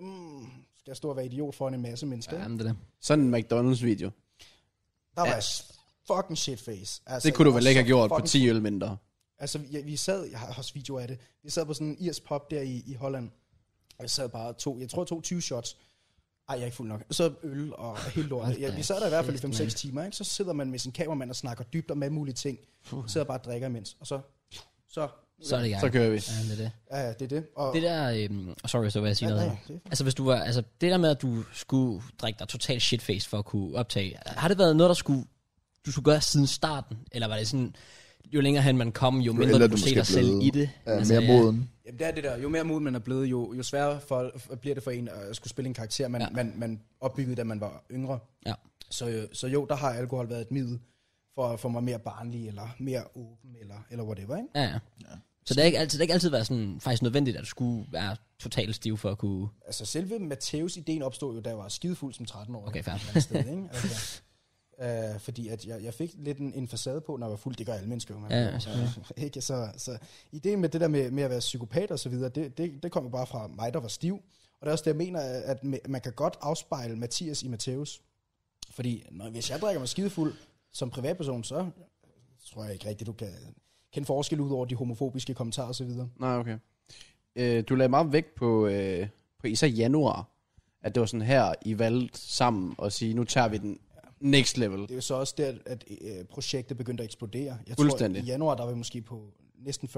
Speaker 3: mm, skal jeg stå og være idiot foran en masse mennesker? Ja.
Speaker 1: Jamen, det der.
Speaker 2: Sådan en McDonald's-video.
Speaker 3: Der var jeg s- fucking shitface. Altså,
Speaker 2: Det kunne du
Speaker 3: jeg var
Speaker 2: vel ikke
Speaker 3: så
Speaker 2: have gjort på
Speaker 3: fucking-
Speaker 2: 10 øl mindre.
Speaker 3: Altså, vi, vi sad, jeg har også videoer af det, vi sad på sådan en irsk pop der i, i Holland, og jeg sad bare to, jeg tror jeg tog 20 shots. Ej, jeg er ikke fuld nok. Så øl og helt lortet. Ja, vi sad der i hvert fald i 5-6 timer, ikke? Så sidder man med sin kameramand og snakker dybt om alle mulige ting. Sidder bare og drikker imens. Og så, så,
Speaker 1: Så er det i gang.
Speaker 2: Så kører vi.
Speaker 1: Ja, det er det.
Speaker 3: ja, ja, det er det. Og,
Speaker 1: Det der, øhm, sorry, så vil jeg sige
Speaker 3: Ja,
Speaker 1: noget
Speaker 3: nej,
Speaker 1: her.
Speaker 3: det-
Speaker 1: Altså, hvis du var, altså, det der med, at du skulle drikke dig totalt shitface for at kunne optage, har det været noget, der skulle, du skulle gøre siden starten? Eller var det sådan, jo længere hen man kom, jo mindre
Speaker 4: ældre
Speaker 1: du kunne
Speaker 4: du
Speaker 1: se
Speaker 4: måske
Speaker 1: dig selv
Speaker 4: blev,
Speaker 1: i det?
Speaker 4: Ja, altså, mere moden.
Speaker 5: Jamen, det er det der. Jo mere mod man er blevet, jo, jo sværere for, f- bliver det for en at skulle spille en karakter, man,
Speaker 1: Ja.
Speaker 5: ja. man, man opbyggede, da man var yngre.
Speaker 1: Ja.
Speaker 5: Så, øh,
Speaker 3: så jo, der har alkohol været et middel for at få mig mere barnlig, eller mere åben, eller, eller whatever, ikke?
Speaker 1: Ja, ja. Så det har ikke altid, det har ikke altid været sådan, faktisk nødvendigt, at du skulle være totalt stiv for at kunne...
Speaker 3: Altså, selve Mateus ideen opstod jo, da jeg var skidefuld som 13-årig.
Speaker 1: Okay,
Speaker 3: Et
Speaker 1: fair.
Speaker 3: eller andet sted, ikke? Altså, øh, fordi at jeg, jeg fik lidt en, en facade på, når jeg var fuld. Det gør alle mennesker jo. man
Speaker 1: Ja,
Speaker 3: bliver-
Speaker 1: ja, selvfølgelig.
Speaker 3: ikke? Så, så ideen med det der med, med at være psykopat og så videre, det, det, det kom jo bare fra mig, der var stiv. Og det er også det, jeg mener, at ma- man kan godt afspejle Mathias i Mateus. Fordi når, hvis jeg drikker mig skidefuld som privatperson, så tror jeg ikke rigtigt, du kan kende forskel ud over de homofobiske kommentarer og så videre.
Speaker 2: Nej, okay. Øh, du lagde meget vægt på, øh, på især januar, at det var sådan her, I valgte sammen og sige, nu tager vi den next level.
Speaker 3: Det er jo så også der, at øh, projektet begyndte at eksplodere. Jeg
Speaker 2: Fuldstændig.
Speaker 3: tror, i januar, der var vi måske på næsten 40.000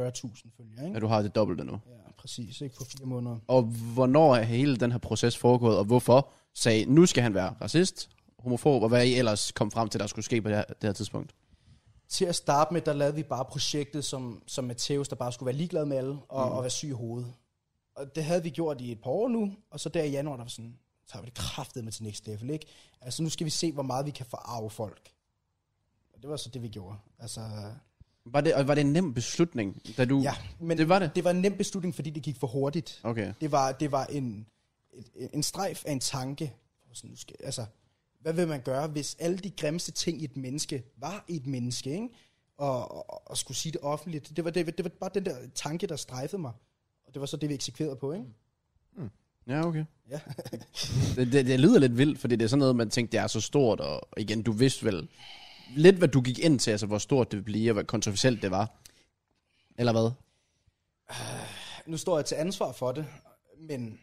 Speaker 3: følgere,
Speaker 2: Ja,
Speaker 3: ikke?
Speaker 2: du har det dobbelte nu.
Speaker 3: Ja, præcis, ikke? På fire måneder.
Speaker 2: Og hvornår er hele den her proces foregået, og hvorfor sagde, nu skal han være racist, homofob, og hvad I ellers kom frem til, der skulle ske på det her, det her tidspunkt?
Speaker 3: Til at starte med, der lavede vi bare projektet som, som Mateus, der bare skulle være ligeglad med alle og, mm. og være syg i hovedet. Og det havde vi gjort i et par år nu, og så der i januar, der var sådan, så tager vi det kraftet med til next level, ikke? Altså nu skal vi se, hvor meget vi kan forarve folk. Og det var så det, vi gjorde. Altså,
Speaker 2: Var det, og var det en nem beslutning, da du...
Speaker 3: ja, men
Speaker 2: det var det?
Speaker 3: det var en nem beslutning, fordi det gik for hurtigt.
Speaker 2: Okay.
Speaker 3: Det var, det var en, en, en strejf af en tanke. Sådan, nu skal, altså, hvad vil man gøre, hvis alle de grimmeste ting i et menneske var i et menneske, ikke? Og, og, og skulle sige det offentligt? Det var, det, det var bare den der tanke, der strejfede mig. Og det var så det, vi eksekverede på, ikke?
Speaker 2: Ja, okay.
Speaker 3: Ja.
Speaker 2: det, det, det lyder lidt vildt, fordi det er sådan noget, man tænkte, det er så stort, og og igen, du vidste vel lidt, hvad du gik ind til, altså hvor stort det ville blive, og hvor kontroversielt det var. Eller hvad?
Speaker 3: Nu står jeg til ansvar for det, men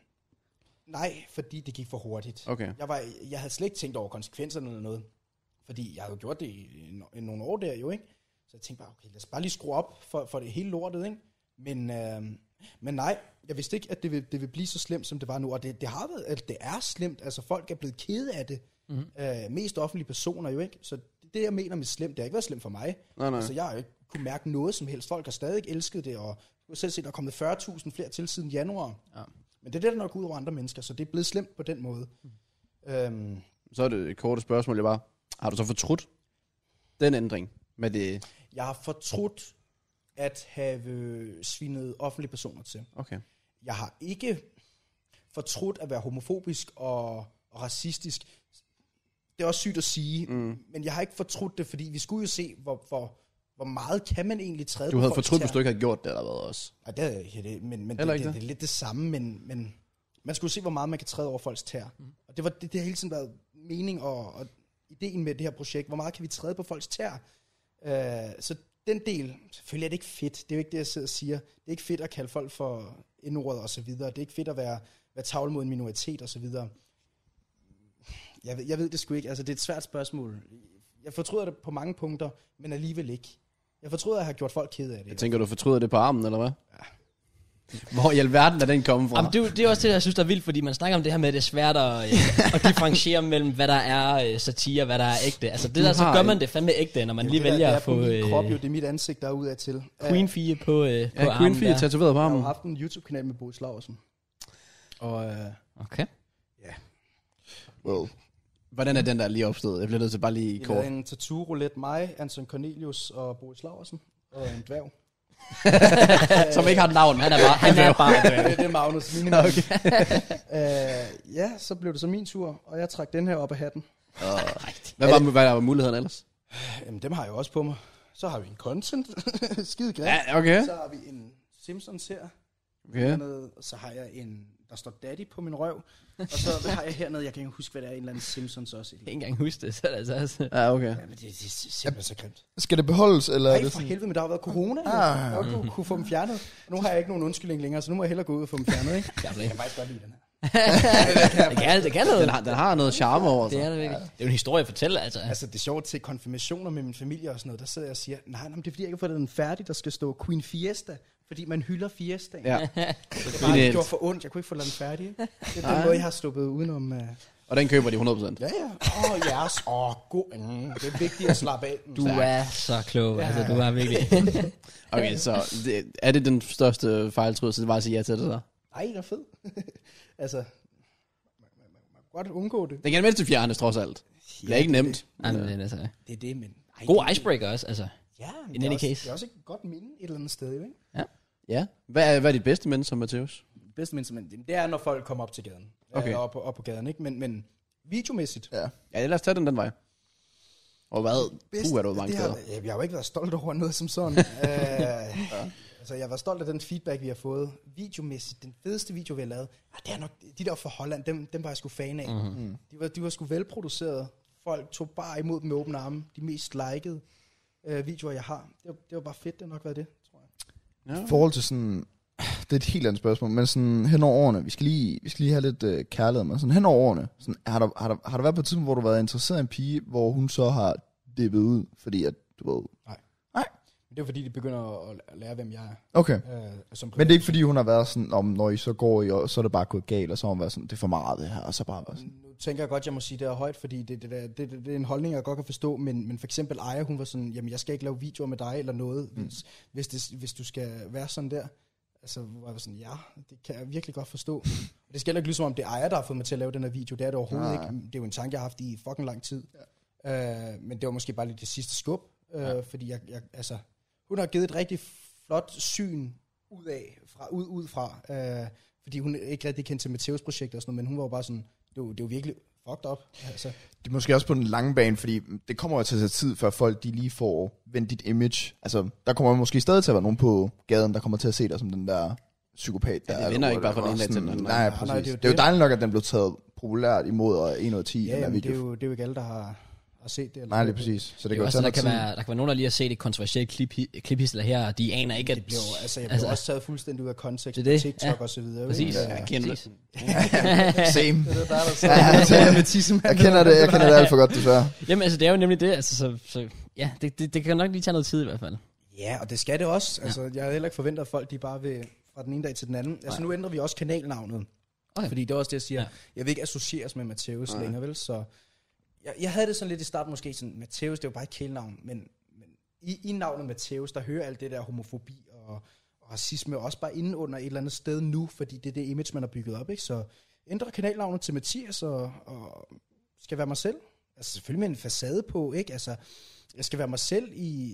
Speaker 3: Nej, fordi det gik for hurtigt.
Speaker 2: Okay.
Speaker 3: Jeg, var, jeg havde slet ikke tænkt over konsekvenserne eller noget. Fordi jeg havde jo gjort det i, no- i nogle år der jo, ikke? Så jeg tænkte bare, okay, lad os bare lige skrue op for, for det hele lortet, ikke? Men, øh, men nej, jeg vidste ikke, at det ville, det ville blive så slemt, som det var nu. Og det, det, har været, altså, det er slemt. Altså, folk er blevet kede af det.
Speaker 2: Mhm.
Speaker 3: Mm-hmm. Øh, mest offentlige personer jo, ikke? Så det, det, jeg mener med slemt, det har ikke været slemt for mig.
Speaker 2: Nej, nej.
Speaker 3: Altså, jeg har jo ikke kunne mærke noget som helst. Folk har stadig elsket det, og du kan selv se, der er kommet 40.000 flere til siden januar.
Speaker 1: Ja.
Speaker 3: Men det er det, der nok går ud over andre mennesker, så det er blevet slemt på den måde.
Speaker 2: Mhm.
Speaker 3: Mm. Øhm,
Speaker 2: Så er det et kort spørgsmål, jeg bare, har du så fortrudt den ændring med det?
Speaker 3: jeg har fortrudt at have svinet offentlige personer til.
Speaker 2: Okay.
Speaker 3: Jeg har ikke fortrudt at være homofobisk og, og racistisk. Det er også sygt at sige, mm. men jeg har ikke fortrudt det, fordi vi skulle jo se, hvor, hvor, hvor meget kan man egentlig træde
Speaker 2: Du
Speaker 3: på
Speaker 2: havde
Speaker 3: folks
Speaker 2: fortrudt,
Speaker 3: tæer.
Speaker 2: hvis du ikke havde gjort det allerede også.
Speaker 3: Ja, det havde jeg ikke, det, men, men det,
Speaker 2: Heller
Speaker 3: det,
Speaker 2: ikke
Speaker 3: det,
Speaker 2: det?
Speaker 3: er lidt det samme, men, men man skulle se, hvor meget man kan træde over folks tær. Mm. Og det, var, det, det har hele tiden været mening og, og ideen med det her projekt. Hvor meget kan vi træde på folks tær? Øh, så den del, selvfølgelig er det ikke fedt. Det er jo ikke det, jeg sidder og siger. Det er ikke fedt at kalde folk for indordet og så videre. Det er ikke fedt at være, være tavle mod en minoritet og så videre. Jeg ved, jeg ved det sgu ikke. Altså, det er et svært spørgsmål. Jeg fortryder det på mange punkter, men alligevel ikke. Jeg fortryder at have gjort folk ked af det.
Speaker 2: Jeg tænker, du fortryder det på armen, eller hvad? Hvor i alverden er den kommet fra?
Speaker 1: Jamen, det, er jo- det er også det, jeg synes, der er vildt, fordi man snakker om det her med, at det er svært at, øh, at differentiere mellem, hvad der er øh, satire og hvad der er ægte. Altså, det
Speaker 2: Du
Speaker 1: der, så
Speaker 2: har
Speaker 1: gør
Speaker 2: en-
Speaker 1: man det fandme ægte, når man lige
Speaker 3: det der,
Speaker 1: vælger
Speaker 3: det er
Speaker 1: at
Speaker 3: på
Speaker 1: få
Speaker 3: min
Speaker 1: øh,
Speaker 3: krop, jo, det er mit ansigt, der er ud af til.
Speaker 1: Queen 4 på, øh, på
Speaker 2: ja, Queen
Speaker 1: armen
Speaker 2: Fee er
Speaker 1: der.
Speaker 2: tatoveret på
Speaker 3: Jeg har jo
Speaker 2: armen.
Speaker 3: haft en YouTube-kanal med Boris Laursen. Og øh,
Speaker 1: Okay.
Speaker 4: Well,
Speaker 2: Hvordan er den der lige opstået? Jeg bliver nødt til bare lige
Speaker 3: jeg
Speaker 2: kort.
Speaker 3: lavede en tattoo-roulette, mig, Anton Cornelius og Boris Laursen. Og en dværg.
Speaker 2: Som ikke har et navn.
Speaker 1: Han er bare, han er bare
Speaker 3: Ja, det er Magnus, min okay. øh, Ja, så blev det så min tur, og jeg trak den her op af hatten.
Speaker 2: Hvad var, hvad var muligheden ellers?
Speaker 3: Jamen, dem har jeg jo også på mig. Så har vi en content. Skide grimt.
Speaker 2: Ja, okay.
Speaker 3: Så har vi en Simpsons her.
Speaker 2: okay.
Speaker 3: Hernede, og så har jeg en, der står daddy på min røv. Og så har jeg hernede, jeg kan ikke huske, hvad det er, en eller anden Simpsons også.
Speaker 1: ikke engang huske det, så er det altså også...
Speaker 2: Ja, okay.
Speaker 3: Ja, men det, det er simpelthen så grimt.
Speaker 4: skal det beholdes, eller er
Speaker 3: Nej,
Speaker 4: det
Speaker 3: for
Speaker 4: sådan?
Speaker 3: helvede, men der har været corona. Ah.
Speaker 4: Ah.
Speaker 3: Jeg har jo ikke kunne få dem fjernet. Nu har jeg ikke nogen undskyldning længere, så nu må jeg hellere gå ud og få dem fjernet, ikke?
Speaker 1: Jeg
Speaker 3: Jeg kan faktisk godt lide den her.
Speaker 1: det kan, det kan noget.
Speaker 2: Den har, den har noget charme over
Speaker 1: Det
Speaker 2: sig.
Speaker 1: er det virkelig. Det er jo en historie at fortælle, altså.
Speaker 3: Altså, det er sjovt til konfirmationer med min familie og sådan noget. Der sidder jeg og siger, nej, nej, men det er fordi, jeg ikke har fået den færdig, der skal stå Queen Fiesta. Fordi man hylder Fiesta.
Speaker 2: Ja.
Speaker 3: det var det gjorde for ondt. Jeg kunne ikke få den færdig. ikke? Det er den måde, jeg har sluppet udenom. Uh...
Speaker 2: Og den køber de 100%.
Speaker 3: Ja, ja. Åh, oh, jeres. Åh, oh, god. Mm, det er vigtigt at slappe af.
Speaker 1: Du er så klog, altså du er virkelig...
Speaker 2: Okay, så det, er det den største fejltrydelse, det var at sige ja til det der?
Speaker 3: Ej, det er fed. altså, man, man, man, man kan godt undgå det.
Speaker 2: Den kan mindst fjernes trods alt. Det er ikke nemt.
Speaker 1: Ej, men det er altså...
Speaker 5: Det er det, men... Ej,
Speaker 1: God
Speaker 5: det-
Speaker 1: icebreaker også, altså.
Speaker 3: Ja, men
Speaker 1: In
Speaker 3: det er
Speaker 1: any
Speaker 3: også,
Speaker 1: case.
Speaker 3: Det er også et godt minde et eller andet sted, jo, ikke?
Speaker 2: Ja. Hvad er, hvad er dit bedste menneske, Matheus?
Speaker 5: Bedste menneske, men
Speaker 3: Det er, når folk kommer op til gaden.
Speaker 2: Okay.
Speaker 3: Eller op, op på gaden, ikke? Men, men videomæssigt.
Speaker 4: Ja.
Speaker 2: Ja, lad os tage den den vej. Og hvad? Puh, er du mange
Speaker 3: det har,
Speaker 2: steder.
Speaker 3: jeg, jeg har jo ikke været stolt over noget som sådan. øh, altså, jeg var stolt af den feedback, vi har fået. Videomæssigt, den fedeste video, vi har lavet, ah, det er nok de der fra Holland, dem, dem var jeg sgu fan af.
Speaker 2: Mhm.
Speaker 3: Mm-hmm. De, var, de var sgu velproduceret. Folk tog bare imod dem med åbne arme. De mest likede øh, videoer, jeg har. Det var, det var bare fedt, det har nok været det, tror jeg.
Speaker 4: I forhold til sådan, det er et helt andet spørgsmål, men sådan hen over årene, vi skal lige, vi skal lige have lidt øh, kærlighed med, sådan hen over årene, sådan, har, der, har, der, har der været på et tidspunkt, hvor du har været interesseret i en pige, hvor hun så har dippet ud, fordi at, du ved,
Speaker 3: Men det er fordi, de begynder at- at lære, hvem jeg er.
Speaker 4: okay.
Speaker 3: Øh, som
Speaker 4: Men det er ikke fordi, hun har været sådan, om når I så går i, og så er det bare gået galt, og så har hun været sådan, det er for meget det her, og så bare været sådan.
Speaker 3: Nu tænker jeg godt, jeg må sige det er højt, fordi det, det, det, det, det er en holdning, jeg godt kan forstå, men, men for eksempel Aya, hun var sådan, jamen jeg skal ikke lave videoer med dig eller noget, mm. hvis, hvis, det, hvis du skal være sådan der. Altså, hvor jeg var sådan, ja, det kan jeg virkelig godt forstå. Og det skal heller ikke lyde som om, det er Aya, der har fået mig til at lave den her video. Det er det overhovedet
Speaker 4: Nej.
Speaker 3: ikke. Det er jo en tanke, jeg har haft i fucking lang tid. Ja. Øh, men det var måske bare lige det sidste skub, øh, ja. fordi jeg, jeg, altså, hun har givet et rigtig flot syn ud af, fra, ud, ud fra, øh, fordi hun ikke rigtig kendte til Mateus projekt og sådan noget, men hun var jo bare sådan, det var, det var virkelig fucked up. Altså,
Speaker 4: Det er måske også på den lange bane, fordi det kommer jo til at tage tid, før folk de lige får vendt dit image. Altså, der kommer måske stadig til at være nogen på gaden, der kommer til at se dig som den der psykopat. Der,
Speaker 2: det
Speaker 4: eller
Speaker 2: vender ikke bare fra den
Speaker 4: whatever.
Speaker 2: ene dag til den
Speaker 4: Sådan,
Speaker 2: anden.
Speaker 4: Nej,
Speaker 3: Nej,
Speaker 4: præcis.
Speaker 3: nej,
Speaker 4: Nej,
Speaker 3: det er
Speaker 4: det, er
Speaker 3: jo
Speaker 4: det er jo
Speaker 3: det.
Speaker 4: dejligt nok, at den blev taget populært imod og 1 ud af 10 i
Speaker 3: ja,
Speaker 4: den her
Speaker 3: jamen, det,
Speaker 4: video.
Speaker 3: er jo, det er jo ikke alle, der har, har set det. Eller
Speaker 4: Nej, lige præcis. Så det,
Speaker 1: Det
Speaker 4: kan
Speaker 1: er
Speaker 4: jo
Speaker 1: også,
Speaker 4: tage
Speaker 1: sådan, der,
Speaker 4: noget
Speaker 1: kan
Speaker 4: tid.
Speaker 1: være, der kan være nogen, der lige har set et kontroversielt klip, kliphister her, og de aner ikke, at...
Speaker 3: Det blev, altså, jeg blev
Speaker 1: Altså-
Speaker 3: altså, også taget fuldstændig ud af kontekst
Speaker 1: Det
Speaker 3: det
Speaker 1: er det,
Speaker 3: det. TikTok
Speaker 1: ja.
Speaker 3: og så videre.
Speaker 1: Præcis.
Speaker 3: ikke?
Speaker 1: Ja,
Speaker 2: Jeg kender
Speaker 1: præcis.
Speaker 2: det.
Speaker 4: Same.
Speaker 3: Det er der, der
Speaker 4: Ja, altså, jeg kender det, jeg kender det alt for godt, desværre.
Speaker 1: Jamen, altså, det er jo nemlig det. Altså, så, så, ja, det, det, det, kan nok lige tage noget tid i hvert fald.
Speaker 3: Ja, og det skal det også. Altså, jeg havde heller ikke forventet, at folk de bare vil fra den ene dag til den anden. Altså, nu ændrer vi også kanalnavnet.
Speaker 1: Okay.
Speaker 3: Okay. Fordi det er også det, jeg siger.
Speaker 1: Ja.
Speaker 3: Ja. Jeg vil ikke associeres med Mateus ja. længere, vel? Så jeg, jeg havde det sådan lidt i starten måske sådan, Mateus, det er jo bare et kælenavn, men, men i, i navnet Mateus, der hører alt det der homofobi og, og racisme også bare inde under et eller andet sted nu, fordi det er det image, man har bygget op, ikke? Så ændre kanalnavnet til Mathias og, og skal være mig selv. Altså selvfølgelig med en facade på, ikke? Altså, jeg skal være mig selv i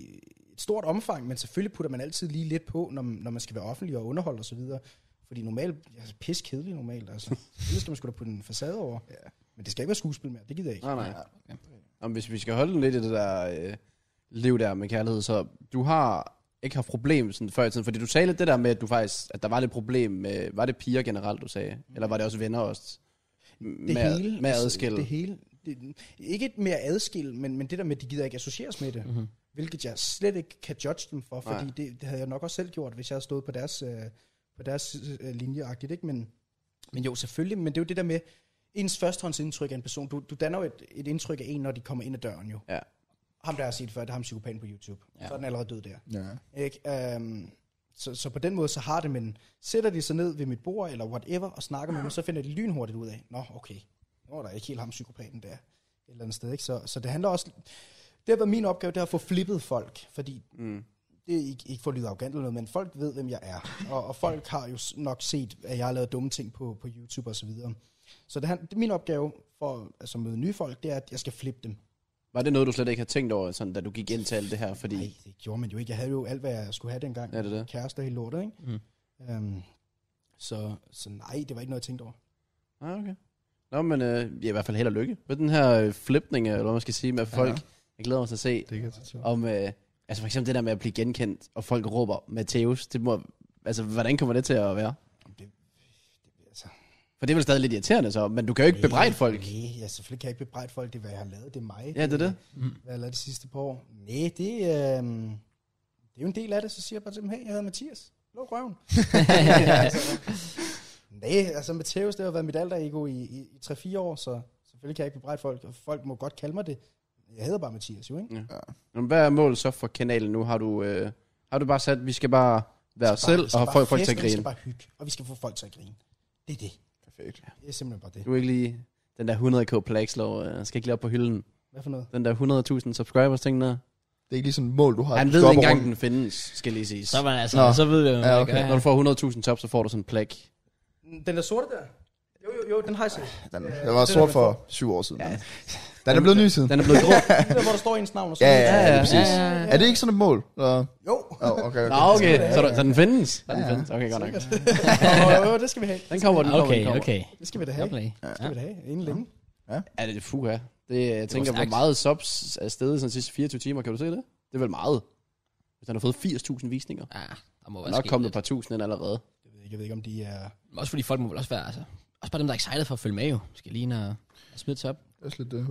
Speaker 3: et stort omfang, men selvfølgelig putter man altid lige lidt på, når, når man skal være offentlig og underholde og så videre. Fordi normalt, jeg er pisse kedelig normalt, altså. Det skal man sgu da putte en facade over. Ja. Men det skal ikke være skuespil mere, det gider jeg ikke.
Speaker 2: Nej, nej. Om hvis vi skal holde den lidt i det der øh, liv der med kærlighed, så du har ikke haft problem sådan før i tiden, fordi du sagde lidt det der med, at du faktisk, at der var lidt problem med, var det piger generelt, du sagde? Eller var det også venner også?
Speaker 3: Det
Speaker 2: med, at- Med at
Speaker 3: altså,
Speaker 2: adskille.
Speaker 3: Det hele. Det, ikke et mere adskille, men, men det der med, at de gider ikke associeres med det. Mm-hmm. Hvilket jeg slet ikke kan judge dem for, fordi
Speaker 2: Mhm. Nej.
Speaker 3: det, det havde jeg nok også selv gjort, hvis jeg havde stået på deres, øh, på deres øh, linjeagtigt. Ikke? Men, men jo, selvfølgelig. Men det er jo det der med, ens førstehåndsindtryk af en person. Du, du danner jo et, et indtryk af en, når de kommer ind ad døren jo.
Speaker 2: Ja.
Speaker 3: Ham, der har set før, det er ham psykopaten på YouTube. Ja. Så er den allerede død der.
Speaker 4: Ja.
Speaker 3: Ikke? Um, så, så på den måde, så har det, men sætter de sig ned ved mit bord, eller whatever, og snakker med dem, så finder de lynhurtigt ud af, nå, okay, nu er der ikke helt ham psykopaten der, et eller andet sted, ikke? Så, så det handler også, det har været min opgave, det er at få flippet folk, fordi mm. det er ikke, ikke for at lyde arrogant eller noget, men folk ved, hvem jeg er, og, og folk har jo s- nok set, at jeg har lavet dumme ting på, på YouTube og så videre. Så det, han- det er min opgave for altså, at møde nye folk, det er, at jeg skal flippe dem.
Speaker 2: Var det noget, du slet ikke havde tænkt over, sådan, da du gik ind til alt det her? Fordi
Speaker 3: Nej, det gjorde man jo ikke. Jeg havde jo alt, hvad jeg skulle have dengang.
Speaker 2: Ja, det er det.
Speaker 3: Kærester helt lortet, ikke? Mm. Um, så, så nej, det var ikke noget, jeg tænkte over.
Speaker 2: Ah, okay. Nå, men øh, ja, i hvert fald held og lykke med den her øh, flipning, øh, eller hvad man skal sige, med folk. Ja. Jeg glæder mig til at se,
Speaker 4: Det kan jeg tage
Speaker 2: om, øh, altså for eksempel det der med at blive genkendt, og folk råber Mateus, det må, altså hvordan kommer det til at være?
Speaker 3: Jamen, Det, det, altså,
Speaker 2: For det er vel stadig lidt irriterende så, men du kan jo ikke bebrejde folk.
Speaker 3: Nej, ja, selvfølgelig kan jeg ikke bebrejde folk. Det er, hvad jeg har lavet. Det er mig.
Speaker 2: Ja, det er det.
Speaker 3: Hvad jeg har lavet de sidste par år. Nej, det, øh, det er jo en del af det. Så siger jeg bare til dem, hey, jeg hedder Mathias. Luk røven. Nej, altså Mateus, det har været mit alter ego i, i, i 3-4 år, så selvfølgelig kan jeg ikke bebrejde folk. Og folk må godt kalde mig det. Jeg hedder bare Mathias, jo, ikke?
Speaker 2: Nå, men Hvad er målet så for kanalen nu? Har du, øh, har du bare sat, at vi skal bare være os
Speaker 3: bare-
Speaker 2: selv,
Speaker 3: vi skal
Speaker 2: og
Speaker 3: bare
Speaker 2: få folk til at
Speaker 3: feste, Vi skal
Speaker 2: grine?
Speaker 3: bare hygge, og vi skal få folk til at grine. Det er det.
Speaker 4: Perfekt.
Speaker 3: Det er simpelthen bare det.
Speaker 2: Du er ikke lige den der 100k plagslov, øh, skal ikke lige op på hylden.
Speaker 3: Hvad for noget?
Speaker 2: Den der 100.000 subscribers ting der.
Speaker 4: Det er ikke lige sådan et mål, du har.
Speaker 2: Han
Speaker 4: Du
Speaker 2: ved
Speaker 4: skal
Speaker 2: ikke
Speaker 4: op og
Speaker 2: engang,
Speaker 4: runde.
Speaker 2: den findes, skal lige sige.
Speaker 1: Så, er man, altså,
Speaker 4: Nå.
Speaker 1: så ved vi, hvad man
Speaker 4: Ja,
Speaker 1: ja,
Speaker 4: okay.
Speaker 1: okay. gør.
Speaker 2: Når du får 100.000 top, så får du sådan en plak.
Speaker 3: Den der sorte der? Jo, jo, jo, den har jeg set.
Speaker 4: Den, den var
Speaker 3: det
Speaker 4: sort
Speaker 3: der,
Speaker 4: for
Speaker 3: man
Speaker 4: syv år siden. Ja. Den er blevet ny siden.
Speaker 2: Den er blevet grå.
Speaker 3: Den der, hvor der står ens navn og så.
Speaker 4: Ja, ja, ja,
Speaker 2: Ja,
Speaker 4: ja,
Speaker 2: ja.
Speaker 4: præcis.
Speaker 1: Ja, ja,
Speaker 4: Er det ikke sådan et mål? Eller?
Speaker 3: Jo.
Speaker 4: Oh, okay,
Speaker 2: Nå,
Speaker 4: okay.
Speaker 2: okay. Så, der, så den findes? Så den findes. Okay, godt nok.
Speaker 3: jo, jo, det skal vi have.
Speaker 2: Den kommer, den kommer,
Speaker 1: Okay,
Speaker 2: den kommer.
Speaker 1: okay.
Speaker 3: Det skal vi da have.
Speaker 1: Play.
Speaker 3: Det skal vi da have, inden længe.
Speaker 2: Ja, det er fuha. Det, jeg tænker, hvor
Speaker 1: stærkt.
Speaker 2: meget subs er steget sådan de sidste 24 timer. Kan du se det? Det er vel meget. Hvis den har fået 80.000 visninger.
Speaker 1: Ja, der må
Speaker 2: Der er
Speaker 1: være
Speaker 2: nok
Speaker 1: sket
Speaker 2: kommet et
Speaker 1: lidt.
Speaker 2: par tusind ind allerede.
Speaker 3: Jeg ved ikke, jeg ved ikke om de er...
Speaker 1: Men Også fordi folk må vel også være, altså. Også bare dem, der er excited for at følge med jo. Skal lige ind og og smide sig op.
Speaker 4: Det er også lidt det.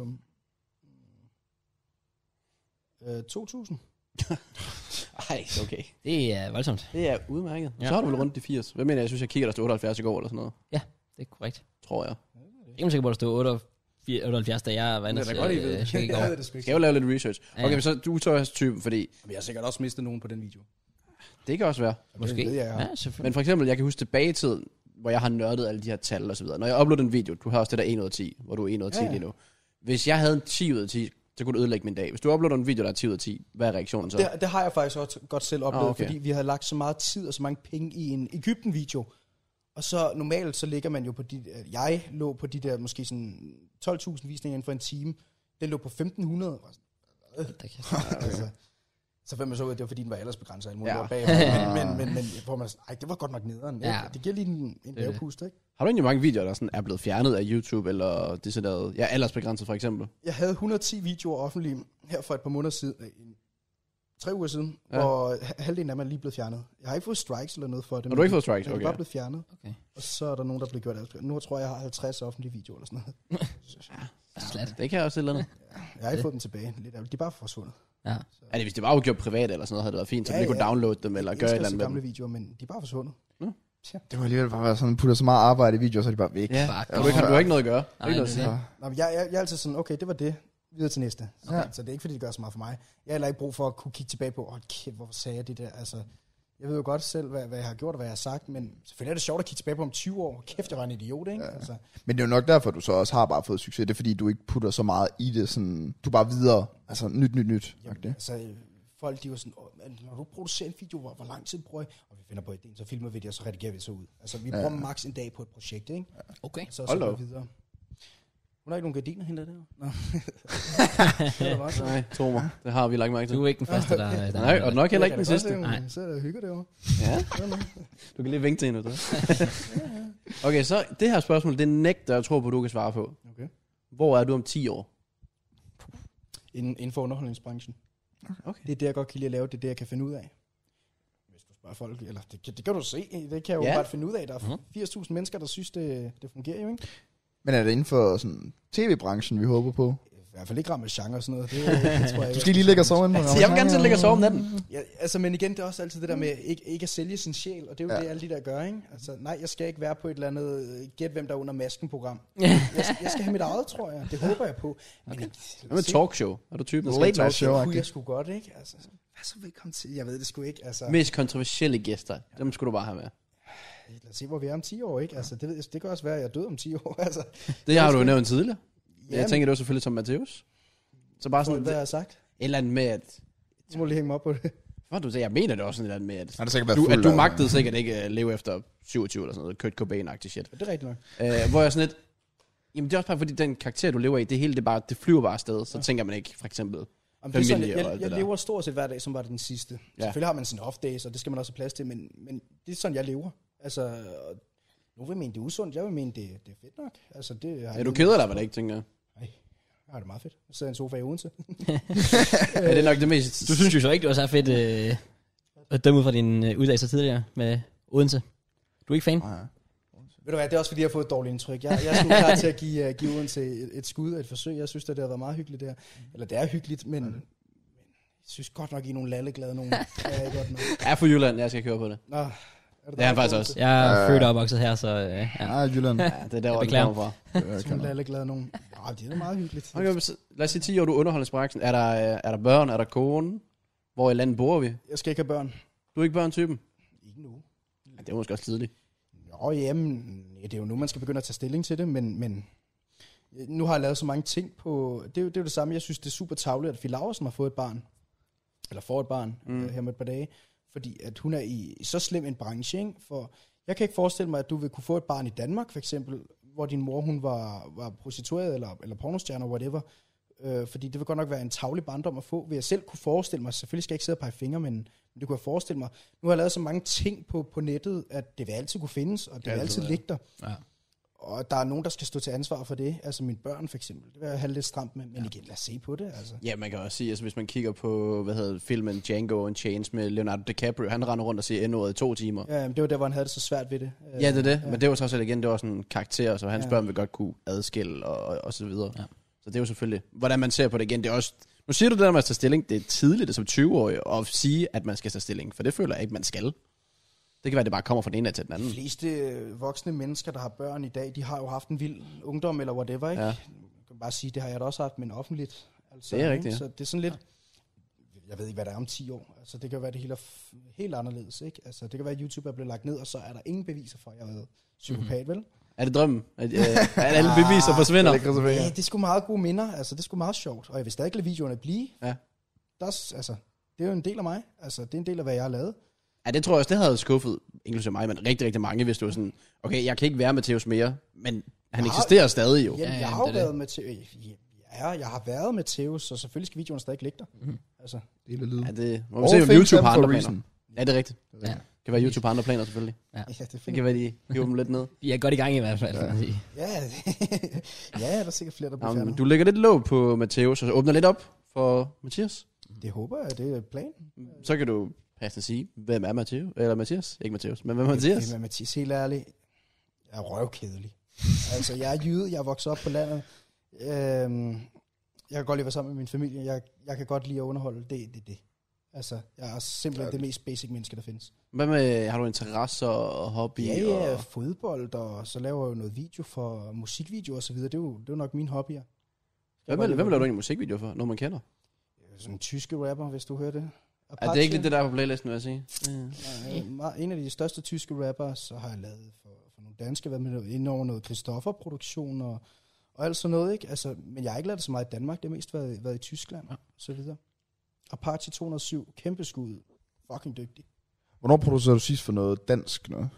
Speaker 3: Øh, 2.000.
Speaker 2: Ej, okay.
Speaker 1: Det er voldsomt.
Speaker 2: Det er udmærket.
Speaker 1: Ja.
Speaker 2: Ja. Så har du vel rundt de 80. Hvad mener jeg? Jeg synes, jeg kigger, der stod 78 i går eller sådan noget.
Speaker 1: Det er korrekt.
Speaker 2: Tror jeg.
Speaker 1: Jeg er ikke sikker på, at der stod 78, 78 da jeg var inde
Speaker 5: Det er da godt, I ved.
Speaker 1: øh, tjekke i går.
Speaker 3: det sgu
Speaker 2: Vi skal jo lave lidt research.
Speaker 1: Ja.
Speaker 2: Okay, men så du er så også typen, fordi
Speaker 5: Men jeg har sikkert også mistet nogen på den video.
Speaker 2: det kan også være.
Speaker 1: Måske.
Speaker 3: ved jeg, ja.
Speaker 1: Ja, selvfølgelig.
Speaker 2: Men for eksempel, jeg kan huske tilbage i tiden, hvor jeg har nørdet alle de her tal og så videre. Når jeg uploader en video, du har også det der 1 ud af 10, hvor du er 1 ud af 10 ja,
Speaker 3: Ja,
Speaker 2: ja.
Speaker 3: ja.
Speaker 2: lige nu. Hvis jeg havde en 10 ud af 10, så kunne du ødelægge min dag. Hvis du uploader en video, der er 10 ud af 10, hvad er reaktionen så?
Speaker 3: Det, det har jeg faktisk også godt selv oplevet,
Speaker 2: Ah,
Speaker 3: ah,
Speaker 2: okay.
Speaker 3: okay. fordi vi havde lagt så meget tid og så mange penge i en Ægypten-video. Og så normalt, så ligger man jo på de... øh, Jeg lå på de der måske sådan 12.000 visninger inden for en time. Den lå på 1.500. og sådan,
Speaker 1: Da kæft.
Speaker 3: Altså, så fandt man så ud, at det var fordi, den var aldersbegrænset. Ja.
Speaker 2: Ja.
Speaker 3: Bag, men, men, men, men hvor man sådan, Ej, det var godt nok nederen.
Speaker 1: Ja.
Speaker 3: Ja. Det giver lige en,
Speaker 1: det.
Speaker 3: en lavpust, ikke?
Speaker 2: Har du egentlig mange videoer, der sådan er blevet fjernet af YouTube, eller det sådan noget? Ja, aldersbegrænset for eksempel.
Speaker 3: Jeg havde 110 videoer offentlige her for et par måneder siden. øh, en- Tre uger siden,
Speaker 2: Ja.
Speaker 3: ja. hvor h- halvdelen af dem er lige blevet fjernet. Jeg har ikke fået strikes eller noget for det.
Speaker 2: Har
Speaker 3: men
Speaker 2: du ikke
Speaker 3: de-
Speaker 2: fået strikes?
Speaker 3: Ja, okay. er bare
Speaker 2: Okay.
Speaker 3: blevet fjernet.
Speaker 1: Okay.
Speaker 3: Og så er der nogen, der bliver gjort af. Nu tror jeg, jeg har 50 offentlige videoer eller sådan noget.
Speaker 1: Slat.
Speaker 2: Det kan jeg også et eller andet.
Speaker 3: Jeg har ikke fået dem tilbage. Lidt ærgerligt. De er bare forsvundet.
Speaker 1: Ja.
Speaker 2: Altså, hvis det var jo gjort privat eller sådan noget, havde det været fint, så
Speaker 3: Ja,
Speaker 2: ja, vi kunne
Speaker 3: ja.
Speaker 2: downloade dem eller
Speaker 3: Jeg
Speaker 2: gøre et
Speaker 3: elsker
Speaker 2: eller
Speaker 3: at se
Speaker 2: andet med
Speaker 3: gamle
Speaker 2: dem.
Speaker 3: videoer, men de er bare forsvundet.
Speaker 4: Det må alligevel bare være sådan, putter så meget arbejde i videoer, så er de bare væk.
Speaker 2: Ja,
Speaker 1: Fuck.
Speaker 2: du, ikke, du har ikke noget at gøre.
Speaker 1: Nej, det er det.
Speaker 4: Så,
Speaker 3: Nå, men jeg, jeg, jeg er altid sådan, okay, det var det. Videre til næste. Okay.
Speaker 4: Ja.
Speaker 3: Ja. Så det er ikke, fordi det gør så meget for mig. Jeg har heller ikke brug for at kunne kigge tilbage på, åh oh, kæft, hvorfor sagde jeg det der? Altså, jeg ved jo godt selv, hvad, hvad jeg har gjort og hvad jeg har sagt, men selvfølgelig er det sjovt at kigge tilbage på om 20 år. Kæft, jeg var en idiot, ikke? Ja. Altså,
Speaker 4: men det er jo nok derfor, du så også har bare fået succes. Det er fordi, du ikke putter så meget i det. Sådan, du er bare videre. Altså nyt, nyt, nyt. Jamen, det.
Speaker 3: altså, øh, folk de var sådan, "Åh, men når du producerer en video, hvor, hvor lang tid bruger I? Og vi finder på idéen, så filmer vi det, og så redigerer vi det så ud. Altså, vi bruger maks en dag på et projekt, ikke? Ja.
Speaker 1: Okay.
Speaker 3: Så,
Speaker 2: Hold
Speaker 3: så
Speaker 2: da
Speaker 3: går
Speaker 2: op.
Speaker 3: vi videre. Hun har ikke nogen gardiner, hende der. Nå. det er da meget.
Speaker 2: Nej, tro mig. Det har vi lagt mærke til.
Speaker 1: Du er ikke den første, der... der
Speaker 2: Nej, og nok heller ikke den sidste.
Speaker 1: Nej.
Speaker 3: Så er det hygger derovre.
Speaker 2: Ja. Du kan lige vinke til hende. du. Okay, så det her spørgsmål, det nægter jeg tror på, du kan svare på.
Speaker 3: Okay.
Speaker 2: Hvor er du om 10 år?
Speaker 3: inden, inden for underholdningsbranchen.
Speaker 4: Ah,
Speaker 2: Okay.
Speaker 3: Det er det, jeg godt kan lide at lave, det er det, jeg kan finde ud af. Hvis du spørger folk, eller det, kan- det kan du se, det kan jeg jo
Speaker 2: Ja.
Speaker 3: ja. bare finde ud af. Der
Speaker 4: Mhm.
Speaker 3: er 80.000 mennesker, der synes, det, det fungerer jo, ikke?
Speaker 4: Men er det inden for sådan, tv-branchen, vi håber på?
Speaker 3: I hvert fald ikke ramme genre og sådan noget. Det, det tror jeg,
Speaker 4: Du skal lige ligge og sove ind på
Speaker 2: Altså, Jeg vil gerne til at ligge og sove om natten.
Speaker 3: Ja, altså, men igen, det er også altid det der med ikke, ikke at sælge sin sjæl, og det er jo
Speaker 4: Mm. Ja.
Speaker 3: ja. det, alle de der gør, ikke? Altså, nej, jeg skal ikke være på et eller andet øh, gæt, hvem der er under masken-program.
Speaker 1: Ja.
Speaker 3: Jeg, skal- jeg skal have mit eget, tror jeg. Det håber jeg på. Men, okay.
Speaker 2: Hvad med talkshow? Er du typen, der
Speaker 4: Late
Speaker 2: skal talk?
Speaker 4: night show.
Speaker 3: Det kunne jeg
Speaker 4: agtigt.
Speaker 3: sgu godt, ikke? Altså, hvad så velkommen til? Jeg ved det sgu ikke, altså.
Speaker 2: Mest kontroversielle gæster. Dem skulle du bare have med.
Speaker 3: lad os se, hvor vi er om 10 år, ikke? Altså, det, ved, det kan også være, at jeg er død om 10 år, altså.
Speaker 2: Det har du jo nævnt tidligere. Jeg
Speaker 3: Jamen,
Speaker 2: tænker, det var selvfølgelig som Matheus. Så bare
Speaker 3: sådan,
Speaker 2: sådan
Speaker 3: hvad jeg
Speaker 2: et
Speaker 3: har sagt.
Speaker 2: eller andet med, at...
Speaker 3: Så må du lige hænge mig op på det.
Speaker 2: Hvad du sagde, jeg mener det også sådan et eller andet med,
Speaker 4: Har
Speaker 2: at...
Speaker 4: det sikkert været
Speaker 2: Du, at
Speaker 4: fuld
Speaker 2: du
Speaker 4: af-
Speaker 2: magtede sikkert ikke at leve efter 27 eller sådan noget, Kurt Cobain-agtig shit.
Speaker 3: Det er rigtigt nok.
Speaker 2: Øh, hvor jeg sådan lidt, jamen det er også bare fordi, den karakter, du lever i, det hele, det, bare, det flyver bare afsted. Så ja. tænker man ikke, for eksempel,
Speaker 3: Om det er sådan,
Speaker 2: Familie og alt
Speaker 3: jeg,
Speaker 2: det
Speaker 3: jeg
Speaker 2: der.
Speaker 3: lever stort set hver dag, som var det den sidste.
Speaker 2: Ja.
Speaker 3: Ja. Selvfølgelig har man sine off days, og det skal man også have plads til, men, men det er sådan, jeg lever. Altså, og nu vil jeg mene, det er usundt, jeg vil mene, det, det er fedt nok. Altså, det har
Speaker 2: er du keder dig, hvad det ikke, tænker jeg.
Speaker 3: Nej, jeg har det meget fedt. Jeg sidder i en sofa i Odense.
Speaker 2: Ja, det er nok det mest...
Speaker 1: Du synes jo så ikke, det var så fedt øh, at dømme ud fra din øh, uddannelse tidligere med Odense. Du er ikke fan?
Speaker 4: Ja.
Speaker 3: Ved du hvad, det er også fordi, jeg har fået et dårligt indtryk. Jeg, jeg er sgu klar til at give, uh, give Odense et, et skud og et forsøg. Jeg synes, at det har været meget hyggeligt der. Eller det er hyggeligt, men, men jeg synes godt nok, I er nogle lalleglade nogen. Det er jeg godt nok.
Speaker 2: er for Jylland, jeg skal køre på det.
Speaker 3: Nå, er det
Speaker 2: Det er han faktisk også.
Speaker 1: Jeg er
Speaker 4: Øh.
Speaker 1: født og opvokset her, så øh, ja.
Speaker 4: Nej, Jylland.
Speaker 2: Ja, det er der, hvor det
Speaker 1: beklager.
Speaker 2: kommer fra.
Speaker 4: Øh,
Speaker 3: Sådan
Speaker 4: kan
Speaker 3: nogle
Speaker 4: man-
Speaker 3: lalleglade nogen. Nå, det er da meget hyggeligt.
Speaker 2: Okay, så lad os sige 10 år, du underholder branchen. Er der, øh, er der børn? Er der kone? Hvor i landet bor vi?
Speaker 3: Jeg skal ikke have børn.
Speaker 2: Du er ikke børn-typen?
Speaker 3: Ikke nu.
Speaker 2: Ja, det er måske også tidligt.
Speaker 3: Nå, jamen, ja, det er jo nu, man skal begynde at tage stilling til det, men, men nu har jeg lavet så mange ting på... Det er, jo, det er jo det samme, jeg synes, det er super tavligt, at Fie Laursen har fået et barn. Eller får et barn mm. øh, her om et par dage. Fordi at hun er i så slem en branche, ikke? For jeg kan ikke forestille mig, at du vil kunne få et barn i Danmark, for eksempel, hvor din mor, hun var, var prostitueret eller, eller pornostjerne, whatever. Øh, fordi det vil godt nok være en tavlig barndom at få, vil jeg selv kunne forestille mig. Selvfølgelig skal jeg ikke sidde og pege fingre, men, men det kunne jeg forestille mig. Nu har jeg lavet så mange ting på, på nettet, at det vil altid kunne findes, og det vil altid ligge der.
Speaker 1: Ja.
Speaker 3: Og der er nogen, der skal stå til ansvar for det. Altså mine børn for eksempel. Det vil jeg have lidt stramt med, men igen, lad os se på det. Altså.
Speaker 2: Ja, man kan også sige, altså hvis man kigger på, hvad hedder det, filmen Django Unchained med Leonardo DiCaprio, han render rundt og siger n i to timer.
Speaker 3: Ja, men det var der, hvor han havde det så svært ved det. Øh,
Speaker 2: Ja, det er det. Ja. Men det var så også igen, det var sådan en karakter, så hans ja.
Speaker 3: Ja.
Speaker 2: børn vil godt kunne adskille og, og, og så videre. Ja.
Speaker 1: Ja.
Speaker 2: Så det er jo selvfølgelig, hvordan man ser på det igen. Det er også, nu siger du det der med at tage stilling, det er tidligt det er som 20-årig at sige, at man skal tage stilling, for det føler jeg ikke, man skal. Det kan være, det bare kommer fra den ene til den anden.
Speaker 3: De fleste øh, voksne mennesker, der har børn i dag, de har jo haft en vild ungdom eller whatever, ikke?
Speaker 2: Ja.
Speaker 3: Ja. Jeg kan bare sige, det har jeg da også haft, men offentligt. Altså,
Speaker 2: Det er
Speaker 3: ikke?
Speaker 2: rigtigt, ja.
Speaker 3: Så det er sådan lidt... Jeg ved ikke, hvad der er om 10 år. Altså, det kan jo være, det hele er f- helt anderledes, ikke? Altså, det kan være, at YouTube er blevet lagt ned, og så er der ingen beviser for, at jeg har været psykopat,
Speaker 2: Mhm.
Speaker 3: vel?
Speaker 2: Er det drømmen? At, øh, at alle beviser forsvinder?
Speaker 3: Ja, det er sgu meget gode minder. Altså, det er sgu meget sjovt. Og jeg vil stadig lade videoerne blive.
Speaker 2: Ja.
Speaker 3: Der er, s- altså, det er jo en del af mig. Altså, det er en del af, hvad jeg har lavet.
Speaker 2: Ja, det tror jeg også, det havde skuffet, inklusive mig, men rigtig, rigtig mange, hvis du var sådan, okay, jeg kan ikke være Matheus mere, men han
Speaker 3: Nej.
Speaker 2: eksisterer stadig jo.
Speaker 3: Jamen, ja,
Speaker 1: ja,
Speaker 3: jeg
Speaker 1: det
Speaker 3: har jo
Speaker 1: er det.
Speaker 3: været med til... Ja, jeg har været med Theo, så selvfølgelig skal videoerne stadig ligge der. Mm. Altså,
Speaker 4: Det er lidt lyd.
Speaker 2: Ja, det må vi
Speaker 4: All
Speaker 2: se, om
Speaker 4: things
Speaker 2: YouTube
Speaker 4: stand
Speaker 2: har
Speaker 4: for
Speaker 2: andre
Speaker 4: a
Speaker 2: planer. Ja, det er rigtigt.
Speaker 1: ja.
Speaker 2: Det kan være, YouTube har andre planer selvfølgelig.
Speaker 3: ja, det er
Speaker 2: Det
Speaker 3: fint.
Speaker 2: kan være, de hiver dem lidt ned.
Speaker 1: Jeg er godt i gang i hvert fald. Ja.
Speaker 3: Ja, ja, der er sikkert flere, der bliver
Speaker 2: Jamen,
Speaker 3: fjernet.
Speaker 2: du lægger lidt låg på Matheus, og så åbner lidt op for Mathias.
Speaker 3: Det håber jeg, det er planen.
Speaker 2: Så kan du passende sige, hvem er Matheus? Eller Mathias? Ikke Matheus, men hvem er Mathias?
Speaker 3: Men Mathias, helt ærligt, jeg er røvkedelig. altså, jeg er jyde, jeg er vokset op på landet. Øhm, jeg kan godt lide at være sammen med min familie. Jeg, jeg kan godt lide at underholde. Det det, det. Altså, jeg er simpelthen det mest basic menneske, der findes.
Speaker 2: Hvad med, har du interesser og hobby?
Speaker 3: Ja, ja,
Speaker 2: Og,
Speaker 3: fodbold, og så laver jeg jo noget video for musikvideo og så videre. Det er jo, det er jo nok mine hobbyer.
Speaker 2: hvad med, hvem laver du en musikvideo for? Nogen man kender?
Speaker 3: Sådan en tyske rapper, hvis du hører det. Apache.
Speaker 2: Er det ikke lidt det der er på playlisten, vil jeg sige?
Speaker 3: Nej, meget- En af de største tyske rapper, så har jeg lavet for, for nogle danske, hvad med noget, ind over noget Christoffer-produktion og, og alt sådan noget, ikke? Altså, men jeg har ikke lavet det så meget i Danmark, det har mest været, været i Tyskland ja. og så videre. Apache 207, kæmpe skud, fucking dygtig.
Speaker 4: Hvornår producerede du sidst for noget dansk noget?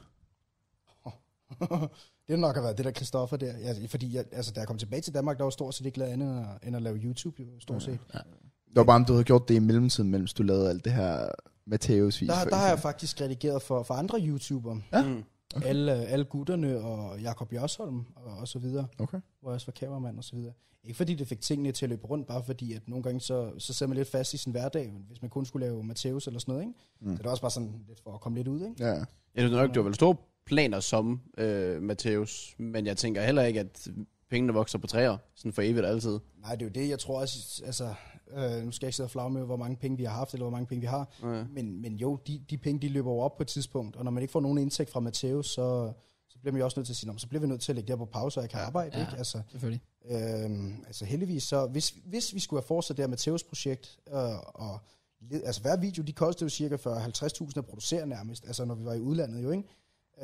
Speaker 3: det er nok at være det der Christoffer der, altså, fordi jeg, altså, da jeg kom tilbage til Danmark, der var stort set ikke lavet andet end at, end at lave YouTube, jo, stort set.
Speaker 4: Det var bare, om du havde gjort det i mellemtiden, mens du lavede alt det her Matteus vis.
Speaker 3: Der, der har jeg faktisk redigeret for, for andre YouTubere,
Speaker 4: Ja.
Speaker 2: Mm.
Speaker 3: okay. alle, alle gutterne og Jakob Jørsholm og, og så videre.
Speaker 4: Okay.
Speaker 3: hvor jeg også var kameramand og så videre. Ikke fordi det fik tingene til at løbe rundt, bare fordi at nogle gange så, så sidder man lidt fast i sin hverdag, hvis man kun skulle lave Matteus eller sådan noget, ikke? Mm. Så det er også bare sådan lidt for at komme lidt ud, ikke?
Speaker 4: Ja.
Speaker 2: Jeg synes nok, det var vel store planer som øh, Matthäus, men jeg tænker heller ikke, at pengene vokser på træer, sådan for evigt og altid.
Speaker 3: Nej, det er jo det, jeg tror også, altså, øh, nu skal jeg ikke sidde og flagge med, hvor mange penge vi har haft, eller hvor mange penge vi har,
Speaker 2: Ja.
Speaker 3: men, men jo, de, de penge, de løber jo op på et tidspunkt, og når man ikke får nogen indtægt fra Matteus, så, så bliver man jo også nødt til at sige, "Nå, men så bliver vi nødt til at lægge det her på pause, og jeg kan ja, arbejde,
Speaker 1: ja.
Speaker 3: ikke? Altså,
Speaker 1: Selvfølgelig.
Speaker 3: Øhm, altså heldigvis så, hvis, hvis vi skulle have fortsat det her Matteus projekt, øh, og led- altså hver video, de kostede jo cirka 40-50.000 at producere nærmest, altså når vi var i udlandet jo, ikke?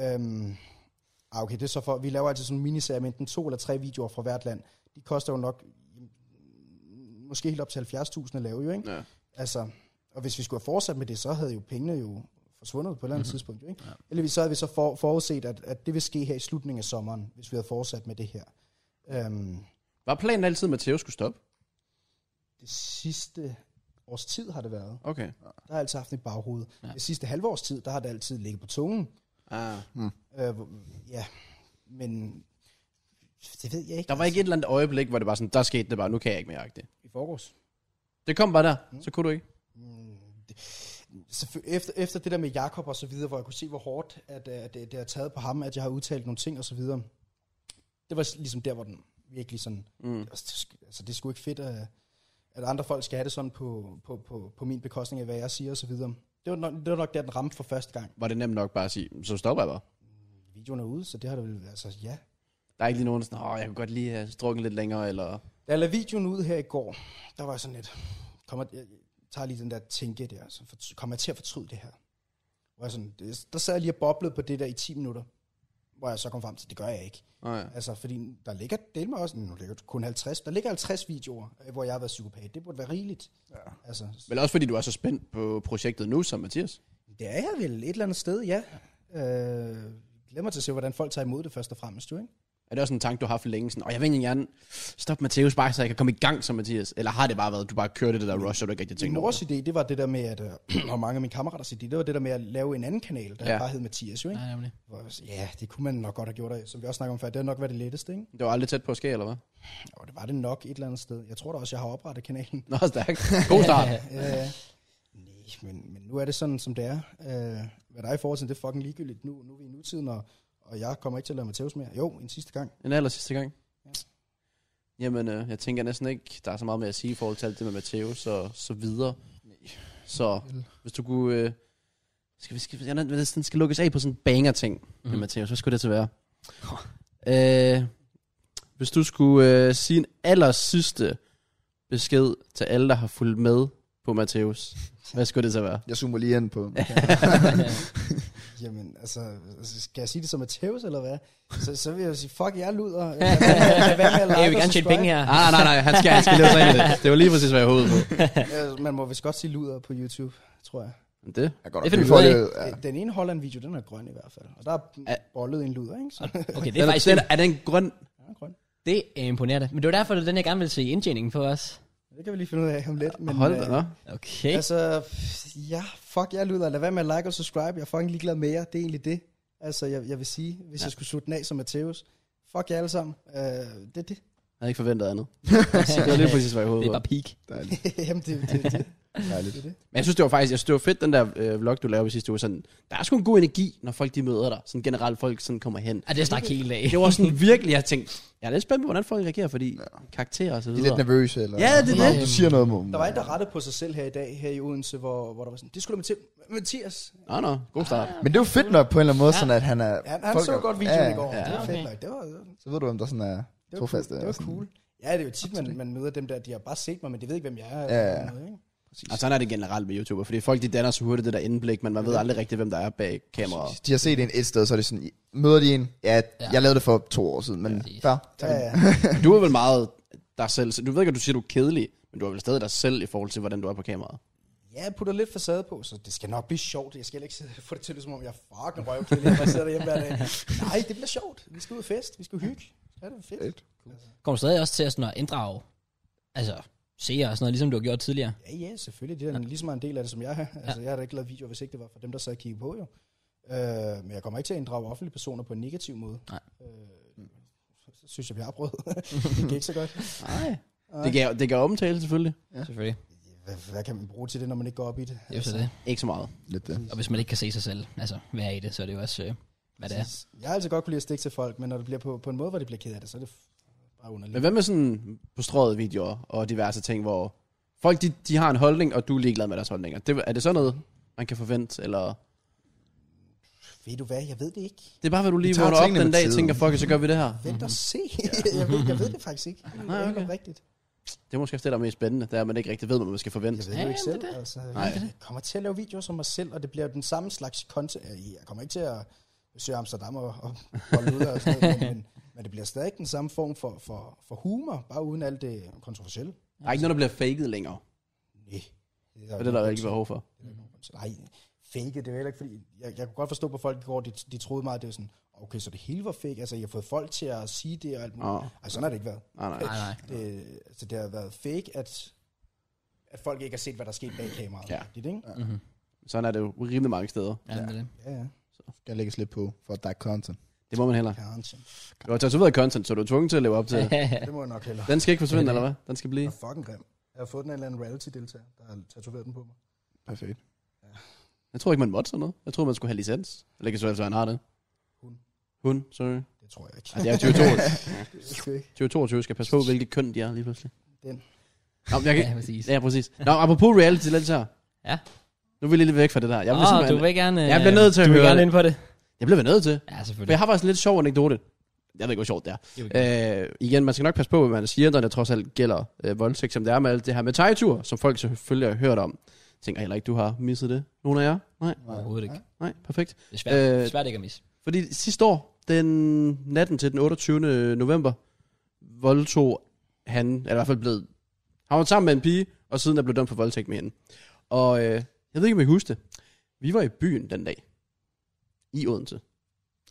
Speaker 3: Øhm, ah, okay, det er så for, vi laver altid sådan en miniserie med enten to eller tre videoer fra hvert land. De koster jo nok, mm, måske helt op til 70.000 at lave jo, ikke?
Speaker 2: Ja.
Speaker 3: Altså, og hvis vi skulle have fortsat med det, så havde jo pengene jo forsvundet på et eller andet mm-hmm. tidspunkt. Jo, ikke? Ja. Eller så havde vi så for, forudset, at, at det ville ske her i slutningen af sommeren, hvis vi havde fortsat med det her. Øhm,
Speaker 2: Var planen altid, at Matthäus skulle stoppe?
Speaker 3: det sidste års tid har det været.
Speaker 2: Okay.
Speaker 3: Der har jeg altid haft en baghoved. Ja. Det sidste halve års tid, der har det altid ligget på tungen.
Speaker 2: Ah.
Speaker 3: Øh, hvor- ja, men det ved jeg ikke.
Speaker 2: Der var ikke et eller andet øjeblik, hvor det var sådan, der skete det bare, nu kan jeg ikke mere agtigt.
Speaker 5: I forgårs.
Speaker 2: Det kom bare der, så kunne du ikke.
Speaker 3: Selvfø- Mm, efter, efter det der med Jakob og så videre, hvor jeg kunne se, hvor hårdt at, øh, at det, det har taget på ham, at jeg har udtalt nogle ting og så videre. Det var ligesom der, hvor den virkelig sådan... Mm. Altså, det er sgu ikke fedt, at, at andre folk skal have det sådan på, på, på, på min bekostning af, hvad jeg siger og så videre. Det var, nok, det var nok der, den ramte for første gang.
Speaker 2: Var det nemt nok bare at sige, "Mm, så stopper jeg bare.
Speaker 3: Videoen er ude, så det har det vel... Altså, ja.
Speaker 2: Der er ikke lige nogen, der er sådan, åh, jeg kunne godt lige have strukket lidt længere, eller...
Speaker 3: Da jeg lavede videoen ud her i går, der var jeg sådan lidt, kommer, jeg tager lige den der tænke der, så for, kommer jeg til at fortryde det her? Hvor jeg sådan, det, der sad jeg lige og boblede på det der i 10 minutter, hvor jeg så kom frem til, det gør jeg ikke.
Speaker 2: Nå ja.
Speaker 3: Altså, fordi der ligger, del mig også, nu ligger det kun 50, der ligger 50 videoer, øh, hvor jeg har været psykopat. Det burde være rigeligt. Ja. Altså,
Speaker 2: Men også fordi du er så spændt på projektet nu, som Mathias.
Speaker 3: det er jeg vel et eller andet sted, ja. Øh, glemmer til at se, hvordan folk tager imod det først og fremmest, jo, ikke?
Speaker 2: Er det også en tanke, du har haft længe? Sådan, og jeg vil egentlig gerne stoppe Mathias bare, så jeg kan komme i gang som Mathias. Eller har det bare været, du bare kørte det der rush, og du ikke rigtig
Speaker 3: Min
Speaker 2: tænkte over
Speaker 3: mors
Speaker 2: det?
Speaker 3: idé, det var det der med, at, øh, og mange af mine kammeraters idé, det var det der med at lave en anden kanal, der
Speaker 2: Ja.
Speaker 3: ja. bare hed Mathias, jo, ikke?
Speaker 1: Nej, nemlig.
Speaker 3: Hvor jeg sagde, Ja, det kunne man nok godt have gjort, og som vi også snakker om før. Det havde nok været det letteste, ikke?
Speaker 2: Det var aldrig tæt på at ske, eller hvad?
Speaker 3: Og det var det nok et eller andet sted. Jeg tror da også, jeg har oprettet kanalen.
Speaker 2: Nå, stærkt. God start.
Speaker 3: Øh, nej, men, men nu er det sådan, som det er. Øh, hvad der er i forhold til det, er fucking ligegyldigt. Nu, nu er vi i nutiden, og, og jeg kommer ikke til at lave Mateus mere. Jo, en sidste gang.
Speaker 2: En aller sidste gang. Jamen, øh, jeg tænker næsten ikke, der er så meget mere at sige i forhold til alt det med Matteus og så videre. Så hvis du kunne... Øh, skal vi, skal, jeg, jeg, hvis den skal lukkes af på sådan en banger-ting mm.
Speaker 1: Mhm.
Speaker 2: med Matteus, hvad skulle det så være? Øh, hvis du skulle øh, sige en aller sidste besked til alle, der har fulgt med på Matteus, hvad skulle det så være?
Speaker 4: Jeg zoomer lige ind på.
Speaker 3: Jamen, altså, altså, skal jeg sige det som Mateus, eller hvad? Så, så vil jeg sige, fuck jer, luder. Øh, Lad være med at like
Speaker 1: Jeg vil gerne
Speaker 3: og
Speaker 1: tjene
Speaker 3: subscribe.
Speaker 1: penge her.
Speaker 2: Ah, Nej, nej, nej, nej, han skal, han skal leve sig ind i det. Det var lige præcis, hvad jeg håbede på.
Speaker 3: Øh, Man må vist godt sige luder på YouTube, tror jeg.
Speaker 2: Men det,
Speaker 4: Jeg går
Speaker 1: Det
Speaker 4: nok
Speaker 1: finder vi
Speaker 4: lige for
Speaker 1: ud af.
Speaker 4: det. Ja.
Speaker 3: Ja. Den ene Holland-video, den er grøn i hvert fald. Og der
Speaker 2: Ja.
Speaker 3: er bollet en luder, ikke? Så
Speaker 1: Okay, det
Speaker 2: den
Speaker 1: er
Speaker 2: er,
Speaker 1: faktisk...
Speaker 2: den, er den grøn?
Speaker 3: den er grøn.
Speaker 1: Det er imponerende. Men det var derfor, det er den, jeg gerne ville se indtjeningen på os.
Speaker 3: Det kan vi lige finde ud af om lidt. Men,
Speaker 2: Hold
Speaker 3: øh,
Speaker 2: da, nå.
Speaker 1: Okay.
Speaker 3: Altså, ja, fuck, jeg lyder. Lad være med at like og subscribe. Jeg er fucking ligeglad med jer. Det er egentlig det. Altså, jeg, jeg vil sige, hvis ja. jeg skulle slutte den af som Mateus. Fuck jer alle sammen. Øh, det er det.
Speaker 2: Jeg havde ikke forventet andet. det var lige præcis, hvad jeg
Speaker 1: Det
Speaker 2: håbede
Speaker 1: er
Speaker 2: på.
Speaker 1: bare peak.
Speaker 3: Jamen, det, det, det.
Speaker 4: Dejligt.
Speaker 2: Men jeg synes, det var faktisk, jeg synes, det var fedt, den der øh, vlog, du lavede i sidste uge. Sådan, der er sgu en god energi, når folk de møder dig. Sådan generelt, folk sådan kommer hen.
Speaker 1: Ja, det er snak hele dag.
Speaker 2: Det var sådan virkelig, jeg tænkte, jeg er lidt spændt på, hvordan folk reagerer, fordi karakterer og så
Speaker 4: De er
Speaker 2: videre.
Speaker 4: lidt nervøse, eller? Mm.
Speaker 2: Ja, det er
Speaker 4: Nå, Du siger noget om...
Speaker 3: Der var en, der rettede på sig selv her i dag, her i Odense, hvor, hvor der var sådan, det skulle da Mathi- Mathias.
Speaker 2: Nå, nå, god start.
Speaker 4: Men det er jo fedt nok på en eller anden måde, sådan at han er...
Speaker 3: Han, han
Speaker 4: folk
Speaker 3: så
Speaker 4: er-
Speaker 3: godt videoen
Speaker 4: ja,
Speaker 3: i går.
Speaker 4: ja.
Speaker 3: Ja, det var
Speaker 1: okay.
Speaker 3: fedt nok. Det var, det var, det
Speaker 4: Så ved du, hvem der sådan er
Speaker 3: var, cool.
Speaker 4: trofaste.
Speaker 3: det
Speaker 4: og
Speaker 3: var
Speaker 4: sådan.
Speaker 3: cool. Ja, det er jo tit, man, man møder dem der, de har bare set mig, men de ved ikke, hvem jeg er.
Speaker 4: Ja,
Speaker 3: eller
Speaker 4: ja.
Speaker 3: noget, ikke?
Speaker 2: Og sådan er det generelt med YouTuber, fordi folk de danner så hurtigt det der indblik, men man ved aldrig rigtigt, hvem der er bag kameraet.
Speaker 4: De har set en et sted, så er det sådan... Møder de en? Ja,
Speaker 1: Ja.
Speaker 4: jeg lavede det for to år siden, men
Speaker 1: præcis.
Speaker 4: fair.
Speaker 3: Ja, ja.
Speaker 2: Du er vel meget dig selv. så Du ved ikke, at du siger, du er kedelig, men du er vel stadig dig selv i forhold til, hvordan du er på kameraet.
Speaker 3: ja, jeg putter lidt facade på, så det skal nok blive sjovt. Jeg skal heller ikke sidde og få det til, at lyde, som om jeg er fucking røvkælde, jeg bare sidder derhjemme hver dag. Nej, det bliver sjovt. Vi skal ud og fest, vi skal hygge. Ja, det er fedt.
Speaker 1: Kommer du stadig også til at, sådan at inddrage, altså, seere og sådan noget, ligesom du har gjort tidligere?
Speaker 3: Ja, ja, selvfølgelig. Det er ja. lige så meget en del af det, som jeg er. Altså, jeg har da ikke lavet videoer, hvis ikke det var for dem, der sad og kiggede på, jo. Øh, men jeg kommer ikke til at inddrage offentlige personer på en negativ måde.
Speaker 1: Nej.
Speaker 3: Øh, så synes jeg, vi har prøvet. det gik ikke så godt.
Speaker 2: Nej. Det gav, det gav omtale selvfølgelig.
Speaker 1: Ja. Selvfølgelig.
Speaker 3: Hvad, hvad kan man bruge til det, når man ikke går op i det?
Speaker 1: Det er jo så det.
Speaker 2: Ikke så meget.
Speaker 4: Lidt det.
Speaker 1: Og hvis man ikke kan se sig selv, altså, være i det, så er det jo også, øh, hvad det er.
Speaker 3: Jeg har altid godt kunne lide at stikke til folk, men når det bliver på, på en måde, hvor de bliver ked af det, så er det f- bare
Speaker 2: Men
Speaker 3: underligt.
Speaker 2: hvad med sådan på strøget videoer og diverse ting, hvor folk de, de har en holdning, og du er ligeglad med deres holdninger. Det, er det sådan noget, man kan forvente, eller...
Speaker 3: Ved du hvad? Jeg ved det ikke.
Speaker 2: Det er bare, hvad du lige
Speaker 4: tager
Speaker 2: vågner op
Speaker 4: tingene
Speaker 2: den
Speaker 4: med
Speaker 2: dag og
Speaker 4: tiden.
Speaker 2: tænker, fuck it, så gør vi det her.
Speaker 3: Vent og se. jeg, ved, jeg ved det faktisk ikke. Nej, okay. Det er rigtigt.
Speaker 2: Det er måske også det, der er mest spændende. Det er, at man ikke rigtig ved, hvad man skal forvente.
Speaker 3: Jeg ved det
Speaker 1: Ja,
Speaker 3: jo ikke
Speaker 1: men
Speaker 3: selv.
Speaker 1: det-
Speaker 3: Altså, jeg kommer til at lave videoer som mig selv, og det bliver den samme slags content. Jeg kommer ikke til at besøge Amsterdam og, og holde ud og sådan noget, men, men det bliver stadig den samme form for, for, for humor, bare uden alt det kontroversielle.
Speaker 2: Der er ikke noget, der bliver faked længere.
Speaker 3: Nej. Det
Speaker 2: Det er der ikke behov for.
Speaker 3: Nej, fake, det er jo heller ikke, fordi jeg, jeg kunne godt forstå på folk i går, de, de troede meget, det var sådan, okay, så det hele var fake, altså I har fået folk til at sige det og alt muligt.
Speaker 2: Nå.
Speaker 3: Altså sådan har det ikke været.
Speaker 2: Nej, nej.
Speaker 1: Nej, nej.
Speaker 3: Det, altså det har været fake, at, at folk ikke har set, hvad der er sket bag kameraet.
Speaker 2: Ja.
Speaker 3: Det, ikke?
Speaker 1: Mm-hmm.
Speaker 2: Sådan er det jo rimelig mange steder.
Speaker 1: Ja, det er det.
Speaker 3: Ja, ja.
Speaker 4: Skal lægges lidt på, for at der er content.
Speaker 2: Det må man heller.
Speaker 3: Kanskje.
Speaker 2: Du har tatoveret content, så du er tvunget til at leve op til det.
Speaker 3: Det må jeg nok hellere.
Speaker 2: Den skal ikke forsvinde, eller hvad? Den skal blive.
Speaker 3: Den er fucking grim. Jeg har fået den af en eller anden reality-deltager, der har tatoveret den på mig.
Speaker 4: Perfekt.
Speaker 2: Jeg tror ikke, man måtte sådan noget. Jeg tror, man skulle have licens. Eller ikke så altså, han har det.
Speaker 3: Hun.
Speaker 2: Hun, sorry.
Speaker 3: Det tror jeg ikke.
Speaker 2: Ej, det er jo 2022.
Speaker 3: Det skal jeg ikke.
Speaker 2: 2022 skal passe på, hvilket køn de er lige pludselig.
Speaker 3: Den.
Speaker 2: Nå, men jeg kan...
Speaker 1: Ja, præcis.
Speaker 2: ja, præcis. Nå, apropos reality, lidt her.
Speaker 1: Ja.
Speaker 2: Nu er vi lige lidt væk fra det der. Jeg,
Speaker 1: Åh,
Speaker 2: vil
Speaker 1: oh,
Speaker 2: simpelthen...
Speaker 1: du vil gerne...
Speaker 2: Jeg bliver nødt til at
Speaker 1: du vil
Speaker 2: høre
Speaker 1: gerne
Speaker 2: det.
Speaker 1: ind på det.
Speaker 2: Jeg bliver nødt til.
Speaker 1: Ja,
Speaker 2: For jeg
Speaker 1: selvfølgelig.
Speaker 2: har faktisk en lidt sjov anekdote. Jeg ved ikke, hvor sjovt det er. Øh, igen, man skal nok passe på, hvad man siger, når det trods alt gælder øh, voldtægt, som det er med alt det her med tegtur, som folk selvfølgelig har hørt om. Jeg tænker heller ikke, du har misset det. Nogen af jer? Nej,
Speaker 1: Overhovedet ikke.
Speaker 2: nej, perfekt.
Speaker 1: Det er svært,
Speaker 2: Øh,
Speaker 1: øh, svært ikke at misse.
Speaker 2: Fordi sidste år, den natten til den 28. november, voldtog han, eller i hvert fald blev, han var sammen med en pige, og siden er blevet dømt for voldtægt med hende. Og øh, jeg ved ikke, om I kan huske det. Vi var i byen den dag. I Odense.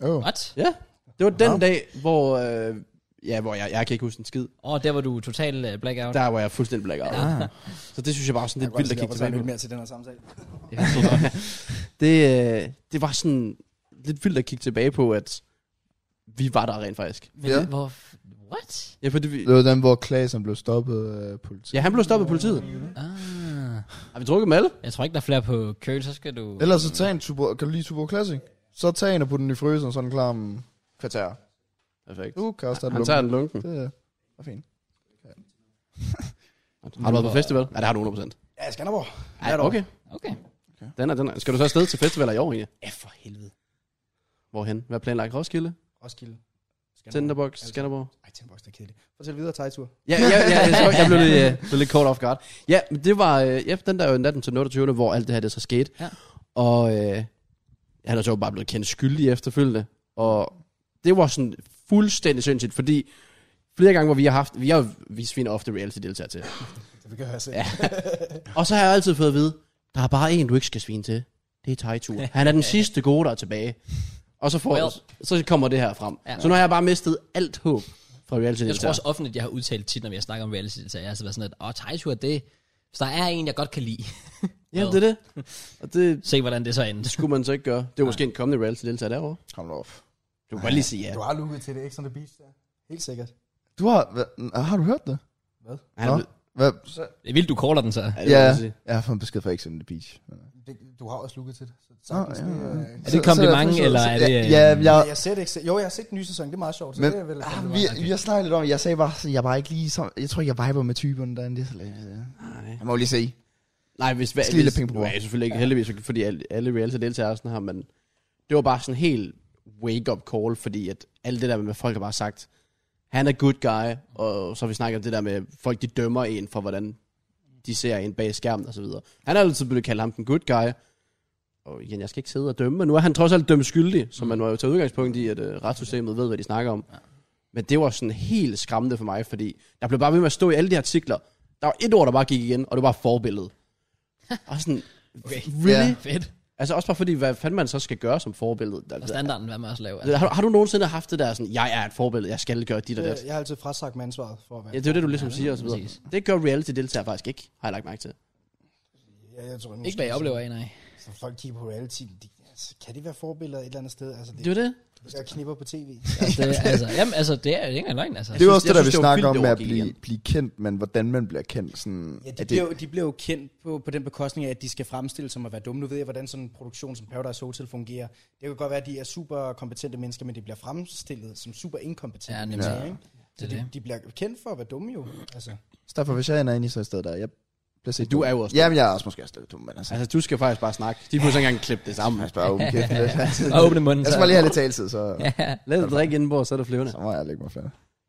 Speaker 4: Oh.
Speaker 1: What?
Speaker 2: Ja, det var den
Speaker 4: Wow.
Speaker 2: dag, hvor, øh, ja, hvor jeg, jeg kan ikke huske en skid.
Speaker 1: Åh, oh, der var du totalt uh, blackout.
Speaker 2: Der var jeg fuldstændig blackout.
Speaker 4: Ah.
Speaker 2: Så det synes jeg bare var sådan lidt vildt at kigge tilbage på.
Speaker 3: mere til den her samtale.
Speaker 1: Det er sådan noget.
Speaker 2: Det, øh, det var sådan lidt vildt at kigge tilbage på, at vi var der rent faktisk.
Speaker 1: Men
Speaker 4: Ja.
Speaker 1: hvor... What?
Speaker 2: Ja, fordi vi,
Speaker 4: Det var den, hvor Klaas blev stoppet af øh, politiet.
Speaker 2: ja han blev stoppet af politiet.
Speaker 1: Ah.
Speaker 2: Har vi drukket med alle?
Speaker 1: Jeg tror ikke, der er flere på køl, så skal du...
Speaker 4: Ellers så tag en Tuborg, kan du lide Tuborg Classic? Så tag en og put den i fryseren, så er den klar om kvarter.
Speaker 2: Perfekt.
Speaker 4: Du kan også tage den
Speaker 2: Han tager den lunken.
Speaker 4: Det er- er fint.
Speaker 2: Har du været på festival? Ja, det har du 100%.
Speaker 3: Ja, Skanderborg.
Speaker 2: Ja, okay.
Speaker 1: Okay.
Speaker 2: Den er, den er. Skal du så afsted til festivaler i år egentlig?
Speaker 3: Ja, for helvede.
Speaker 2: Hvorhen? Hvad er planlagt? Roskilde?
Speaker 3: Roskilde.
Speaker 2: Tinderbox?
Speaker 3: altså.
Speaker 2: Skanderborg?
Speaker 3: Ej, Tinderbox, det er kedeligt. Fortæl videre, Tejtur.
Speaker 2: Ja, ja, ja jeg, så, jeg blev lidt, øh, blev lidt caught off guard. Ja, men det var øh, ja, den der jo natten til den 28. hvor alt det her det så skete.
Speaker 1: Ja.
Speaker 2: Og øh, han er så bare blevet kendt skyldig efterfølgende. Og det var sådan fuldstændig sindssygt, fordi flere gange, hvor vi har haft... Vi har jo- vi sviner ofte reality-deltager til.
Speaker 3: Det vi kan høre selv.
Speaker 2: Og så har jeg altid fået at vide, der er bare en, du ikke skal svine til. Det er Taitur. Han er den sidste gode, der er tilbage. Og så, får
Speaker 1: Well.
Speaker 2: så kommer det her frem.
Speaker 1: Ja.
Speaker 2: Ja. Så nu har jeg bare mistet alt håb fra reality
Speaker 1: Jeg tror også offentligt, jeg har udtalt tit, når vi har snakket om reality, så jeg har altså været sådan, at åh, Taishu er det... Hvis der er en, jeg godt kan lide,
Speaker 2: Ja, det er det. Og det
Speaker 1: se hvordan det så endte.
Speaker 2: skulle man så ikke gøre. Det er måske en kommende reality-deltager derovre.
Speaker 4: Kom nu op.
Speaker 2: Du kan godt lige sige ja.
Speaker 3: Du har lukket til det X on the Beach der. Helt sikkert.
Speaker 4: Du har, hva, har du hørt det?
Speaker 2: Han er
Speaker 4: Nå.
Speaker 2: blevet-
Speaker 4: Hvad? Så,
Speaker 1: Det er vildt, du caller den så. Er
Speaker 2: det må
Speaker 4: ja,
Speaker 2: man sige.
Speaker 4: jeg har fået en besked fra Exxon on the Beach.
Speaker 3: Det, du har også lukket til det. Så
Speaker 4: Nå,
Speaker 3: sagtens,
Speaker 4: ja, Altså- ja.
Speaker 3: det, øh,
Speaker 1: det et kompliment, eller er det...
Speaker 4: Ja,
Speaker 1: øh,
Speaker 4: ja
Speaker 3: Ja,
Speaker 4: jeg,
Speaker 3: jeg ser det ikke. selv. Jo, jeg har set den nye sæson. Det er meget sjovt. Så
Speaker 4: Men-
Speaker 3: det er vel et
Speaker 4: ah,
Speaker 3: kompliment.
Speaker 4: vi, vi har snakket lidt om, jeg sagde bare sådan, jeg var ikke lige så, jeg tror ikke, jeg viber med typerne derinde, det er så lidt, ja.
Speaker 2: Nej.
Speaker 4: Jeg må jo lige se.
Speaker 2: Nej, hvis...
Speaker 4: Skal lige
Speaker 2: hvis-
Speaker 4: lidt penge på
Speaker 2: Nu er
Speaker 4: bordet.
Speaker 2: jeg selvfølgelig ikke heldigvis, fordi alle, alle reality-deltagere er sådan her, men det var bare sådan en helt wake-up call, fordi at alt det der med, hvad folk har bare sagt, han er good guy, og så har vi snakket om det der med, folk de dømmer en for, hvordan de ser en bag skærmen og så videre. Han har altid blevet kaldt ham den good guy, og igen, jeg skal ikke sidde og dømme, men nu er han trods alt dømt skyldig, så man må jo tage udgangspunkt i, at øh, retssystemet ved, hvad de snakker om. Men det var sådan helt skræmmende for mig, fordi der blev bare ved med at stå i alle de her artikler. Der var et ord, der bare gik igen, og det var forbillede. Og sådan, okay. really?
Speaker 4: Ja.
Speaker 2: Yeah.
Speaker 1: Fedt.
Speaker 2: Altså også bare fordi, hvad fanden man så skal gøre som forbillede.
Speaker 1: Og
Speaker 2: Der, Altså, der,
Speaker 1: standarden, hvad man også laver.
Speaker 2: har, har du nogensinde haft det der sådan, jeg er et forbillede, jeg skal gøre dit og
Speaker 3: Øh,
Speaker 2: dat?
Speaker 3: Jeg har altid frasagt med ansvaret for at være.
Speaker 2: Ja, det er jo det, du ligesom
Speaker 1: Ja,
Speaker 2: siger og så videre.
Speaker 1: præcis.
Speaker 2: Det gør reality-deltager faktisk ikke, har jeg lagt mærke til.
Speaker 3: Ja, jeg tror, nu-
Speaker 1: Ikke hvad jeg oplever af, nej.
Speaker 3: Så folk kigger på reality. De, altså, kan de være forbilleder et eller andet sted? Altså, det,
Speaker 2: Det er jo det.
Speaker 3: jeg knipper på tv.
Speaker 1: Altså, det, er- altså, jamen, altså, det er ikke engang løgn, altså.
Speaker 4: Det er jo
Speaker 2: synes-
Speaker 4: også
Speaker 2: jeg
Speaker 4: det, der vi
Speaker 2: synes, det var vildt,
Speaker 4: snakker om
Speaker 2: det
Speaker 4: med
Speaker 2: ord
Speaker 4: at
Speaker 2: gik
Speaker 4: blive,
Speaker 2: igen.
Speaker 4: blive kendt, men hvordan man bliver kendt. Sådan,
Speaker 3: Ja, de,
Speaker 4: at
Speaker 3: bliver, jo, de bliver jo kendt på, på den bekostning af, at de skal fremstille som at være dumme. Nu ved jeg, hvordan sådan en produktion som Paradise Hotel fungerer. Det kan godt være, at de er super kompetente mennesker, men de bliver fremstillet som super inkompetente
Speaker 1: Ja,
Speaker 3: ja,
Speaker 1: nemlig.
Speaker 3: mennesker.
Speaker 1: Ja,
Speaker 3: Ikke? Så
Speaker 1: det er
Speaker 3: de,
Speaker 1: det.
Speaker 3: de bliver kendt for at være dumme jo. Altså,
Speaker 4: Så derfor, hvis jeg ender ind i sådan et sted der, jeg bliver set
Speaker 2: Du
Speaker 4: dum.
Speaker 2: er jo også dum.
Speaker 4: Jamen, jeg er også måske også lidt dum, men altså.
Speaker 2: Altså, du skal faktisk bare snakke. De kunne så ikke engang klippe det sammen.
Speaker 4: Jeg spørger åben kæft.
Speaker 1: Og åbne munden.
Speaker 4: Jeg skal bare lige have lidt taltid, så,
Speaker 2: Lad det drikke indenbord, så er det flyvende.
Speaker 4: så må jeg lægge mig flat.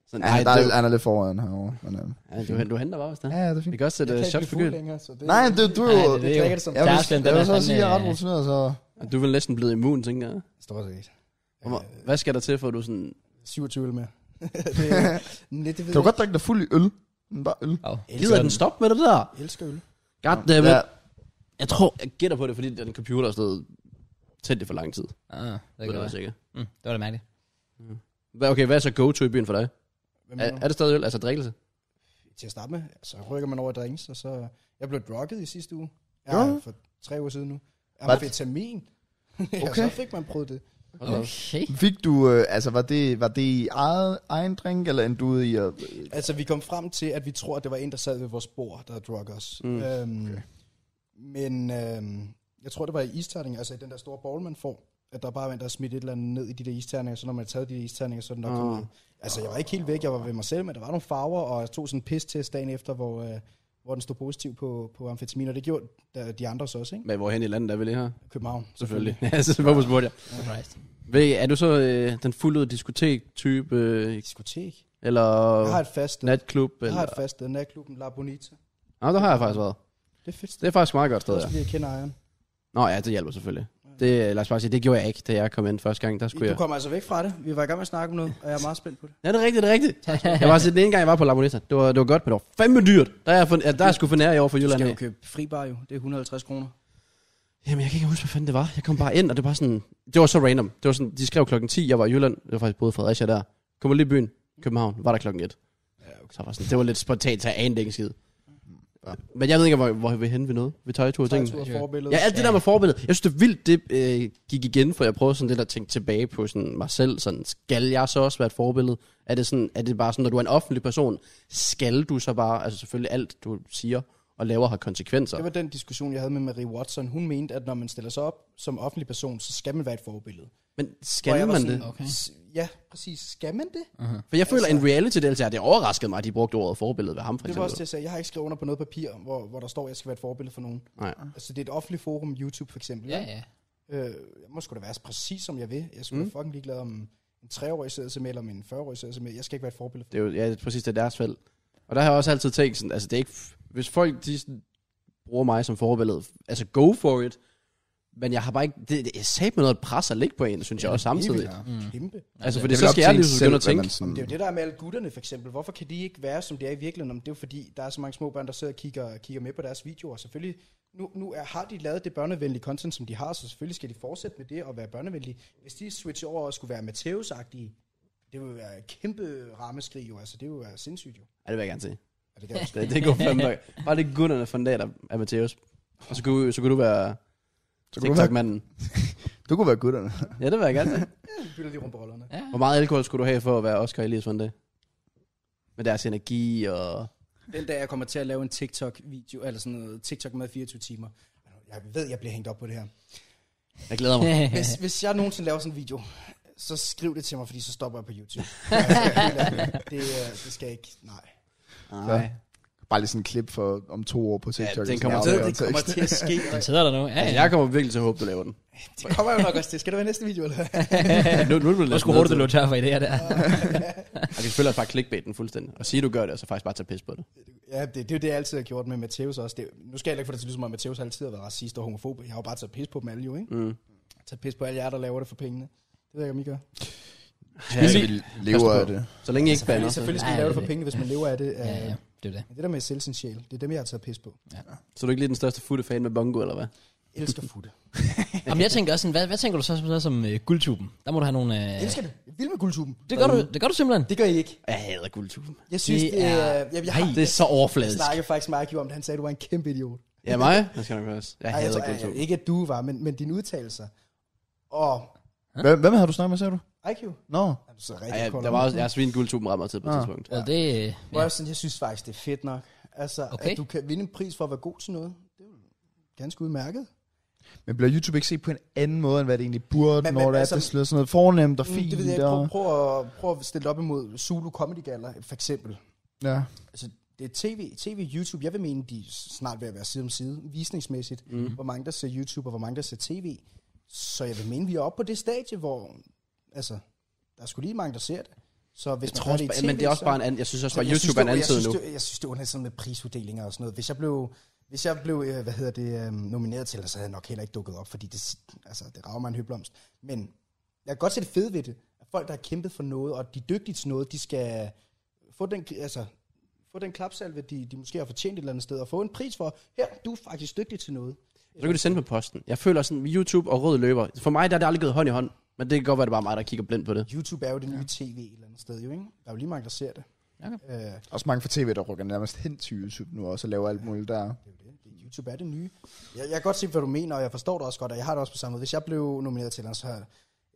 Speaker 2: Sådan,
Speaker 4: Ja,
Speaker 2: nej,
Speaker 4: der
Speaker 2: det,
Speaker 4: er, han er lidt foran herovre. Men, øhm,
Speaker 2: ja, du, hen- du henter bare, hvis det er.
Speaker 4: ja, ja, det er
Speaker 2: Vi
Speaker 4: fint.
Speaker 2: kan også sætte
Speaker 3: jeg
Speaker 2: øh,
Speaker 3: kan
Speaker 2: shots
Speaker 3: ikke
Speaker 2: på
Speaker 3: blive fuld
Speaker 2: gylden.
Speaker 3: længere, så det,
Speaker 4: Nej, du, du er jo...
Speaker 1: Nej, det
Speaker 3: det
Speaker 1: er
Speaker 3: drikker
Speaker 1: jo...
Speaker 3: det som
Speaker 4: Jeg vil,
Speaker 1: Tarslen,
Speaker 4: jeg
Speaker 1: den
Speaker 4: vil
Speaker 1: er
Speaker 4: så også sige, at jeg er ret
Speaker 1: fandme-
Speaker 4: rutineret, så...
Speaker 2: Du er vel næsten blevet immun, tænker jeg.
Speaker 3: Stort set. Øh,
Speaker 2: Hvor meget- Hvad skal der til, for at du sådan...
Speaker 3: 27 øl mere. det, nej, det ved
Speaker 4: Kan du
Speaker 3: jeg.
Speaker 4: godt drikke dig fuld i øl? Men Bare øl.
Speaker 1: Au.
Speaker 2: Gider den stoppe med det der?
Speaker 3: Jeg elsker øl.
Speaker 2: Goddammit.
Speaker 4: Ja,
Speaker 2: Ja. Jeg tror, jeg gætter på det, fordi den computer stod tændt det for lang tid. Det
Speaker 1: Ah, det
Speaker 2: er
Speaker 1: kan
Speaker 2: jeg
Speaker 1: godt være.
Speaker 2: sikkert.
Speaker 1: Mm, det var da mærkeligt.
Speaker 2: Hvad, okay, hvad er så go-to i byen for dig?
Speaker 3: Hvem
Speaker 2: Er,
Speaker 3: er,
Speaker 2: er det stadig øl? Altså drikkelse?
Speaker 3: til at starte med, så rykker man over i drinks, og så... Jeg blev drugget i sidste uge.
Speaker 4: Gjorde
Speaker 3: Ja,
Speaker 4: du?
Speaker 3: for tre uger siden nu.
Speaker 4: Hvad?
Speaker 3: Amfetamin. Okay.
Speaker 4: Okay.
Speaker 3: så fik man prøvet det.
Speaker 1: Okay.
Speaker 4: Fik du, øh, altså var det, var det i eget, egen drink, eller endte du ude i at...
Speaker 3: Altså, vi kom frem til, at vi tror, at det var en, der sad ved vores bord, der druggede os.
Speaker 2: Mm.
Speaker 3: Mm. Øhm, okay. Men øhm, jeg tror, det var i isterninger, altså i den der store bowl, man får, at der bare var en, der har smidt et eller andet ned i de der isterninger, så når man har taget de der isterninger, så er den nok
Speaker 2: Ah.
Speaker 3: kommet. Altså, jeg var ikke helt væk, jeg var ved mig selv, men der var nogle farver, og jeg tog sådan en pis-test dagen efter, hvor, øh, hvor den stod positiv på, på amfetamin, og det gjorde øh, de andre så også, ikke?
Speaker 2: Men hvorhen i landet er vi det her?
Speaker 3: København.
Speaker 2: Selvfølgelig. Ja, så hvorfor spurgte jeg?
Speaker 1: Surprised.
Speaker 2: Ved, I, er du så øh, den fulde diskotek-type, øh,
Speaker 3: Diskotek.
Speaker 2: eller
Speaker 3: Jeg har et fast sted.
Speaker 2: natklub?
Speaker 3: Jeg
Speaker 2: Eller?
Speaker 3: har et fast sted. Natklubben La Bonita.
Speaker 2: Nå, der har jeg faktisk været.
Speaker 3: Det er fedt sted.
Speaker 2: Det er faktisk et meget godt
Speaker 3: Det
Speaker 2: sted,
Speaker 3: er
Speaker 2: ja.
Speaker 3: også, fordi jeg kender ejeren.
Speaker 2: Nå ja, det hjælper selvfølgelig. Det, øh, lad os bare sige, det gjorde jeg ikke, da jeg kom ind første gang. Der skulle
Speaker 3: Du
Speaker 2: jeg...
Speaker 3: kommer altså væk fra det. Vi var i gang med at snakke om noget, og jeg er meget spændt på det.
Speaker 2: Ja, det er rigtigt, det er rigtigt. jeg var set den ene gang, jeg var på La Bonita. Det var, det var godt, men det var fandme dyrt. Der er, jeg for, ja, der er jeg sgu for nær i år for
Speaker 5: Du
Speaker 2: Jylland.
Speaker 5: skal jo
Speaker 2: af.
Speaker 5: købe fribar jo. Det er 150 kroner.
Speaker 2: Jamen, jeg kan ikke huske, hvad fanden det var. Jeg kom bare ind, og det var sådan... Det var så random. Det var sådan, de skrev klokken 10, jeg var i Jylland. Jeg var faktisk boede i Fredericia der. Kom lige i byen. København. Var der klokken 1. Ja, okay. Så var sådan, det var lidt spontant, så jeg anede ikke en skid. Men jeg ved ikke, hvor, hvor vi er henne ved noget. Vi tager i to ting.
Speaker 3: Tegtur og forbillede.
Speaker 2: Ja, alt det der med forbillede. Jeg synes, det er vildt, det øh, gik igen, for jeg prøvede sådan lidt at tænke tilbage på sådan mig selv. Sådan, skal jeg så også være et forbillede? Er det, sådan, er det bare sådan, når du er en offentlig person, skal du så bare, altså selvfølgelig alt, du siger og laver har konsekvenser.
Speaker 3: Det var den diskussion, jeg havde med Marie Watson. Hun mente, at når man stiller sig op som offentlig person, så skal man være et forbillede.
Speaker 2: Men
Speaker 3: Og
Speaker 2: skal
Speaker 3: jeg var
Speaker 2: man
Speaker 3: sådan,
Speaker 2: det?
Speaker 1: Okay.
Speaker 3: "S- Ja, præcis. Skal man det?
Speaker 2: For jeg føler, en reality-deltager, det overraskede mig, at de brugte ordet forbillede ved ham, for
Speaker 3: Det var også
Speaker 2: eksempel.
Speaker 3: det, jeg sagde. Jeg har ikke skrevet under på noget papir, hvor, hvor der står, at jeg skal være et forbillede for nogen.
Speaker 2: Nej.
Speaker 3: Altså, det er et offentligt forum, YouTube for eksempel.
Speaker 1: Ah. Ja,
Speaker 3: ikke?
Speaker 1: ja.
Speaker 3: Øh, jeg må sgu da være præcis, som jeg vil. Jeg skulle mm. fucking ligeglad om en 3-årig sidder sig med, eller om en 40-årig sidder sig med. Jeg skal ikke være et forbillede for
Speaker 2: Det er jo ja, det er præcis det er deres felt. Og der har jeg også altid tænkt sådan, altså det er ikke, f- hvis folk de sådan, bruger mig som forbillede, altså go for it, men jeg har bare ikke, det, det jeg sagde med noget pres at ligge på en, synes jeg også samtidig.
Speaker 3: evigt. Kæmpe.
Speaker 2: Altså for
Speaker 4: Det
Speaker 2: det,
Speaker 4: er
Speaker 2: så
Speaker 4: vel op
Speaker 2: skal
Speaker 4: til
Speaker 2: jeg lige
Speaker 4: en
Speaker 2: så
Speaker 4: selv,
Speaker 2: begynde at
Speaker 4: hvad man
Speaker 2: tænke,
Speaker 4: sådan-
Speaker 3: Det er jo det, der er med alle gutterne, for eksempel. Hvorfor kan de ikke være, som det er i virkeligheden? Om det er jo fordi, der er så mange små børn, der sidder og kigger, kigger med på deres videoer. Selvfølgelig, nu, nu er, har de lavet det børnevenlige content, som de har, så selvfølgelig skal de fortsætte med det og være børnevenlige. Hvis de switcher over og skulle være matteus det vil være et kæmpe rammeskrig jo. Altså, det vil være sindssygt jo.
Speaker 2: ja, det vil jeg gerne se.
Speaker 3: Ja, det kan jeg også
Speaker 2: Det, det går fandme nok. Bare det gutterne for en dag, der er Mathias. Og så kunne, så kunne du være
Speaker 4: Så kunne du være,
Speaker 2: TikTok-manden.
Speaker 4: du kunne være gutterne.
Speaker 2: Ja, det vil jeg gerne se.
Speaker 3: godt. Bytter lige rundt på rollerne.
Speaker 2: Hvor meget alkohol skulle du have for at være Oscar Elias for en dag? Med deres energi og...
Speaker 3: Den dag, jeg kommer til at lave en TikTok-video, eller sådan noget, TikTok med 24 timer. Jeg ved, jeg bliver hængt op på det her.
Speaker 2: Jeg glæder mig.
Speaker 3: Hvis, hvis jeg nogensinde laver sådan en video, så skriv det til mig, fordi så stopper jeg på YouTube. det, øh, det skal jeg ikke, nej.
Speaker 2: Nej.
Speaker 4: Bare lige sådan en klip for om to år på TikTok.
Speaker 2: den kommer til-
Speaker 3: Det kommer til at ske.
Speaker 1: Den sidder der nu. Ja,
Speaker 2: Altså,
Speaker 1: ja.
Speaker 2: jeg kommer virkelig til at håbe, du laver den.
Speaker 3: Det kommer jo nok også til. Skal det være næste video, eller hvad?
Speaker 2: nu, nu er du
Speaker 1: Hvor skulle hurtigt du lå tør for idéer der.
Speaker 2: Jeg kan selvfølgelig også bare clickbait den fuldstændig. Og sige, du gør det, og så faktisk bare tage pis på det.
Speaker 3: Ja, det, det er jo det, jeg altid har gjort med Matheus også. Det, nu skal jeg heller ikke få det til at lyde som om, at Matheus altid har været racist og homofob. Jeg har jo bare taget pis på dem alle jo, ikke?
Speaker 2: Mm.
Speaker 3: Taget pis på alle jer, der laver det for pengene. Det ved jeg ikke, om I gør.
Speaker 4: Ja, vi lever af det.
Speaker 2: Så længe I ikke bander.
Speaker 3: Fordi selvfølgelig skal
Speaker 1: Nej,
Speaker 3: man lave
Speaker 1: det
Speaker 3: det
Speaker 1: er
Speaker 3: for
Speaker 1: det.
Speaker 3: pengene, hvis man lever af det.
Speaker 1: ja, ja,
Speaker 3: Ja.
Speaker 1: det er det.
Speaker 3: Det der med at sælge sin sjæl, det er dem, jeg har taget pis på.
Speaker 2: Så er du ikke lige den største futte-fan med Bongo, eller hvad?
Speaker 3: Elsker futte.
Speaker 1: Jamen, jeg tænker også sådan, hvad, hvad tænker du så som, som uh, guldtuben? Der må du have nogle... Uh,
Speaker 3: Elsker det. Jeg vil med guldtuben.
Speaker 1: det, gør du, det gør du simpelthen.
Speaker 3: Det gør I ikke.
Speaker 2: Jeg hader guldtuben.
Speaker 3: Jeg synes,
Speaker 1: Det
Speaker 3: det, er...
Speaker 1: er-
Speaker 3: Jeg, jeg, jeg, har-
Speaker 2: Det er så
Speaker 3: jeg
Speaker 2: overfladisk.
Speaker 3: snakkede faktisk med Akio om det. Han sagde, at du var en kæmpe idiot.
Speaker 2: Ja, mig? Det skal nok også. Jeg
Speaker 3: Ej, altså, jeg
Speaker 2: hader
Speaker 3: tror, jeg,
Speaker 2: guldtuben.
Speaker 3: ikke at du var, men, men dine udtalelser. Og
Speaker 4: Hvem, hvem har du snakket med, sagde du?
Speaker 3: Akio.
Speaker 4: Nå,
Speaker 3: Er du så
Speaker 2: Ej,
Speaker 3: rigtig Ah.
Speaker 2: jeg,
Speaker 3: kold
Speaker 2: der
Speaker 3: om
Speaker 2: var
Speaker 3: det?
Speaker 2: også, jeg har svinet guldtuben ret meget tid på et tidspunkt.
Speaker 1: Well, det, øh,
Speaker 3: Hvor jeg, sådan, jeg synes faktisk, det er fedt nok. Altså, okay.
Speaker 1: Okay.
Speaker 3: at du kan vinde en pris for at være god til noget. Det er jo ganske udmærket.
Speaker 4: men bliver YouTube ikke set på en anden måde, end hvad det egentlig burde,
Speaker 3: Men-
Speaker 4: men,
Speaker 3: men
Speaker 4: når det er,
Speaker 3: altså-
Speaker 4: altså, det slår sådan noget fornemt og
Speaker 3: Mm,
Speaker 4: fint?
Speaker 3: det ved jeg ikke. Prøv,
Speaker 4: og,
Speaker 3: prøv, at, prøv at stille det op imod Zulu Comedy Gala, for eksempel.
Speaker 4: ja.
Speaker 3: Altså, det er tv, tv, YouTube. Jeg vil mene, de er snart ved at være side om side, visningsmæssigt.
Speaker 2: Mhm.
Speaker 3: Mm. Hvor mange der ser YouTube, og hvor mange der ser tv. Så jeg vil mene, vi er oppe på det stadie, hvor... Altså, der er sgu lige mange, der ser det. Så hvis
Speaker 2: Jeg
Speaker 3: man
Speaker 2: tror
Speaker 3: gør
Speaker 2: også,
Speaker 3: det i
Speaker 2: bare-
Speaker 3: TV,
Speaker 2: men det er også
Speaker 3: så-
Speaker 2: bare en anden, jeg synes også bare,
Speaker 3: Jeg synes,
Speaker 2: YouTube er en
Speaker 3: det-
Speaker 2: anden
Speaker 3: jeg
Speaker 2: tid nu.
Speaker 3: synes, det- Jeg synes, det var lidt sådan med prisuddelinger og sådan noget. Hvis jeg blev, hvis jeg blev øh, hvad hedder det, øh, nomineret til det, så havde jeg nok heller ikke dukket op, fordi det, altså, det rager mig en høblomst. Men jeg kan godt se det fede ved det, at folk, der har kæmpet for noget, og de er dygtige til noget, de skal få den, altså, få den klapsalve, de, de måske har fortjent et eller andet sted, og få en pris for, her, du er faktisk dygtig til noget.
Speaker 2: Så kan du sende på posten. Jeg føler sådan, YouTube og rød løber. For mig der er det aldrig gået hånd i hånd. Men det kan godt være, det er bare mig, der kigger blindt på det.
Speaker 3: YouTube er jo det nye tv et eller andet sted, jo, ikke? Der er jo lige mange, der ser det.
Speaker 1: Okay.
Speaker 3: Øh,
Speaker 4: Også mange fra tv, der rykker nærmest hen til YouTube nu også og laver alt muligt der.
Speaker 3: Det- YouTube er det nye. Jeg, jeg kan godt se, hvad du mener, og jeg forstår det også godt, og jeg har det også på samme måde. Hvis jeg blev nomineret til den, så havde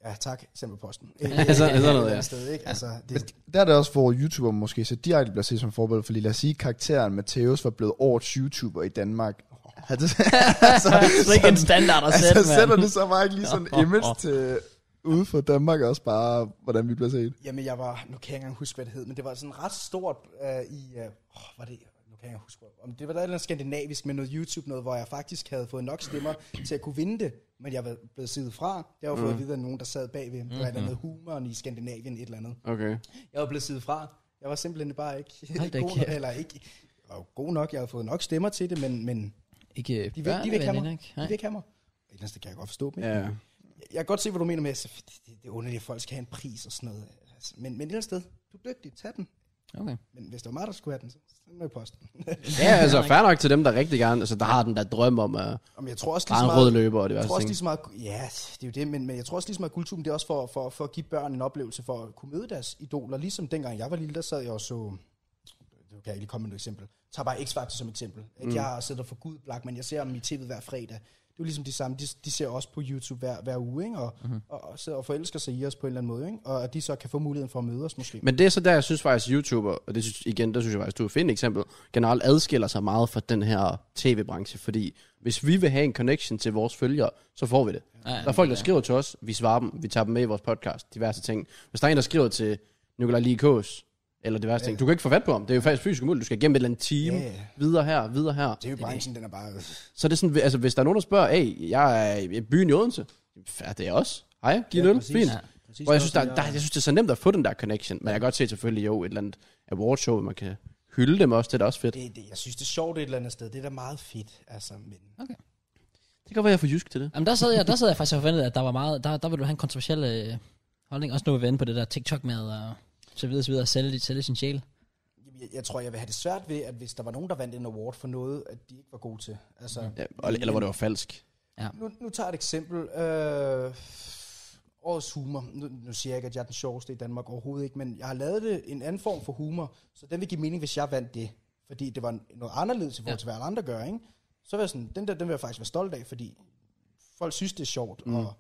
Speaker 3: jeg- ja, tak, send på posten. Øh, øh,
Speaker 2: sådan
Speaker 3: et
Speaker 2: noget,
Speaker 3: eller andet
Speaker 2: ja.
Speaker 3: Sted, ikke? Altså,
Speaker 4: Men
Speaker 3: det,
Speaker 4: der er det også, hvor YouTuber måske så direkte bliver set som forbillede, fordi lad os sige, karakteren Mateus var blevet årets YouTuber i Danmark. Har det,
Speaker 1: det er ikke en standard at sætte,
Speaker 4: altså, sætter
Speaker 1: mand.
Speaker 4: det så bare ikke lige sådan en image til ude for Danmark også bare, hvordan vi bliver set.
Speaker 3: jamen, jeg var, nu kan jeg ikke engang huske, hvad det hed, men det var sådan ret stort øh, i, øh, åh, var det, nu kan jeg ikke huske, om det var der et eller andet skandinavisk med noget YouTube, noget, hvor jeg faktisk havde fået nok stemmer til at kunne vinde det, men jeg var blevet siddet fra. Jeg har jo fået mm. at vide af nogen, der sad bagved, det var et eller
Speaker 2: mm.
Speaker 3: andet humoren i Skandinavien, et eller andet.
Speaker 2: Okay.
Speaker 3: Jeg var blevet siddet fra. Jeg var simpelthen bare ikke
Speaker 1: Hold da
Speaker 3: god nok,
Speaker 1: kæft.
Speaker 3: eller ikke, jeg var jo god nok, jeg havde fået nok stemmer til det, men, men
Speaker 1: Ikke øh,
Speaker 3: de vil, de vil ikke have
Speaker 1: børneveninde,
Speaker 3: mig.
Speaker 1: ikke?
Speaker 3: De vil
Speaker 1: Nej.
Speaker 3: ikke have mig. Et eller andet, det kan jeg godt forstå. Men
Speaker 2: Ja.
Speaker 3: jeg, jeg kan godt se, hvad du mener med, at det, det, det er underligt, at folk skal have en pris og sådan noget. Altså, men, men et eller andet sted, du er dygtig, tag den.
Speaker 1: Okay.
Speaker 3: Men hvis det var mig, der skulle have den, så send mig i posten.
Speaker 2: ja, altså fair nok til dem, der rigtig gerne, altså der har den der drøm om at
Speaker 3: Om jeg tror også lige
Speaker 2: der er
Speaker 3: så
Speaker 2: en rød
Speaker 3: meget...
Speaker 2: løber og det
Speaker 3: Jeg tror
Speaker 2: værste
Speaker 3: også lige
Speaker 2: ting.
Speaker 3: så meget, ja, det er jo det, men, men jeg tror også lige så meget, guldtuben, det er også for, for, for at give børn en oplevelse for at kunne møde deres idoler. Ligesom dengang jeg var lille, der sad jeg og så, det kan jeg ikke lige komme med noget eksempel, tag bare X-Factor som eksempel. At mm. jeg sidder for Gud Black, men jeg ser dem i tv'et hver fredag. Det er jo ligesom de samme, de, de ser også på YouTube hver, hver uge, ikke? Og, mm. og, og, sidder og forelsker sig i os på en eller anden måde, ikke? og at de så kan få muligheden for at møde os måske.
Speaker 2: Men det er så der, jeg synes faktisk, YouTuber, og det synes, igen, der synes jeg faktisk, du er et fint eksempel, generelt adskiller sig meget fra den her tv-branche, fordi hvis vi vil have en connection til vores følgere, så får vi det.
Speaker 1: Ja,
Speaker 2: Der er folk, der skriver til os, vi svarer dem, vi tager dem med i vores podcast, diverse ting. Hvis der er en, der skriver til Nikolaj Lee Kås, eller diverse ting, du kan ikke få fat på ham, det er jo faktisk fysisk umuligt, du skal igennem et eller andet team,
Speaker 3: Ja, ja.
Speaker 2: videre her, videre her.
Speaker 3: Det er jo branchen, den er bare...
Speaker 2: Så er det sådan, altså hvis der er nogen, der spørger, hey, jeg er i byen i Odense, ja, det er os. Hej, giv ja, øl, fint. Ja.
Speaker 3: præcis.
Speaker 2: Og jeg synes, der, der, jeg synes, det er så nemt at få den der connection, men jeg kan godt se selvfølgelig jo et eller andet awardshow, hvor man kan hylde dem også, det er da også fedt. Det
Speaker 3: Det, det, jeg synes, det er sjovt et eller andet sted. Det er da meget fedt, altså. Men
Speaker 2: kan godt være, jeg får jysk til det.
Speaker 1: Jamen, der sad, jeg, der sad jeg faktisk og forventede, at der var meget... Der, der ville du have en kontroversiel øh, holdning. Også nu er vi inde på det der TikTok med og så videre, så videre. Sælge, sælge sin sjæl.
Speaker 3: Jamen, Jeg, jeg tror, jeg vil have det svært ved, at hvis der var nogen, der vandt en award for noget, at de ikke var gode til. Altså,
Speaker 1: Mm.
Speaker 2: Ja, eller, eller hvor det var falsk.
Speaker 3: nu, nu tager jeg et eksempel. Øh, årets humor. Nu, nu siger jeg ikke, at jeg er den sjoveste i Danmark overhovedet ikke, men jeg har lavet det en anden form for humor, så den vil give mening, hvis jeg vandt det. Fordi det var noget anderledes i forhold til, hvad alle andre gør, ikke? Så var jeg sådan, den der, den vil jeg faktisk være stolt af, fordi folk synes, det er sjovt. Mm. Og,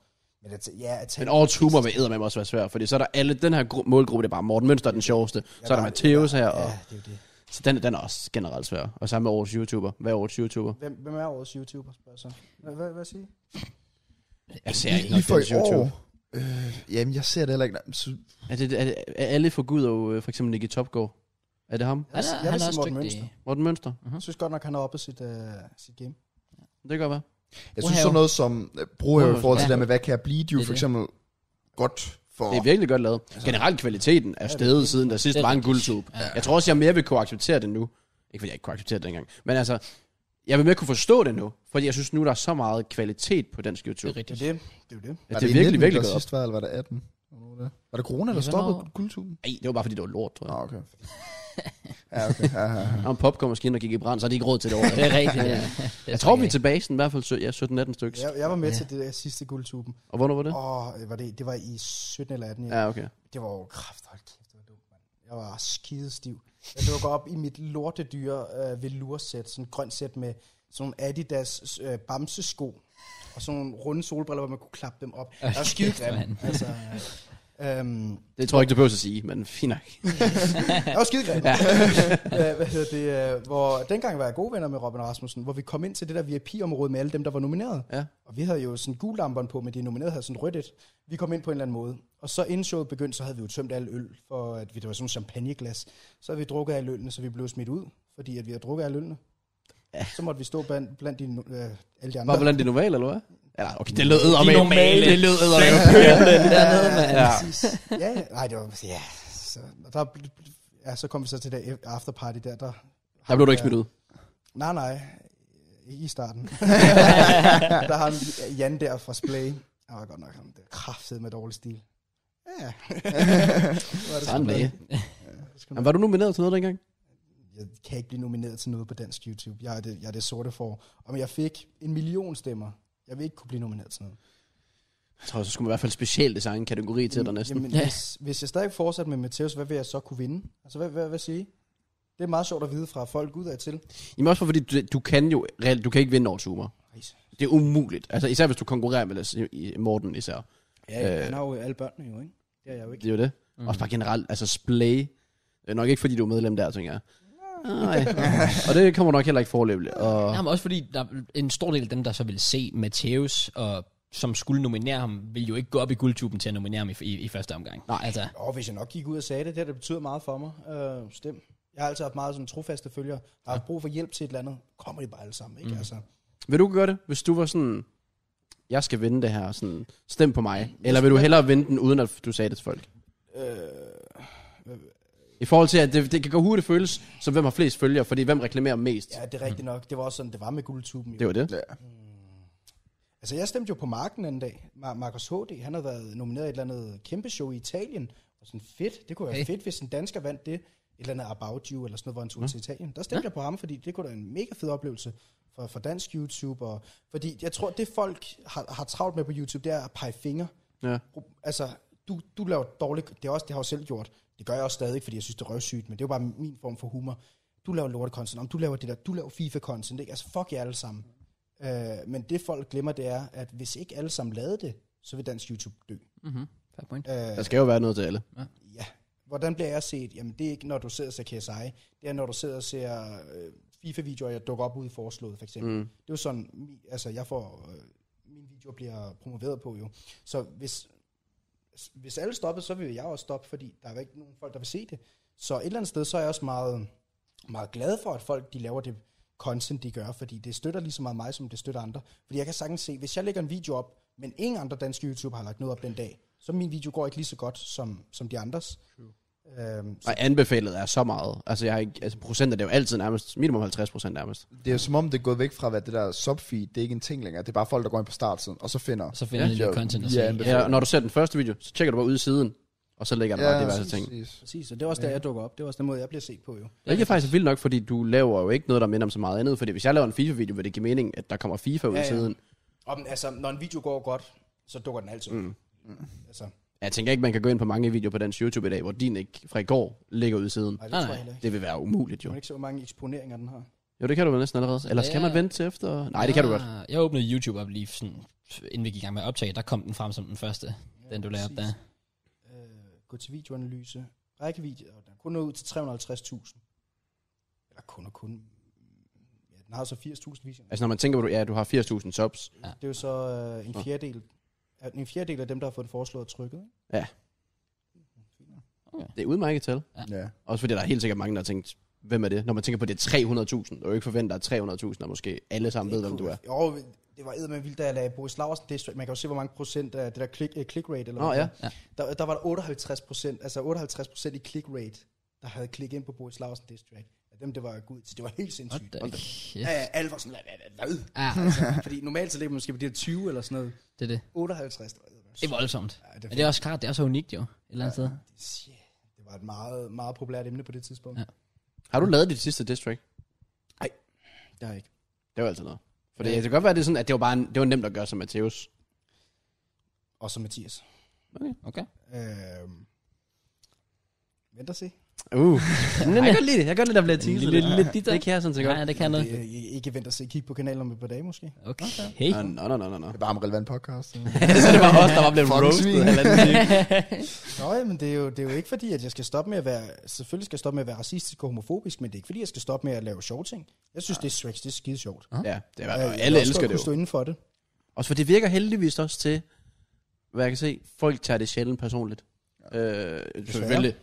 Speaker 3: men at, ja, at tage
Speaker 2: Men årets humor vil eddermame også være svært, fordi så er der alle, den her gru- målgruppe, det er bare Morten Mønster er den sjoveste, så er der Matheus her, og
Speaker 3: Ja, det er jo det.
Speaker 2: Så den, den er også generelt svær. Og samme med årets YouTuber. Hvad er årets YouTuber?
Speaker 3: Hvem, hvem er årets YouTuber, spørger jeg så? Hvad, hvad, hvad siger I?
Speaker 2: Jeg ser
Speaker 4: Lige,
Speaker 2: ikke
Speaker 4: lige
Speaker 2: nok
Speaker 4: for
Speaker 2: dansk
Speaker 4: i
Speaker 2: YouTube.
Speaker 4: år. Øh, jamen, jeg ser det heller ikke. Nej, men så-
Speaker 2: Er, det, er, det, er alle for Gud og øh, for eksempel Nicky Topgaard? Er det ham?
Speaker 1: Han
Speaker 3: vil-
Speaker 1: er,
Speaker 3: jeg
Speaker 1: han
Speaker 3: vil
Speaker 1: er
Speaker 3: sige
Speaker 1: også
Speaker 3: Morten
Speaker 1: dygtig.
Speaker 3: Mønster.
Speaker 2: Morten Mønster?
Speaker 3: Jeg synes godt nok, han har oppe sit, øh, sit game.
Speaker 2: Det kan godt være.
Speaker 4: Jeg
Speaker 1: Brohave.
Speaker 4: synes sådan noget som øh, Brohave i forhold til
Speaker 1: Ja.
Speaker 4: det der med, hvad kan jeg blive? De er
Speaker 1: Det
Speaker 4: jo
Speaker 1: er
Speaker 4: for
Speaker 1: det.
Speaker 4: eksempel godt for...
Speaker 2: Det er virkelig godt lavet. Generelt kvaliteten er steget siden der sidst
Speaker 1: Det er
Speaker 2: var en
Speaker 1: rigtigt.
Speaker 2: guldtube. Jeg tror også, jeg mere vil kunne acceptere det nu. Ikke fordi jeg ikke kunne acceptere det dengang. Men altså, jeg vil mere kunne forstå det nu. Fordi jeg synes nu, der er så meget kvalitet på dansk YouTube.
Speaker 1: Det er
Speaker 3: Det
Speaker 1: rigtigt.
Speaker 3: er det. Det er jo det.
Speaker 2: Ja, det er virkelig, virkelig
Speaker 4: der
Speaker 2: godt.
Speaker 4: sidst var, eller var det 18? Hvornår var det? Var det corona,
Speaker 1: Ja,
Speaker 4: der
Speaker 1: hvad
Speaker 4: stoppede
Speaker 1: var-
Speaker 4: guldtuben?
Speaker 2: Nej, det var bare fordi, det var lort, tror jeg.
Speaker 4: Ah, okay. Ja, okay. Ja, ja, ja.
Speaker 2: Når en popcornmaskine, der gik i brand, så er det ikke råd til det over.
Speaker 1: Det er rigtigt. ja.
Speaker 2: jeg tror, vi er tilbage sådan, i hvert fald sø- ja, 17-18 stykker.
Speaker 3: Jeg, jeg var med til det der sidste guldtuben.
Speaker 2: Og hvornår var det?
Speaker 3: Åh, oh, var det, det var i 17 eller 18. Ja.
Speaker 2: Ja, okay.
Speaker 3: Det var jo kraft, hold kæft, det var dumt, mand. Jeg var skidestiv. Jeg dukker op i mit lortedyr øh, velursæt, sådan et grønt sæt med sådan nogle Adidas øh, bamsesko, og sådan nogle runde solbriller, hvor man kunne klappe dem op. Jeg var skidegrim.
Speaker 1: mand.
Speaker 3: altså, øh, øhm,
Speaker 2: Det tror jeg ikke, du behøver at sige, men fint nok.
Speaker 3: jeg var skidegrim. Øh, Hvad hedder det? øh, Hvor, dengang var jeg gode venner med Robin Rasmussen, hvor vi kom ind til det der VIP-område med alle dem, der var nomineret.
Speaker 2: Ja.
Speaker 3: Og vi havde jo sådan gul lamperen på, men de nominerede havde sådan rødt et. Vi kom ind på en eller anden måde. Og så inden showet begyndte, så havde vi jo tømt al øl, for at vi, det var sådan en champagneglas. Så havde vi drukket alle ølene, så vi blev smidt ud, fordi at vi havde drukket alle ølene. Ja. Så måtte vi stå blandt, blandt de, no- øh, alle de andre.
Speaker 2: Var blandt de normale, eller hvad? Eller, okay, det lød eddermame.
Speaker 1: De normale.
Speaker 2: Det lød eddermame.
Speaker 1: dernede, mand.
Speaker 2: Ja.
Speaker 3: Præcis. ja, ja. nej, det var... Ja, så, og der, ja, så kom vi så til det afterparty der, der...
Speaker 2: Der blev du ikke smidt ud.
Speaker 3: Nej, nej. Ikke i starten. der har han Jan der fra Splay. Han var godt nok ham der kraftet med dårlig stil. Ja. Hvor er det
Speaker 2: Sådan
Speaker 3: sgu
Speaker 2: det.
Speaker 3: da. Ja, sgu da.
Speaker 2: Men Var du nomineret til noget dengang?
Speaker 3: Jeg kan ikke blive nomineret til noget på dansk YouTube. Jeg er det, jeg er det sorte for. Om jeg fik en million stemmer, jeg vil ikke kunne blive nomineret til noget.
Speaker 2: Jeg tror, så skulle man i hvert fald specielt designe en kategori til dig næsten.
Speaker 3: Jamen,
Speaker 1: Ja.
Speaker 3: hvis, hvis jeg stadig fortsat med Matheus, hvad vil jeg så kunne vinde? Altså, hvad, hvad, hvad siger I? Det er meget sjovt at vide fra folk udad til.
Speaker 2: Jamen også fordi, du, du kan jo reelt, du kan ikke vinde årets humor. Det er umuligt. Altså især hvis du konkurrerer med Lasse- i- Morten især.
Speaker 5: Ja,
Speaker 2: Øh.
Speaker 5: øh. han har jo alle børnene jo, ikke? Det er jeg jo ikke.
Speaker 2: Det er jo det. Mm. Også bare generelt, altså splay. Det er nok ikke fordi, du er medlem der, tænker jeg. Nej. og det kommer nok heller ikke forløbigt. Og
Speaker 1: Jamen, også fordi der, en stor del af dem, der så ville se Mateus, og som skulle nominere ham, ville jo ikke gå op i guldtuben til at nominere ham i, i, i første omgang. Nej. Altså,
Speaker 3: Og hvis jeg nok gik ud og sagde det, det, her, det betyder meget for mig. Øh, stem. Jeg har altid haft meget sådan trofaste følgere. Der har haft brug for hjælp til et eller andet. Kommer de bare alle sammen, ikke? Mm. Altså,
Speaker 2: vil du gøre det, hvis du var sådan, jeg skal vinde det her, sådan, stem på mig. Eller vil du hellere vinde den, uden at du sagde det til folk?
Speaker 3: Øh,
Speaker 2: I forhold til, at det, det kan gå hurtigt føles, som hvem har flest følgere, fordi hvem reklamerer mest.
Speaker 3: ja, det er rigtigt nok. Det var også sådan, det var med guldtuben. Jo.
Speaker 2: Det var det.
Speaker 4: Ja.
Speaker 3: Altså, jeg stemte jo på Marken anden dag. Mar- Markus H.D., han havde været nomineret i et eller andet kæmpe show i Italien. Og sådan fedt. Det kunne være
Speaker 1: Hey.
Speaker 3: hey. fedt, hvis en dansker vandt det. Et eller andet About You, eller sådan noget, hvor han tog til Italien. Der stemte jeg på ham, fordi det kunne da være en mega fed oplevelse for, for dansk YouTube. Og, fordi jeg tror, det folk har, har travlt med på YouTube, det er at pege fingre.
Speaker 2: Ja.
Speaker 3: Pro- altså, du, du laver dårlig, det er også, det har jeg jo selv gjort. Det gør jeg også stadig, fordi jeg synes, det er røvsygt, men det er jo bare min form for humor. Du laver lorte content, om du laver det der, du laver FIFA-content, ikke? Altså, fuck jer alle sammen. Øh, men det folk glemmer, det er, at hvis ikke alle sammen lavede det, så vil dansk YouTube dø.
Speaker 2: Mm-hmm.
Speaker 3: Øh,
Speaker 1: fair point.
Speaker 2: Der skal jo være noget til alle.
Speaker 3: Ja. Hvordan bliver jeg set? Jamen, det er ikke, når du sidder og ser KSI. Det er, når du sidder og ser øh, FIFA-videoer, jeg dukker op ude i forslået, for eksempel. Mm. Det er jo sådan, mi- altså, jeg får... Øh, mine videoer bliver promoveret på, jo. Så hvis, hvis alle stoppede, så ville jeg også stoppe, fordi der er jo ikke nogen folk, der vil se det. Så et eller andet sted, så er jeg også meget, meget glad for, at folk de laver det content, de gør, fordi det støtter lige så meget mig, som det støtter andre. Fordi jeg kan sagtens se, hvis jeg lægger en video op, men ingen andre danske YouTube har lagt noget op den dag, så min video går ikke lige så godt som, som de andres. Øhm, så,
Speaker 2: Og anbefalet er så meget. Altså, jeg har ikke, altså procenter, det er jo altid nærmest, minimum 50 procent nærmest.
Speaker 4: Det er jo som om, det er gået væk fra, hvad det der subfeed, det er ikke en ting længere. Det er bare folk, der går ind på startsiden, og så finder...
Speaker 1: Og så finder de noget content at se.
Speaker 4: ja, anbefaler.
Speaker 2: Ja, og når du ser den første video, så tjekker du bare ud i siden, og så lægger du bare diverse
Speaker 4: præcis,
Speaker 2: ting.
Speaker 4: præcis.
Speaker 3: præcis, og det er også der, jeg dukker op. Det er også den måde, jeg bliver set på, jo.
Speaker 2: Det er faktisk vildt nok, fordi du laver jo ikke noget, der minder om så meget andet. Fordi hvis jeg laver en FIFA-video, vil det give mening, at der kommer FIFA ud i
Speaker 3: Ja, ja.
Speaker 2: siden.
Speaker 3: Og, men altså, når en video går godt, så dukker den altid mm. Altså,
Speaker 2: Jeg tænker ikke, man kan gå ind på mange videoer på dansk YouTube i dag, hvor din ikke fra i går ligger ud i siden.
Speaker 3: nej, det
Speaker 1: Nej,
Speaker 3: tror
Speaker 1: nej.
Speaker 3: jeg heller ikke.
Speaker 2: Det vil være umuligt, jo.
Speaker 3: Man ikke så hvor mange eksponeringer, den har.
Speaker 2: Jo, det kan du vel næsten allerede. Ellers kan man
Speaker 1: Ja.
Speaker 2: vente til efter... Nej, det kan du godt.
Speaker 1: Ah, Jeg åbnede YouTube op lige sådan, inden vi gik i gang med at optage, der kom den frem som den første, den du lavede op
Speaker 3: præcis.
Speaker 1: der.
Speaker 3: øh, gå til videoanalyse, rækkevidde, og den kunne nå ud til 350.000. Eller kun og kun. Ja, den har jo så 80.000 visioner.
Speaker 2: Altså når man tænker på, at du, ja, du har 80.000 subs.
Speaker 3: Det er jo så øh, en fjerdedel. af- En fjerdedel af dem, der har fået den foreslået trykket. ikke?
Speaker 2: Det er udmærket tal.
Speaker 4: Ja.
Speaker 2: Også fordi der er helt sikkert mange, der har tænkt, hvem er det? Når man tænker på, at det er 300.000. Og jo ikke forventer, at 300.000 er måske alle sammen ved, hvem du er.
Speaker 3: Jo, det var eddermame vildt, da jeg lagde Boris Laversen. Det, er- man kan jo se, hvor mange procent af det der click, eh, click rate. Eller
Speaker 2: Nå
Speaker 3: hvad
Speaker 2: ja.
Speaker 3: Der, der var der 58 procent, altså 58 procent i click rate, der havde klikket ind på Boris Larsen diss track. Af dem, det var gud, så det var helt sindssygt.
Speaker 1: Hold da kæft.
Speaker 5: Ja, ja, alle var sådan, hvad, hvad, hvad?
Speaker 1: Ja,
Speaker 5: Fordi normalt så ligger man måske på de her 20 eller sådan noget.
Speaker 1: det er det.
Speaker 3: 58, det var eddermame
Speaker 1: Det er voldsomt.
Speaker 3: Ja, det,
Speaker 1: Men det er også klart, det er så unikt jo, et eller andet sted.
Speaker 3: shit. det var et meget, meget populært emne på det tidspunkt.
Speaker 1: Ja.
Speaker 3: Ja.
Speaker 2: Har du lavet dit sidste district?
Speaker 3: Det har jeg ikke.
Speaker 2: Det var altid noget. For det, det kan godt være, det er sådan, at det var, bare en, det var nemt at gøre som Matheus.
Speaker 3: Og så Mathias.
Speaker 1: Okay.
Speaker 3: Øhm, vent og se.
Speaker 2: Uh. jeg kan godt lide det. Jeg kan godt lide, at der bliver teaset.
Speaker 1: lille- lille
Speaker 2: lidt.
Speaker 1: ditter.
Speaker 2: Det kan jeg sådan set
Speaker 1: Ja,
Speaker 2: godt.
Speaker 1: det kan
Speaker 3: Det,
Speaker 1: noget.
Speaker 3: øh, I- ikke vent og se. Kig på kanalen om et par dage måske.
Speaker 1: Okay.
Speaker 2: Nå, Nå, nå, nå, nå.
Speaker 4: Det er bare en relevant podcast. ja.
Speaker 2: Så det var os, der var blevet
Speaker 4: Fucking
Speaker 2: roasted.
Speaker 4: svin.
Speaker 2: Eller andet.
Speaker 3: Nå, ja, men det er, jo, det er jo ikke fordi, at jeg skal stoppe med at være... Selvfølgelig skal jeg stoppe med at være racistisk og homofobisk, men det er ikke fordi, jeg skal stoppe med at lave sjove ting. Jeg synes, ja. det er Shrek, det er skide sjovt.
Speaker 2: Ja, det var,
Speaker 3: Øh, jeg
Speaker 2: alle
Speaker 3: vil også
Speaker 2: elsker
Speaker 3: godt
Speaker 2: det
Speaker 3: kunne stå
Speaker 2: jo.
Speaker 3: inden for det.
Speaker 2: Også for det virker heldigvis også til, hvad jeg kan se, folk tager det sjældent personligt. Øh, selvfølgelig.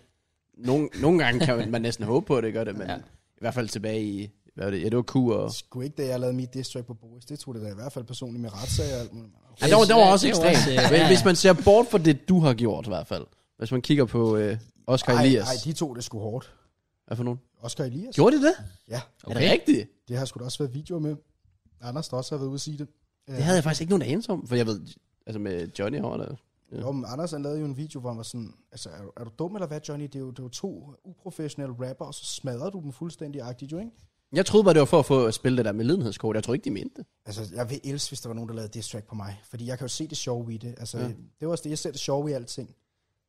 Speaker 2: Nogle, nogle gange kan man- man næsten håbe på, at det gør det, men i hvert fald tilbage i, hvad var det, ja, det var Q og...
Speaker 3: Sgu ikke, da jeg lavede mit diss track på Boris. Det tog det da i hvert fald personligt med retssager og alt muligt.
Speaker 2: Ja, det var, det var også
Speaker 1: det er jo
Speaker 2: ekstremt.
Speaker 1: også, øh,
Speaker 2: Men
Speaker 1: ja, ja.
Speaker 2: Hvis man ser bort fra det, du har gjort i hvert fald. Hvis man kigger på øh, Oscar
Speaker 3: Ej,
Speaker 2: Elias.
Speaker 3: ej, de tog det sgu hårdt.
Speaker 2: Hvad for nogen?
Speaker 3: Oscar Elias?
Speaker 2: Gjorde de det?
Speaker 3: Ja,
Speaker 2: Okay. Er det rigtigt?
Speaker 3: det har sgu da også været videoer med. Anders, der også har været ude at sige det.
Speaker 2: Det havde jeg faktisk ikke nogen anelse om, for jeg ved, altså med Johnny over der.
Speaker 3: Ja. Jo, men Anders han lavede jo en video, hvor han var sådan, altså er, du- er du dum eller hvad, Johnny? Det er jo, det er jo to uprofessionelle rapper, og så smadrer du dem fuldstændig agtigt jo, ikke?
Speaker 2: Jeg troede bare, det var for at få at spille det der med lidenhedskort. Jeg tror ikke, de mente det.
Speaker 3: Altså, jeg vil elske, hvis der var nogen, der lavede diss track på mig. Fordi jeg kan jo se det sjove i det. Altså, ja. det var også det, jeg ser det sjove i alting.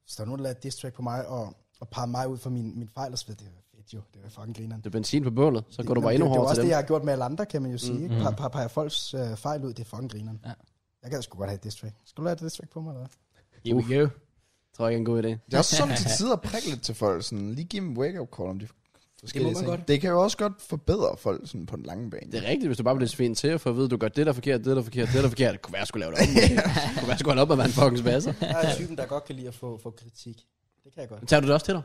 Speaker 3: Hvis der var nogen, der lavede diss track på mig, og, og pegede mig ud for min, min fejl, og så ved jeg, det var fedt jo. Det var fucking grineren.
Speaker 2: Det er benzin på bålet, så går du bare
Speaker 3: Jamen,
Speaker 2: endnu
Speaker 3: det, det er jo
Speaker 2: hårdere
Speaker 3: også
Speaker 2: til
Speaker 3: det,
Speaker 2: dem.
Speaker 3: jeg har gjort med alle andre, kan man jo sige. Mm. Par, par, par folks øh, fejl ud, det er fucking grineren.
Speaker 1: Ja.
Speaker 3: Ja. Jeg gad sgu godt have et diss track. Skal du have et diss track på mig, eller hvad?
Speaker 1: Here we go.
Speaker 2: Tror jeg ikke er en god idé.
Speaker 4: Det er også sådan til tider at prikke lidt til folk. Sådan, lige give dem wake-up call om de forskellige
Speaker 5: man
Speaker 4: ting.
Speaker 5: godt.
Speaker 4: Det kan jo også godt forbedre folk sådan på den lange bane.
Speaker 2: Det er rigtigt, hvis du bare bliver svin til at få at vide, at du gør det der er forkert, det der er forkert, det der er forkert. Det kunne være, jeg skulle lave det om. Det kunne være, jeg skulle holde op med at være en fucking spasser.
Speaker 3: Jeg er typen, der godt kan lide at få, få kritik. Det kan jeg godt.
Speaker 2: Tager du det også til dig?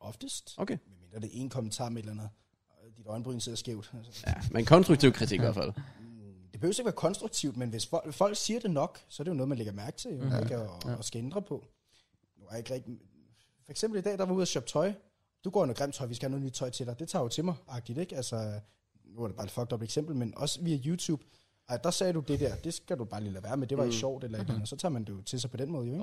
Speaker 3: Oftest.
Speaker 2: Okay.
Speaker 3: Medmindre det er en kommentar med et eller andet. Og Dit øjenbryn sidder skævt. Altså,
Speaker 2: Ja, men konstruktiv kritik i hvert fald.
Speaker 3: det behøver ikke være konstruktivt, men hvis folk, folk siger det nok, så er det jo noget, man lægger mærke til, jo, ja. og, og skal ændre på. Nu er jeg ikke rigtig... For eksempel i dag, der var ude at shoppe tøj. Du går under grimt tøj, vi skal have noget nyt tøj til dig. Det tager jo til mig, agtigt, ikke? Altså, nu er det bare et fucked up eksempel, men også via YouTube. Ej, der sagde du det der, det skal du bare lige lade være med, det var mm. ikke sjovt eller et eller andet, så tager man det jo til sig på den måde, jo, ikke?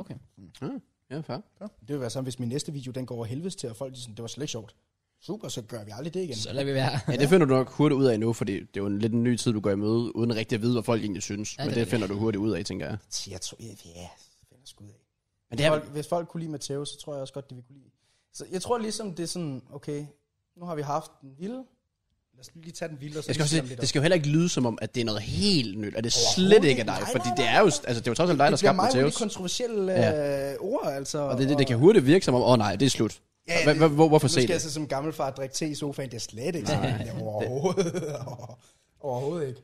Speaker 1: Okay.
Speaker 2: Ja, fair.
Speaker 3: Det vil være sådan, hvis min næste video, den går over helvedes til, og folk de er sådan, det var slet ikke sjovt. Super, så gør vi aldrig det igen.
Speaker 1: Så lader vi være.
Speaker 2: Ja, det finder du nok hurtigt ud af nu, fordi det er jo en lidt en ny tid, du går i møde, uden rigtig at vide, hvad folk egentlig synes.
Speaker 1: Ja,
Speaker 2: Men
Speaker 1: det er
Speaker 2: det finder du hurtigt ud af, tænker jeg.
Speaker 3: Jeg tror, ja, ja, finder skud af.
Speaker 2: Men
Speaker 3: Det
Speaker 2: det er,
Speaker 3: folk, hvis folk kunne lide Matteo, så tror jeg også godt, de vil kunne lide. Så jeg tror ligesom, det er sådan, okay, nu har vi haft den vilde. Lad os lige tage den vilde, og så
Speaker 2: Jeg skal også
Speaker 3: lige
Speaker 2: sige,
Speaker 3: lidt
Speaker 2: det
Speaker 3: om.
Speaker 2: skal jo heller ikke lyde som om, at det er noget helt nyt, og det er slet
Speaker 3: Overhovedet
Speaker 2: ikke er dig,
Speaker 3: ikke. Nej,
Speaker 2: fordi
Speaker 3: nej,
Speaker 2: det
Speaker 3: nej,
Speaker 2: er jo, altså det var trods alt dig, der
Speaker 3: Det bliver
Speaker 2: skabte
Speaker 3: meget med de
Speaker 2: Mateus,
Speaker 3: kontroversielle
Speaker 2: Ja.
Speaker 3: ja. ord, altså.
Speaker 2: og det, er det, det kan hurtigt virke som om, åh oh, nej, det er slut.
Speaker 3: Ja,
Speaker 2: Hva- hva- hvor- Hvorfor
Speaker 3: nu
Speaker 2: se
Speaker 3: skal jeg
Speaker 2: det?
Speaker 3: så som gammel far drikke te i sofaen, det er slet ikke sådan. Det er Overhovedet. Overhovedet ikke.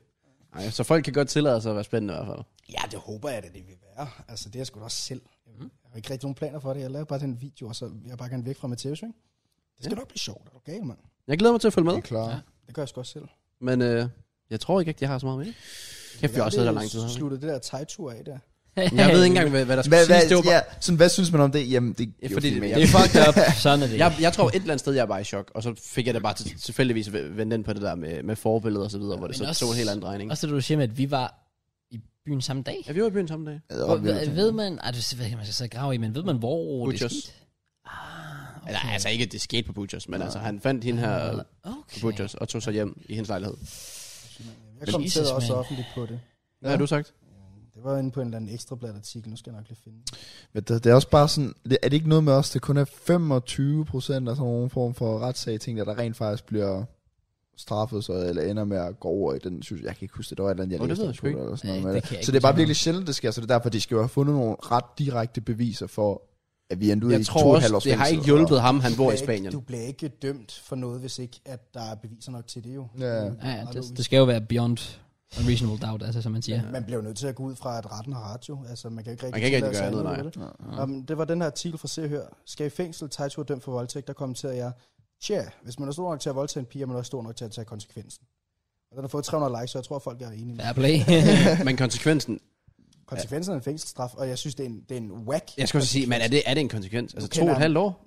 Speaker 2: Ej, så folk kan godt tillade sig at være spændende i hvert fald.
Speaker 3: Ja, det håber jeg da, det vil være. Altså, det er jeg sgu da også selv. Jeg har ikke rigtig nogen planer for det. Jeg laver bare den video, og så vil jeg bare gerne væk fra Matheus, ikke? Det skal nok blive sjovt, er du gal, mand?
Speaker 2: Jeg glæder mig til at følge
Speaker 4: Det
Speaker 2: med,
Speaker 4: er klart. Ja.
Speaker 3: Det gør jeg sgu også selv.
Speaker 2: men øh, jeg tror ikke, at jeg har så meget med. det. Kæft, vi har også siddet der lang tid. har vi?
Speaker 3: Sluttede det der tegtur af der.
Speaker 2: Men Jeg ved ikke engang, hvad, hvad der skulle
Speaker 4: Hvad,
Speaker 2: siges. Det var
Speaker 4: hvad,
Speaker 2: bare,
Speaker 4: ja, sådan, hvad synes man om det? Jamen, det er jo
Speaker 2: fordi
Speaker 4: fint, men
Speaker 2: det-
Speaker 4: jeg-
Speaker 1: Det er fucked up. Sådan er det.
Speaker 2: jeg, jeg tror et eller andet sted, jeg er bare i chok, og så fik jeg da bare til, tilfældigvis vendt ind på det der med, med forbilleder og så videre, hvor det
Speaker 1: Men
Speaker 2: så
Speaker 1: også-
Speaker 2: tog en helt anden drejning.
Speaker 1: Også det, du siger med, at vi var i byen samme dag.
Speaker 2: Ja, vi var i byen samme dag.
Speaker 4: Jeg er
Speaker 1: Hvor,
Speaker 4: oplevet.
Speaker 1: ved man... Ej, det ved jeg, man skal så grave i, men ved man, hvor det er
Speaker 2: Butchers.
Speaker 1: sket?
Speaker 2: Eller altså ikke, at det skete på Butchers, men altså han fandt hende her på
Speaker 1: Okay.
Speaker 2: Butchers og tog sig hjem i hendes lejlighed.
Speaker 3: Jeg kom til
Speaker 1: Jesus,
Speaker 3: også
Speaker 1: man.
Speaker 3: offentligt på det.
Speaker 2: Hvad har du sagt?
Speaker 3: Det var inde på en eller anden ekstrablad artikel, nu skal jeg nok lige finde. den.
Speaker 4: Men det, det er også bare sådan, det, er det ikke noget med os, det kun er 25 procent af sådan nogen form for retssag ting, der, der rent faktisk bliver straffet så, eller ender med at gå over i den, synes jeg, kan ikke huske, det der var et eller andet, jeg
Speaker 2: Nå, det
Speaker 4: læste
Speaker 2: ved jeg
Speaker 4: på
Speaker 2: sgu ikke.
Speaker 4: det Eller sådan
Speaker 1: Ja,
Speaker 4: noget
Speaker 1: det
Speaker 4: med
Speaker 1: kan jeg
Speaker 4: det.
Speaker 1: ikke
Speaker 4: Så det er bare
Speaker 1: huske.
Speaker 4: virkelig sjældent, det sker, så det er derfor, de skal jo have fundet nogle ret direkte beviser for, at vi endte ud i
Speaker 2: Jeg
Speaker 4: to og
Speaker 2: tror
Speaker 4: et
Speaker 2: også,
Speaker 4: halvt års
Speaker 2: det har
Speaker 4: fængsel,
Speaker 2: ikke hjulpet
Speaker 4: og-
Speaker 2: ham, han bor i
Speaker 3: bliver
Speaker 2: Spanien.
Speaker 3: Ikke, du bliver ikke dømt for noget, hvis ikke at der er beviser nok til det jo.
Speaker 4: Ja.
Speaker 1: Ja, ja,
Speaker 3: Meget
Speaker 1: det,
Speaker 3: logisk.
Speaker 1: det skal jo være beyond a reasonable doubt, altså som man siger.
Speaker 3: Man bliver jo nødt til at gå ud fra, at retten har ret jo. Altså, man kan jo ikke
Speaker 2: Man kan ikke
Speaker 3: tillade
Speaker 2: rigtig
Speaker 3: sig
Speaker 2: gøre andet,
Speaker 3: vel?
Speaker 1: Mm.
Speaker 3: Um, det var den her artikel fra Se og Hør. Skal i fængsel, Taito er dømt for voldtægt, der kommenterede jeg, tja, hvis man er stor nok til at voldtage en pige, er man også stor nok til at tage konsekvensen. Og den har fået 300 likes, så jeg tror, folk er enige. Ja.
Speaker 1: Fair play.
Speaker 2: Men konsekvensen,
Speaker 3: Konsekvensen er en fængselsstraf, og jeg synes, det er en, det er en whack.
Speaker 2: jeg skal også sige, men er det, er det en konsekvens? Altså
Speaker 3: kender
Speaker 2: to og et
Speaker 3: han.
Speaker 2: halvt år?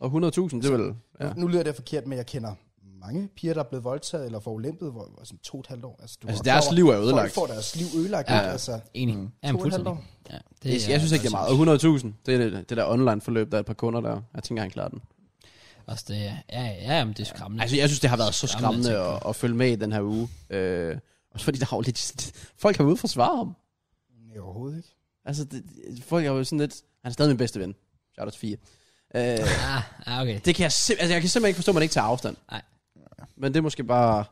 Speaker 2: Og 100.000, det er vel... Ja.
Speaker 3: Nu lyder det forkert, men jeg kender mange piger, der er blevet voldtaget eller forulæmpet, hvor altså, to og et halvt år. Altså, du
Speaker 2: Altså,
Speaker 3: er
Speaker 2: deres
Speaker 3: klar over,
Speaker 2: liv er
Speaker 3: folk
Speaker 2: ødelagt.
Speaker 3: får deres liv ødelagt.
Speaker 2: Ja.
Speaker 3: Ja. Altså,
Speaker 1: Enig. Ja, men
Speaker 3: To og et halvt
Speaker 1: fuldstændig.
Speaker 3: år.
Speaker 1: Ja, det,
Speaker 2: Jeg, jeg synes ikke, det er meget. Og 100.000, det er det, det der online-forløb, der er et par kunder der. Jeg tænker, han klarer den.
Speaker 1: Også det, ja, ja, ja, men det er skræmmende.
Speaker 2: Altså, jeg synes, det har været så
Speaker 1: Skræmmende
Speaker 2: skræmmende at, at følge med i den her uge. Øh, også fordi der har jo lidt... Folk har været ude for at svare ham.
Speaker 3: nej, overhovedet ikke.
Speaker 2: Altså, det, folk er jo sådan lidt... Han er stadig min bedste ven. Shout out til Fie. Øh,
Speaker 1: Ah, ah, okay.
Speaker 2: det kan jeg simpelthen... Altså, jeg kan simpelthen ikke forstå, at man ikke tager afstand.
Speaker 1: Nej.
Speaker 2: Men det er måske bare...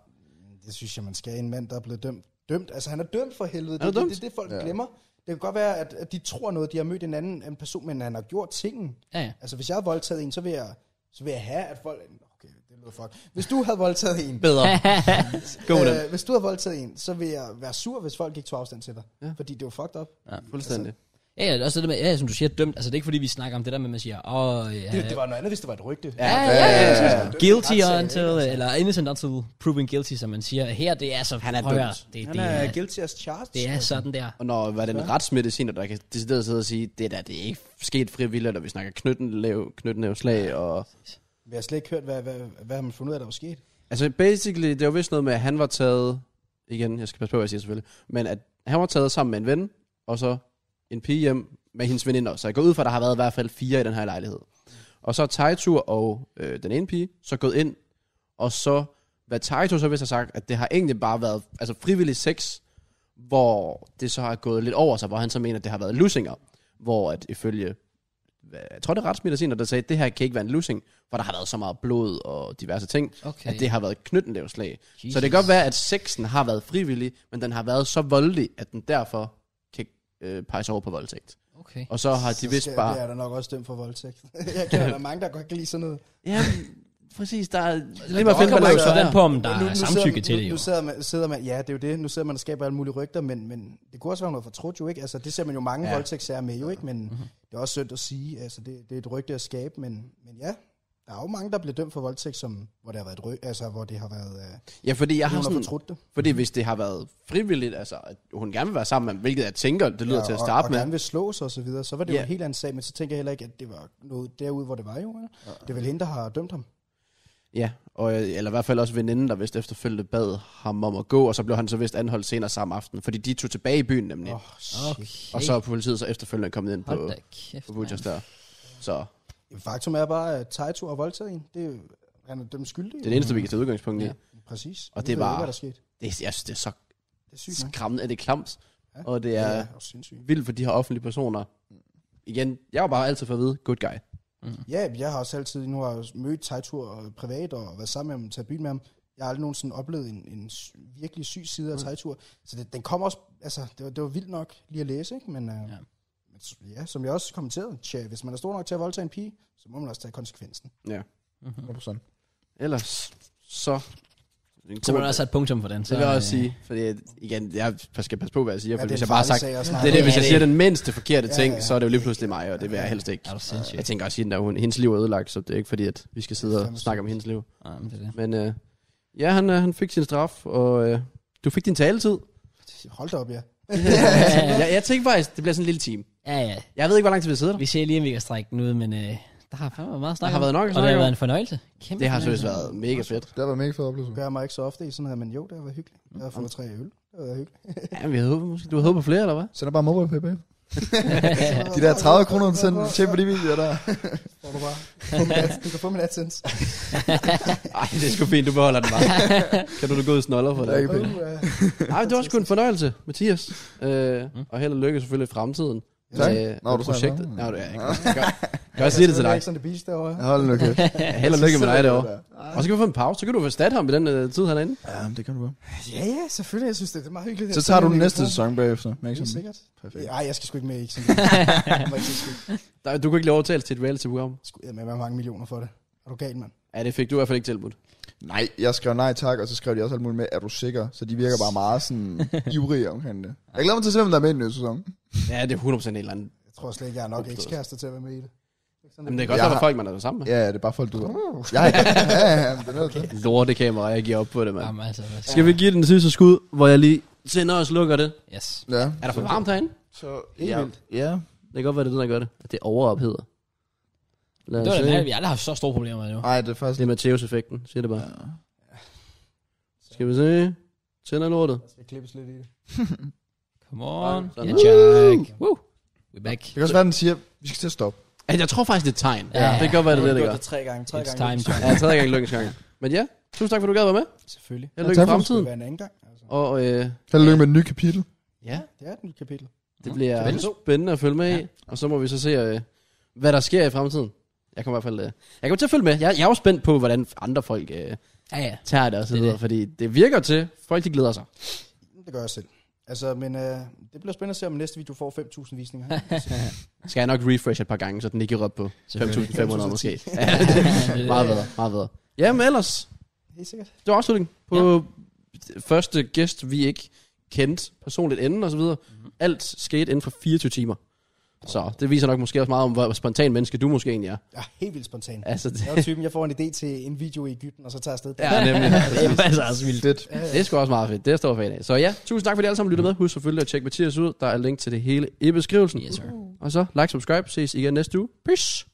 Speaker 3: Det synes jeg, man skal. En mand, der er blevet dømt. Dømt? Altså, han er dømt for helvede.
Speaker 2: Er
Speaker 3: Det,
Speaker 2: du
Speaker 3: det,
Speaker 2: dømt?
Speaker 3: det, det, folk
Speaker 4: Ja.
Speaker 3: ja. glemmer. Det kan godt være, at, at de tror noget. De har mødt en anden en person, men han har gjort tingen.
Speaker 1: Ja, ja.
Speaker 3: Altså, hvis jeg havde voldtaget en, så vil jeg, så vil jeg have, at folk... Okay, det lød fuck. Hvis du havde voldtaget en...
Speaker 2: Bedre. Gå med den.
Speaker 3: Øh, hvis du havde voldtaget en, så vil jeg være sur, hvis folk ikke tog afstand til dig.
Speaker 2: Ja.
Speaker 3: Ja. Fordi det var fucked up.
Speaker 2: Ja,
Speaker 1: altså.
Speaker 2: fuldstændig.
Speaker 1: Ja, ja, også det der med, ja, som du siger, dømt. Altså, det er ikke fordi, vi snakker om det der med, at man siger, åh, oh, ja,
Speaker 3: Det, det var noget andet, hvis det var et rygte.
Speaker 1: Ja, ja, ja, ja, ja, Guilty until,
Speaker 2: altså.
Speaker 1: eller innocent until proven guilty, som man siger. Her, det er så
Speaker 2: Han er
Speaker 1: højere.
Speaker 2: dømt.
Speaker 1: Det, det,
Speaker 3: Han er
Speaker 1: er,
Speaker 3: guilty as charged.
Speaker 1: det er sådan der.
Speaker 2: Og når var det en retsmediciner, der kan decideret sidde og sige, det der, det er ikke sket frivilligt, og vi snakker knyttenlæv, knyttenlæv slag, og...
Speaker 3: Vi har slet ikke hørt, hvad, hvad, hvad har man fundet ud af, der var sket.
Speaker 2: Altså, basically, det var vist noget med, at han var taget... Igen, jeg skal passe på, hvad jeg siger selvfølgelig. Men at han var taget sammen med en ven, og så en pige hjem med hendes veninder. Så jeg går ud fra, at der har været i hvert fald fire i den her lejlighed. Og så er Taito og øh, den ene pige så gået ind, og så... Hvad Taito så vist har sagt, at det har egentlig bare været altså frivillig sex, hvor det så har gået lidt over sig, hvor han så mener, at det har været lusinger. Hvor at ifølge hvad- jeg tror, det er retsmediciner, der sagde, at det her kan ikke være en lusing, for der har været så meget blod og diverse ting
Speaker 1: Okay.
Speaker 2: at det har været knyttenlævslag. Så det kan godt være, at sexen har været frivillig, men den har været så voldelig, at den derfor kan øh, peges over på voldtægt.
Speaker 1: Okay.
Speaker 2: Og så har de
Speaker 3: Så
Speaker 2: vist
Speaker 3: skal-
Speaker 2: bare...
Speaker 3: Det er der nok også dømt for voldtægt. jeg kender der mange, der godt kan lide sådan noget.
Speaker 2: Ja, præcis. Der er lige
Speaker 1: Det
Speaker 2: meget
Speaker 1: kommer jo
Speaker 2: balance
Speaker 1: sådan
Speaker 2: der.
Speaker 1: på, om der
Speaker 3: Men
Speaker 1: er samtykke
Speaker 3: sidder,
Speaker 1: til
Speaker 3: nu,
Speaker 1: det, jo.
Speaker 3: Nu sidder man, sidder man, ja, det er jo det. Nu sidder man og skaber alle mulige rygter, men, men det kunne også være noget fortrudt jo, ikke? Altså, det ser man jo mange
Speaker 2: Ja.
Speaker 3: ja. voldtægtssager med jo, ikke? Men
Speaker 1: Mhm.
Speaker 3: mm-hmm. det er også synd at sige. Altså, det, det er et rygte at skabe, men, men ja. Der er jo mange, der bliver dømt for voldtægt, som, hvor det har været et ryg, altså, hvor det har været, øh,
Speaker 2: Ja, fordi jeg har
Speaker 3: nogen har
Speaker 2: sådan...
Speaker 3: fortrudt det.
Speaker 2: Fordi hvis det har været frivilligt, altså at hun gerne vil være sammen med ham, hvilket jeg tænker, det lyder ja, til at
Speaker 3: og,
Speaker 2: starte
Speaker 3: og
Speaker 2: med.
Speaker 3: gerne vil slås og så videre, så var det yeah.
Speaker 2: Ja.
Speaker 3: jo en helt anden sag, men så tænker jeg heller ikke, at det var noget derude, hvor det var jo. Eller? Det er vel hende, der har dømt ham.
Speaker 2: Ja, og, øh, eller i hvert fald også veninden, der vist efterfølgende bad ham om at gå, og så blev han så vist anholdt senere samme aften, fordi de tog tilbage i byen nemlig. Oh,
Speaker 3: Åh, shit.
Speaker 1: Okay.
Speaker 2: og så er politiet så efterfølgende kommet ind
Speaker 1: Hold
Speaker 2: på,
Speaker 1: da kæft,
Speaker 2: på
Speaker 1: mand.
Speaker 2: Butchers der. Så
Speaker 3: Faktum er bare, at Taito har voldtaget en. Det er jo- han er dømt skyldig.
Speaker 2: Det er det eneste, vi kan tage udgangspunkt i.
Speaker 1: Ja.
Speaker 2: Ja.
Speaker 3: Præcis.
Speaker 2: Og
Speaker 3: Vi
Speaker 2: det
Speaker 3: ved jo
Speaker 2: var-
Speaker 3: ikke, hvad der skete.
Speaker 2: Det, jeg synes, det er så
Speaker 3: Det er sygt, nok.
Speaker 2: skræmmende, at det er klams. Ja.
Speaker 3: Ja.
Speaker 2: Og det er
Speaker 3: Ja,
Speaker 2: ja.
Speaker 3: og sindssygt.
Speaker 2: vildt for de her offentlige personer. Igen, jeg var bare altid for at vide, good guy.
Speaker 3: Ja, jeg har også altid, nu har jeg jo mødt Tejtur privat og været sammen med ham, taget byen med ham. Jeg har aldrig nogensinde oplevet en, en sy- virkelig syg side af
Speaker 2: Mm.
Speaker 3: Tejtur. Så det, den kom også, altså det var, det var vildt nok lige at læse, ikke? Men, øh,
Speaker 1: Ja.
Speaker 3: ja. men s- ja, som jeg også kommenterede, tja, hvis man er stor nok til at voldtage en pige, så må man også tage konsekvensen.
Speaker 2: Ja.
Speaker 4: 100%.
Speaker 2: Ellers, så... En
Speaker 1: Så må
Speaker 2: god-
Speaker 1: man også have et punktum for den. Så,
Speaker 2: det vil jeg også
Speaker 1: øh,
Speaker 2: sige, fordi igen, jeg skal passe på, hvad jeg siger, for
Speaker 3: det er
Speaker 2: hvis
Speaker 3: en
Speaker 2: jeg bare har sagt,
Speaker 3: farlig sag at
Speaker 2: det
Speaker 3: snakke
Speaker 2: er det,
Speaker 1: om.
Speaker 2: hvis
Speaker 1: Ja,
Speaker 2: jeg
Speaker 1: det
Speaker 2: siger
Speaker 1: er-
Speaker 2: den mindste forkerte
Speaker 3: Ja,
Speaker 2: ting,
Speaker 3: ja.
Speaker 2: så er det jo lige pludselig mig, og det vil jeg helst ikke.
Speaker 1: Er du sindssyg?
Speaker 2: Jeg tænker også, hende der, hun, hendes liv er ødelagt, så det er ikke fordi, at vi skal sidde og
Speaker 3: fandme
Speaker 2: snakke om hendes liv.
Speaker 1: Ja, men det er det.
Speaker 2: Men øh, ja, han, øh, han fik sin straf, og øh, du fik din taletid.
Speaker 3: Hold da op, ja.
Speaker 2: Jeg, jeg tænkte faktisk, det bliver sådan en lille time.
Speaker 1: Ja, ja.
Speaker 2: Jeg ved ikke, hvor lang tid vi sidder der.
Speaker 1: Vi ser lige, om vi kan strække den ud, men øh, der har fandme været meget snak
Speaker 2: Der har
Speaker 1: om.
Speaker 2: været nok at
Speaker 1: Og det
Speaker 2: snakke
Speaker 1: har
Speaker 2: om.
Speaker 1: været en fornøjelse. Kæmpe
Speaker 2: Det har
Speaker 1: fornøjelse.
Speaker 2: seriøst været mega fedt.
Speaker 4: Det har været mega fed oplevelse.
Speaker 3: Det gør jeg mig ikke så ofte i sådan noget, men jo, det har været hyggeligt. Jeg har fået tre øl. Det har været hyggeligt.
Speaker 2: Ja, vi havde håbet, måske. Du havde håbet på flere, eller hvad?
Speaker 4: Send dig bare mobile pay, babe. De der 30 kroner, du sender tjent på de videoer der.
Speaker 3: Får du, bare. Få min ads- du kan få min AdSense.
Speaker 2: Nej, det er sgu fint, du beholder den bare. kan du da gå ud og snoller for det?
Speaker 4: Det er ikke
Speaker 3: Uh,
Speaker 2: Nej, det var sgu en fornøjelse, Mathias. Øh, og held og lykke selvfølgelig i fremtiden.
Speaker 4: Tak.
Speaker 2: med,
Speaker 4: Nå,
Speaker 2: med
Speaker 4: du sagde
Speaker 2: projektet.
Speaker 4: noget.
Speaker 2: Mm. Nå, det er jeg ikke. Jeg kan- Jeg kan også sige det til dig.
Speaker 3: Jackson the Beast derovre.
Speaker 4: Hold nu kæft.
Speaker 2: Held og lykke med dig
Speaker 4: sidder
Speaker 2: derovre. Og så kan vi få en pause, så kan du erstatte ham i den øh, tid, han er inde.
Speaker 4: Ja, men det kan du godt.
Speaker 3: Altså, Ja, ja, selvfølgelig. Jeg synes, det, det er meget hyggeligt.
Speaker 4: Så
Speaker 3: at
Speaker 4: tager du
Speaker 3: sidde
Speaker 4: den
Speaker 3: med
Speaker 4: næste
Speaker 3: mikrofon.
Speaker 4: sæson bagefter. Ikke
Speaker 3: Helt
Speaker 4: sådan?
Speaker 3: sikkert.
Speaker 4: Perfekt.
Speaker 3: Nej, jeg skal sgu ikke med i sådan Jeg må ikke sige,
Speaker 2: Der- Du kunne ikke lave overtales til et reality-program.
Speaker 3: sgu med med mange millioner for det. Er du gal, mand?
Speaker 2: Ja, det fik du i hvert fald ikke tilbudt.
Speaker 4: Nej, jeg skrev nej tak, og så skrev de også alt muligt med, er du sikker? Så de virker bare meget sådan ivrige omkring det. Jeg glæder mig til at se, hvem der er med i den nye sæson.
Speaker 2: Ja, det er 100% en eller anden.
Speaker 3: Jeg tror slet ikke, jeg er nok
Speaker 2: Opstået.
Speaker 3: ekskærester til at være med i det.
Speaker 2: Jamen, det kan også
Speaker 4: Jeg
Speaker 2: være
Speaker 4: har-
Speaker 2: folk, man er sammen med.
Speaker 4: Ja, ja, det er bare folk, du ved. Ja, ja, ja, ja, men det er okay.
Speaker 2: Lorte kamera, jeg giver op på det, mand.
Speaker 1: Jamen, altså, hvad skal
Speaker 2: Skal vi give den sidste skud, hvor jeg lige tænder og slukker det?
Speaker 1: Yes.
Speaker 4: Ja.
Speaker 2: Er der for varmt herinde?
Speaker 4: Så
Speaker 2: helt vildt.
Speaker 4: Ja.
Speaker 2: Det kan godt være, det er den, der gør det. At det overopheder. Lad
Speaker 1: Det
Speaker 2: os
Speaker 1: var da
Speaker 2: se.
Speaker 1: mærkeligt, vi aldrig har haft så store problemer med det nu.
Speaker 4: Nej, det er faktisk
Speaker 2: Det er Matteus-effekten, siger det bare. Skal vi se? Tænder lortet.
Speaker 3: Jeg skal klippes lidt i det.
Speaker 1: Come on.
Speaker 2: Sådan
Speaker 1: Ja,
Speaker 2: der.
Speaker 1: Jack. Woo. We back.
Speaker 4: Det kan også være, den siger, vi skal til at stoppe.
Speaker 2: Altså, jeg tror faktisk, det er et tegn.
Speaker 1: Ja.
Speaker 2: Ja. Det kan godt være, det er det, det gør.
Speaker 3: tre gange. Tre
Speaker 1: It's
Speaker 3: gange.
Speaker 1: time, Jack.
Speaker 2: Ja, tredje gang lykkens gang. Men ja, tusind tak, for du gad at være med.
Speaker 3: Selvfølgelig.
Speaker 2: Held og
Speaker 4: Ja,
Speaker 2: lykke
Speaker 4: tak
Speaker 2: i
Speaker 4: for-
Speaker 3: Det
Speaker 2: fremtiden.
Speaker 3: vil være en anden gang. Altså.
Speaker 2: Og øh,
Speaker 4: Held og lykke med et nyt kapitel.
Speaker 2: ja,
Speaker 3: Det er et nyt kapitel.
Speaker 2: det bliver
Speaker 1: Spændende.
Speaker 2: spændende at følge med i. Og så må vi så se, øh, hvad der sker i fremtiden. Jeg kommer i hvert fald... Øh, jeg kommer til at følge med. Jeg, jeg er jo spændt på, hvordan andre folk øh,
Speaker 1: Ja, ja.
Speaker 2: tager det og så
Speaker 1: Det er
Speaker 2: videre.
Speaker 1: det.
Speaker 2: Fordi det virker til, folk de glæder sig.
Speaker 3: Det gør jeg selv. Altså, men øh, det bliver spændende at se, om næste video får 5.000 visninger.
Speaker 2: Skal jeg nok refresh et par gange, så den ikke går op på 5.500 måske. Ja,
Speaker 1: det-
Speaker 2: meget bedre, meget bedre. Jamen ellers,
Speaker 3: Helt sikkert.
Speaker 2: det var afslutningen på ja. første gæst, vi ikke kendte personligt inden og så videre.
Speaker 1: Mhm.
Speaker 2: Mm-hmm. Alt skete inden for 24 timer. Så det viser nok måske også meget om, hvor spontan menneske du måske egentlig er.
Speaker 3: Jeg er helt vildt spontan.
Speaker 2: Altså, det,
Speaker 3: Jeg er jo typen, jeg får en idé til en video i Ægypten, og så tager jeg afsted.
Speaker 2: ja, nemlig.
Speaker 1: Det er faktisk også vildt.
Speaker 4: Fedt.
Speaker 2: Det er sgu også meget fedt. Det står for i dag. Så ja, tusind tak, fordi I alle sammen lyttede med. Husk selvfølgelig at tjekke Mathias ud. Der er link til det hele i beskrivelsen.
Speaker 1: Yes, sir.
Speaker 2: Og så like, subscribe. Ses igen næste uge. Peace.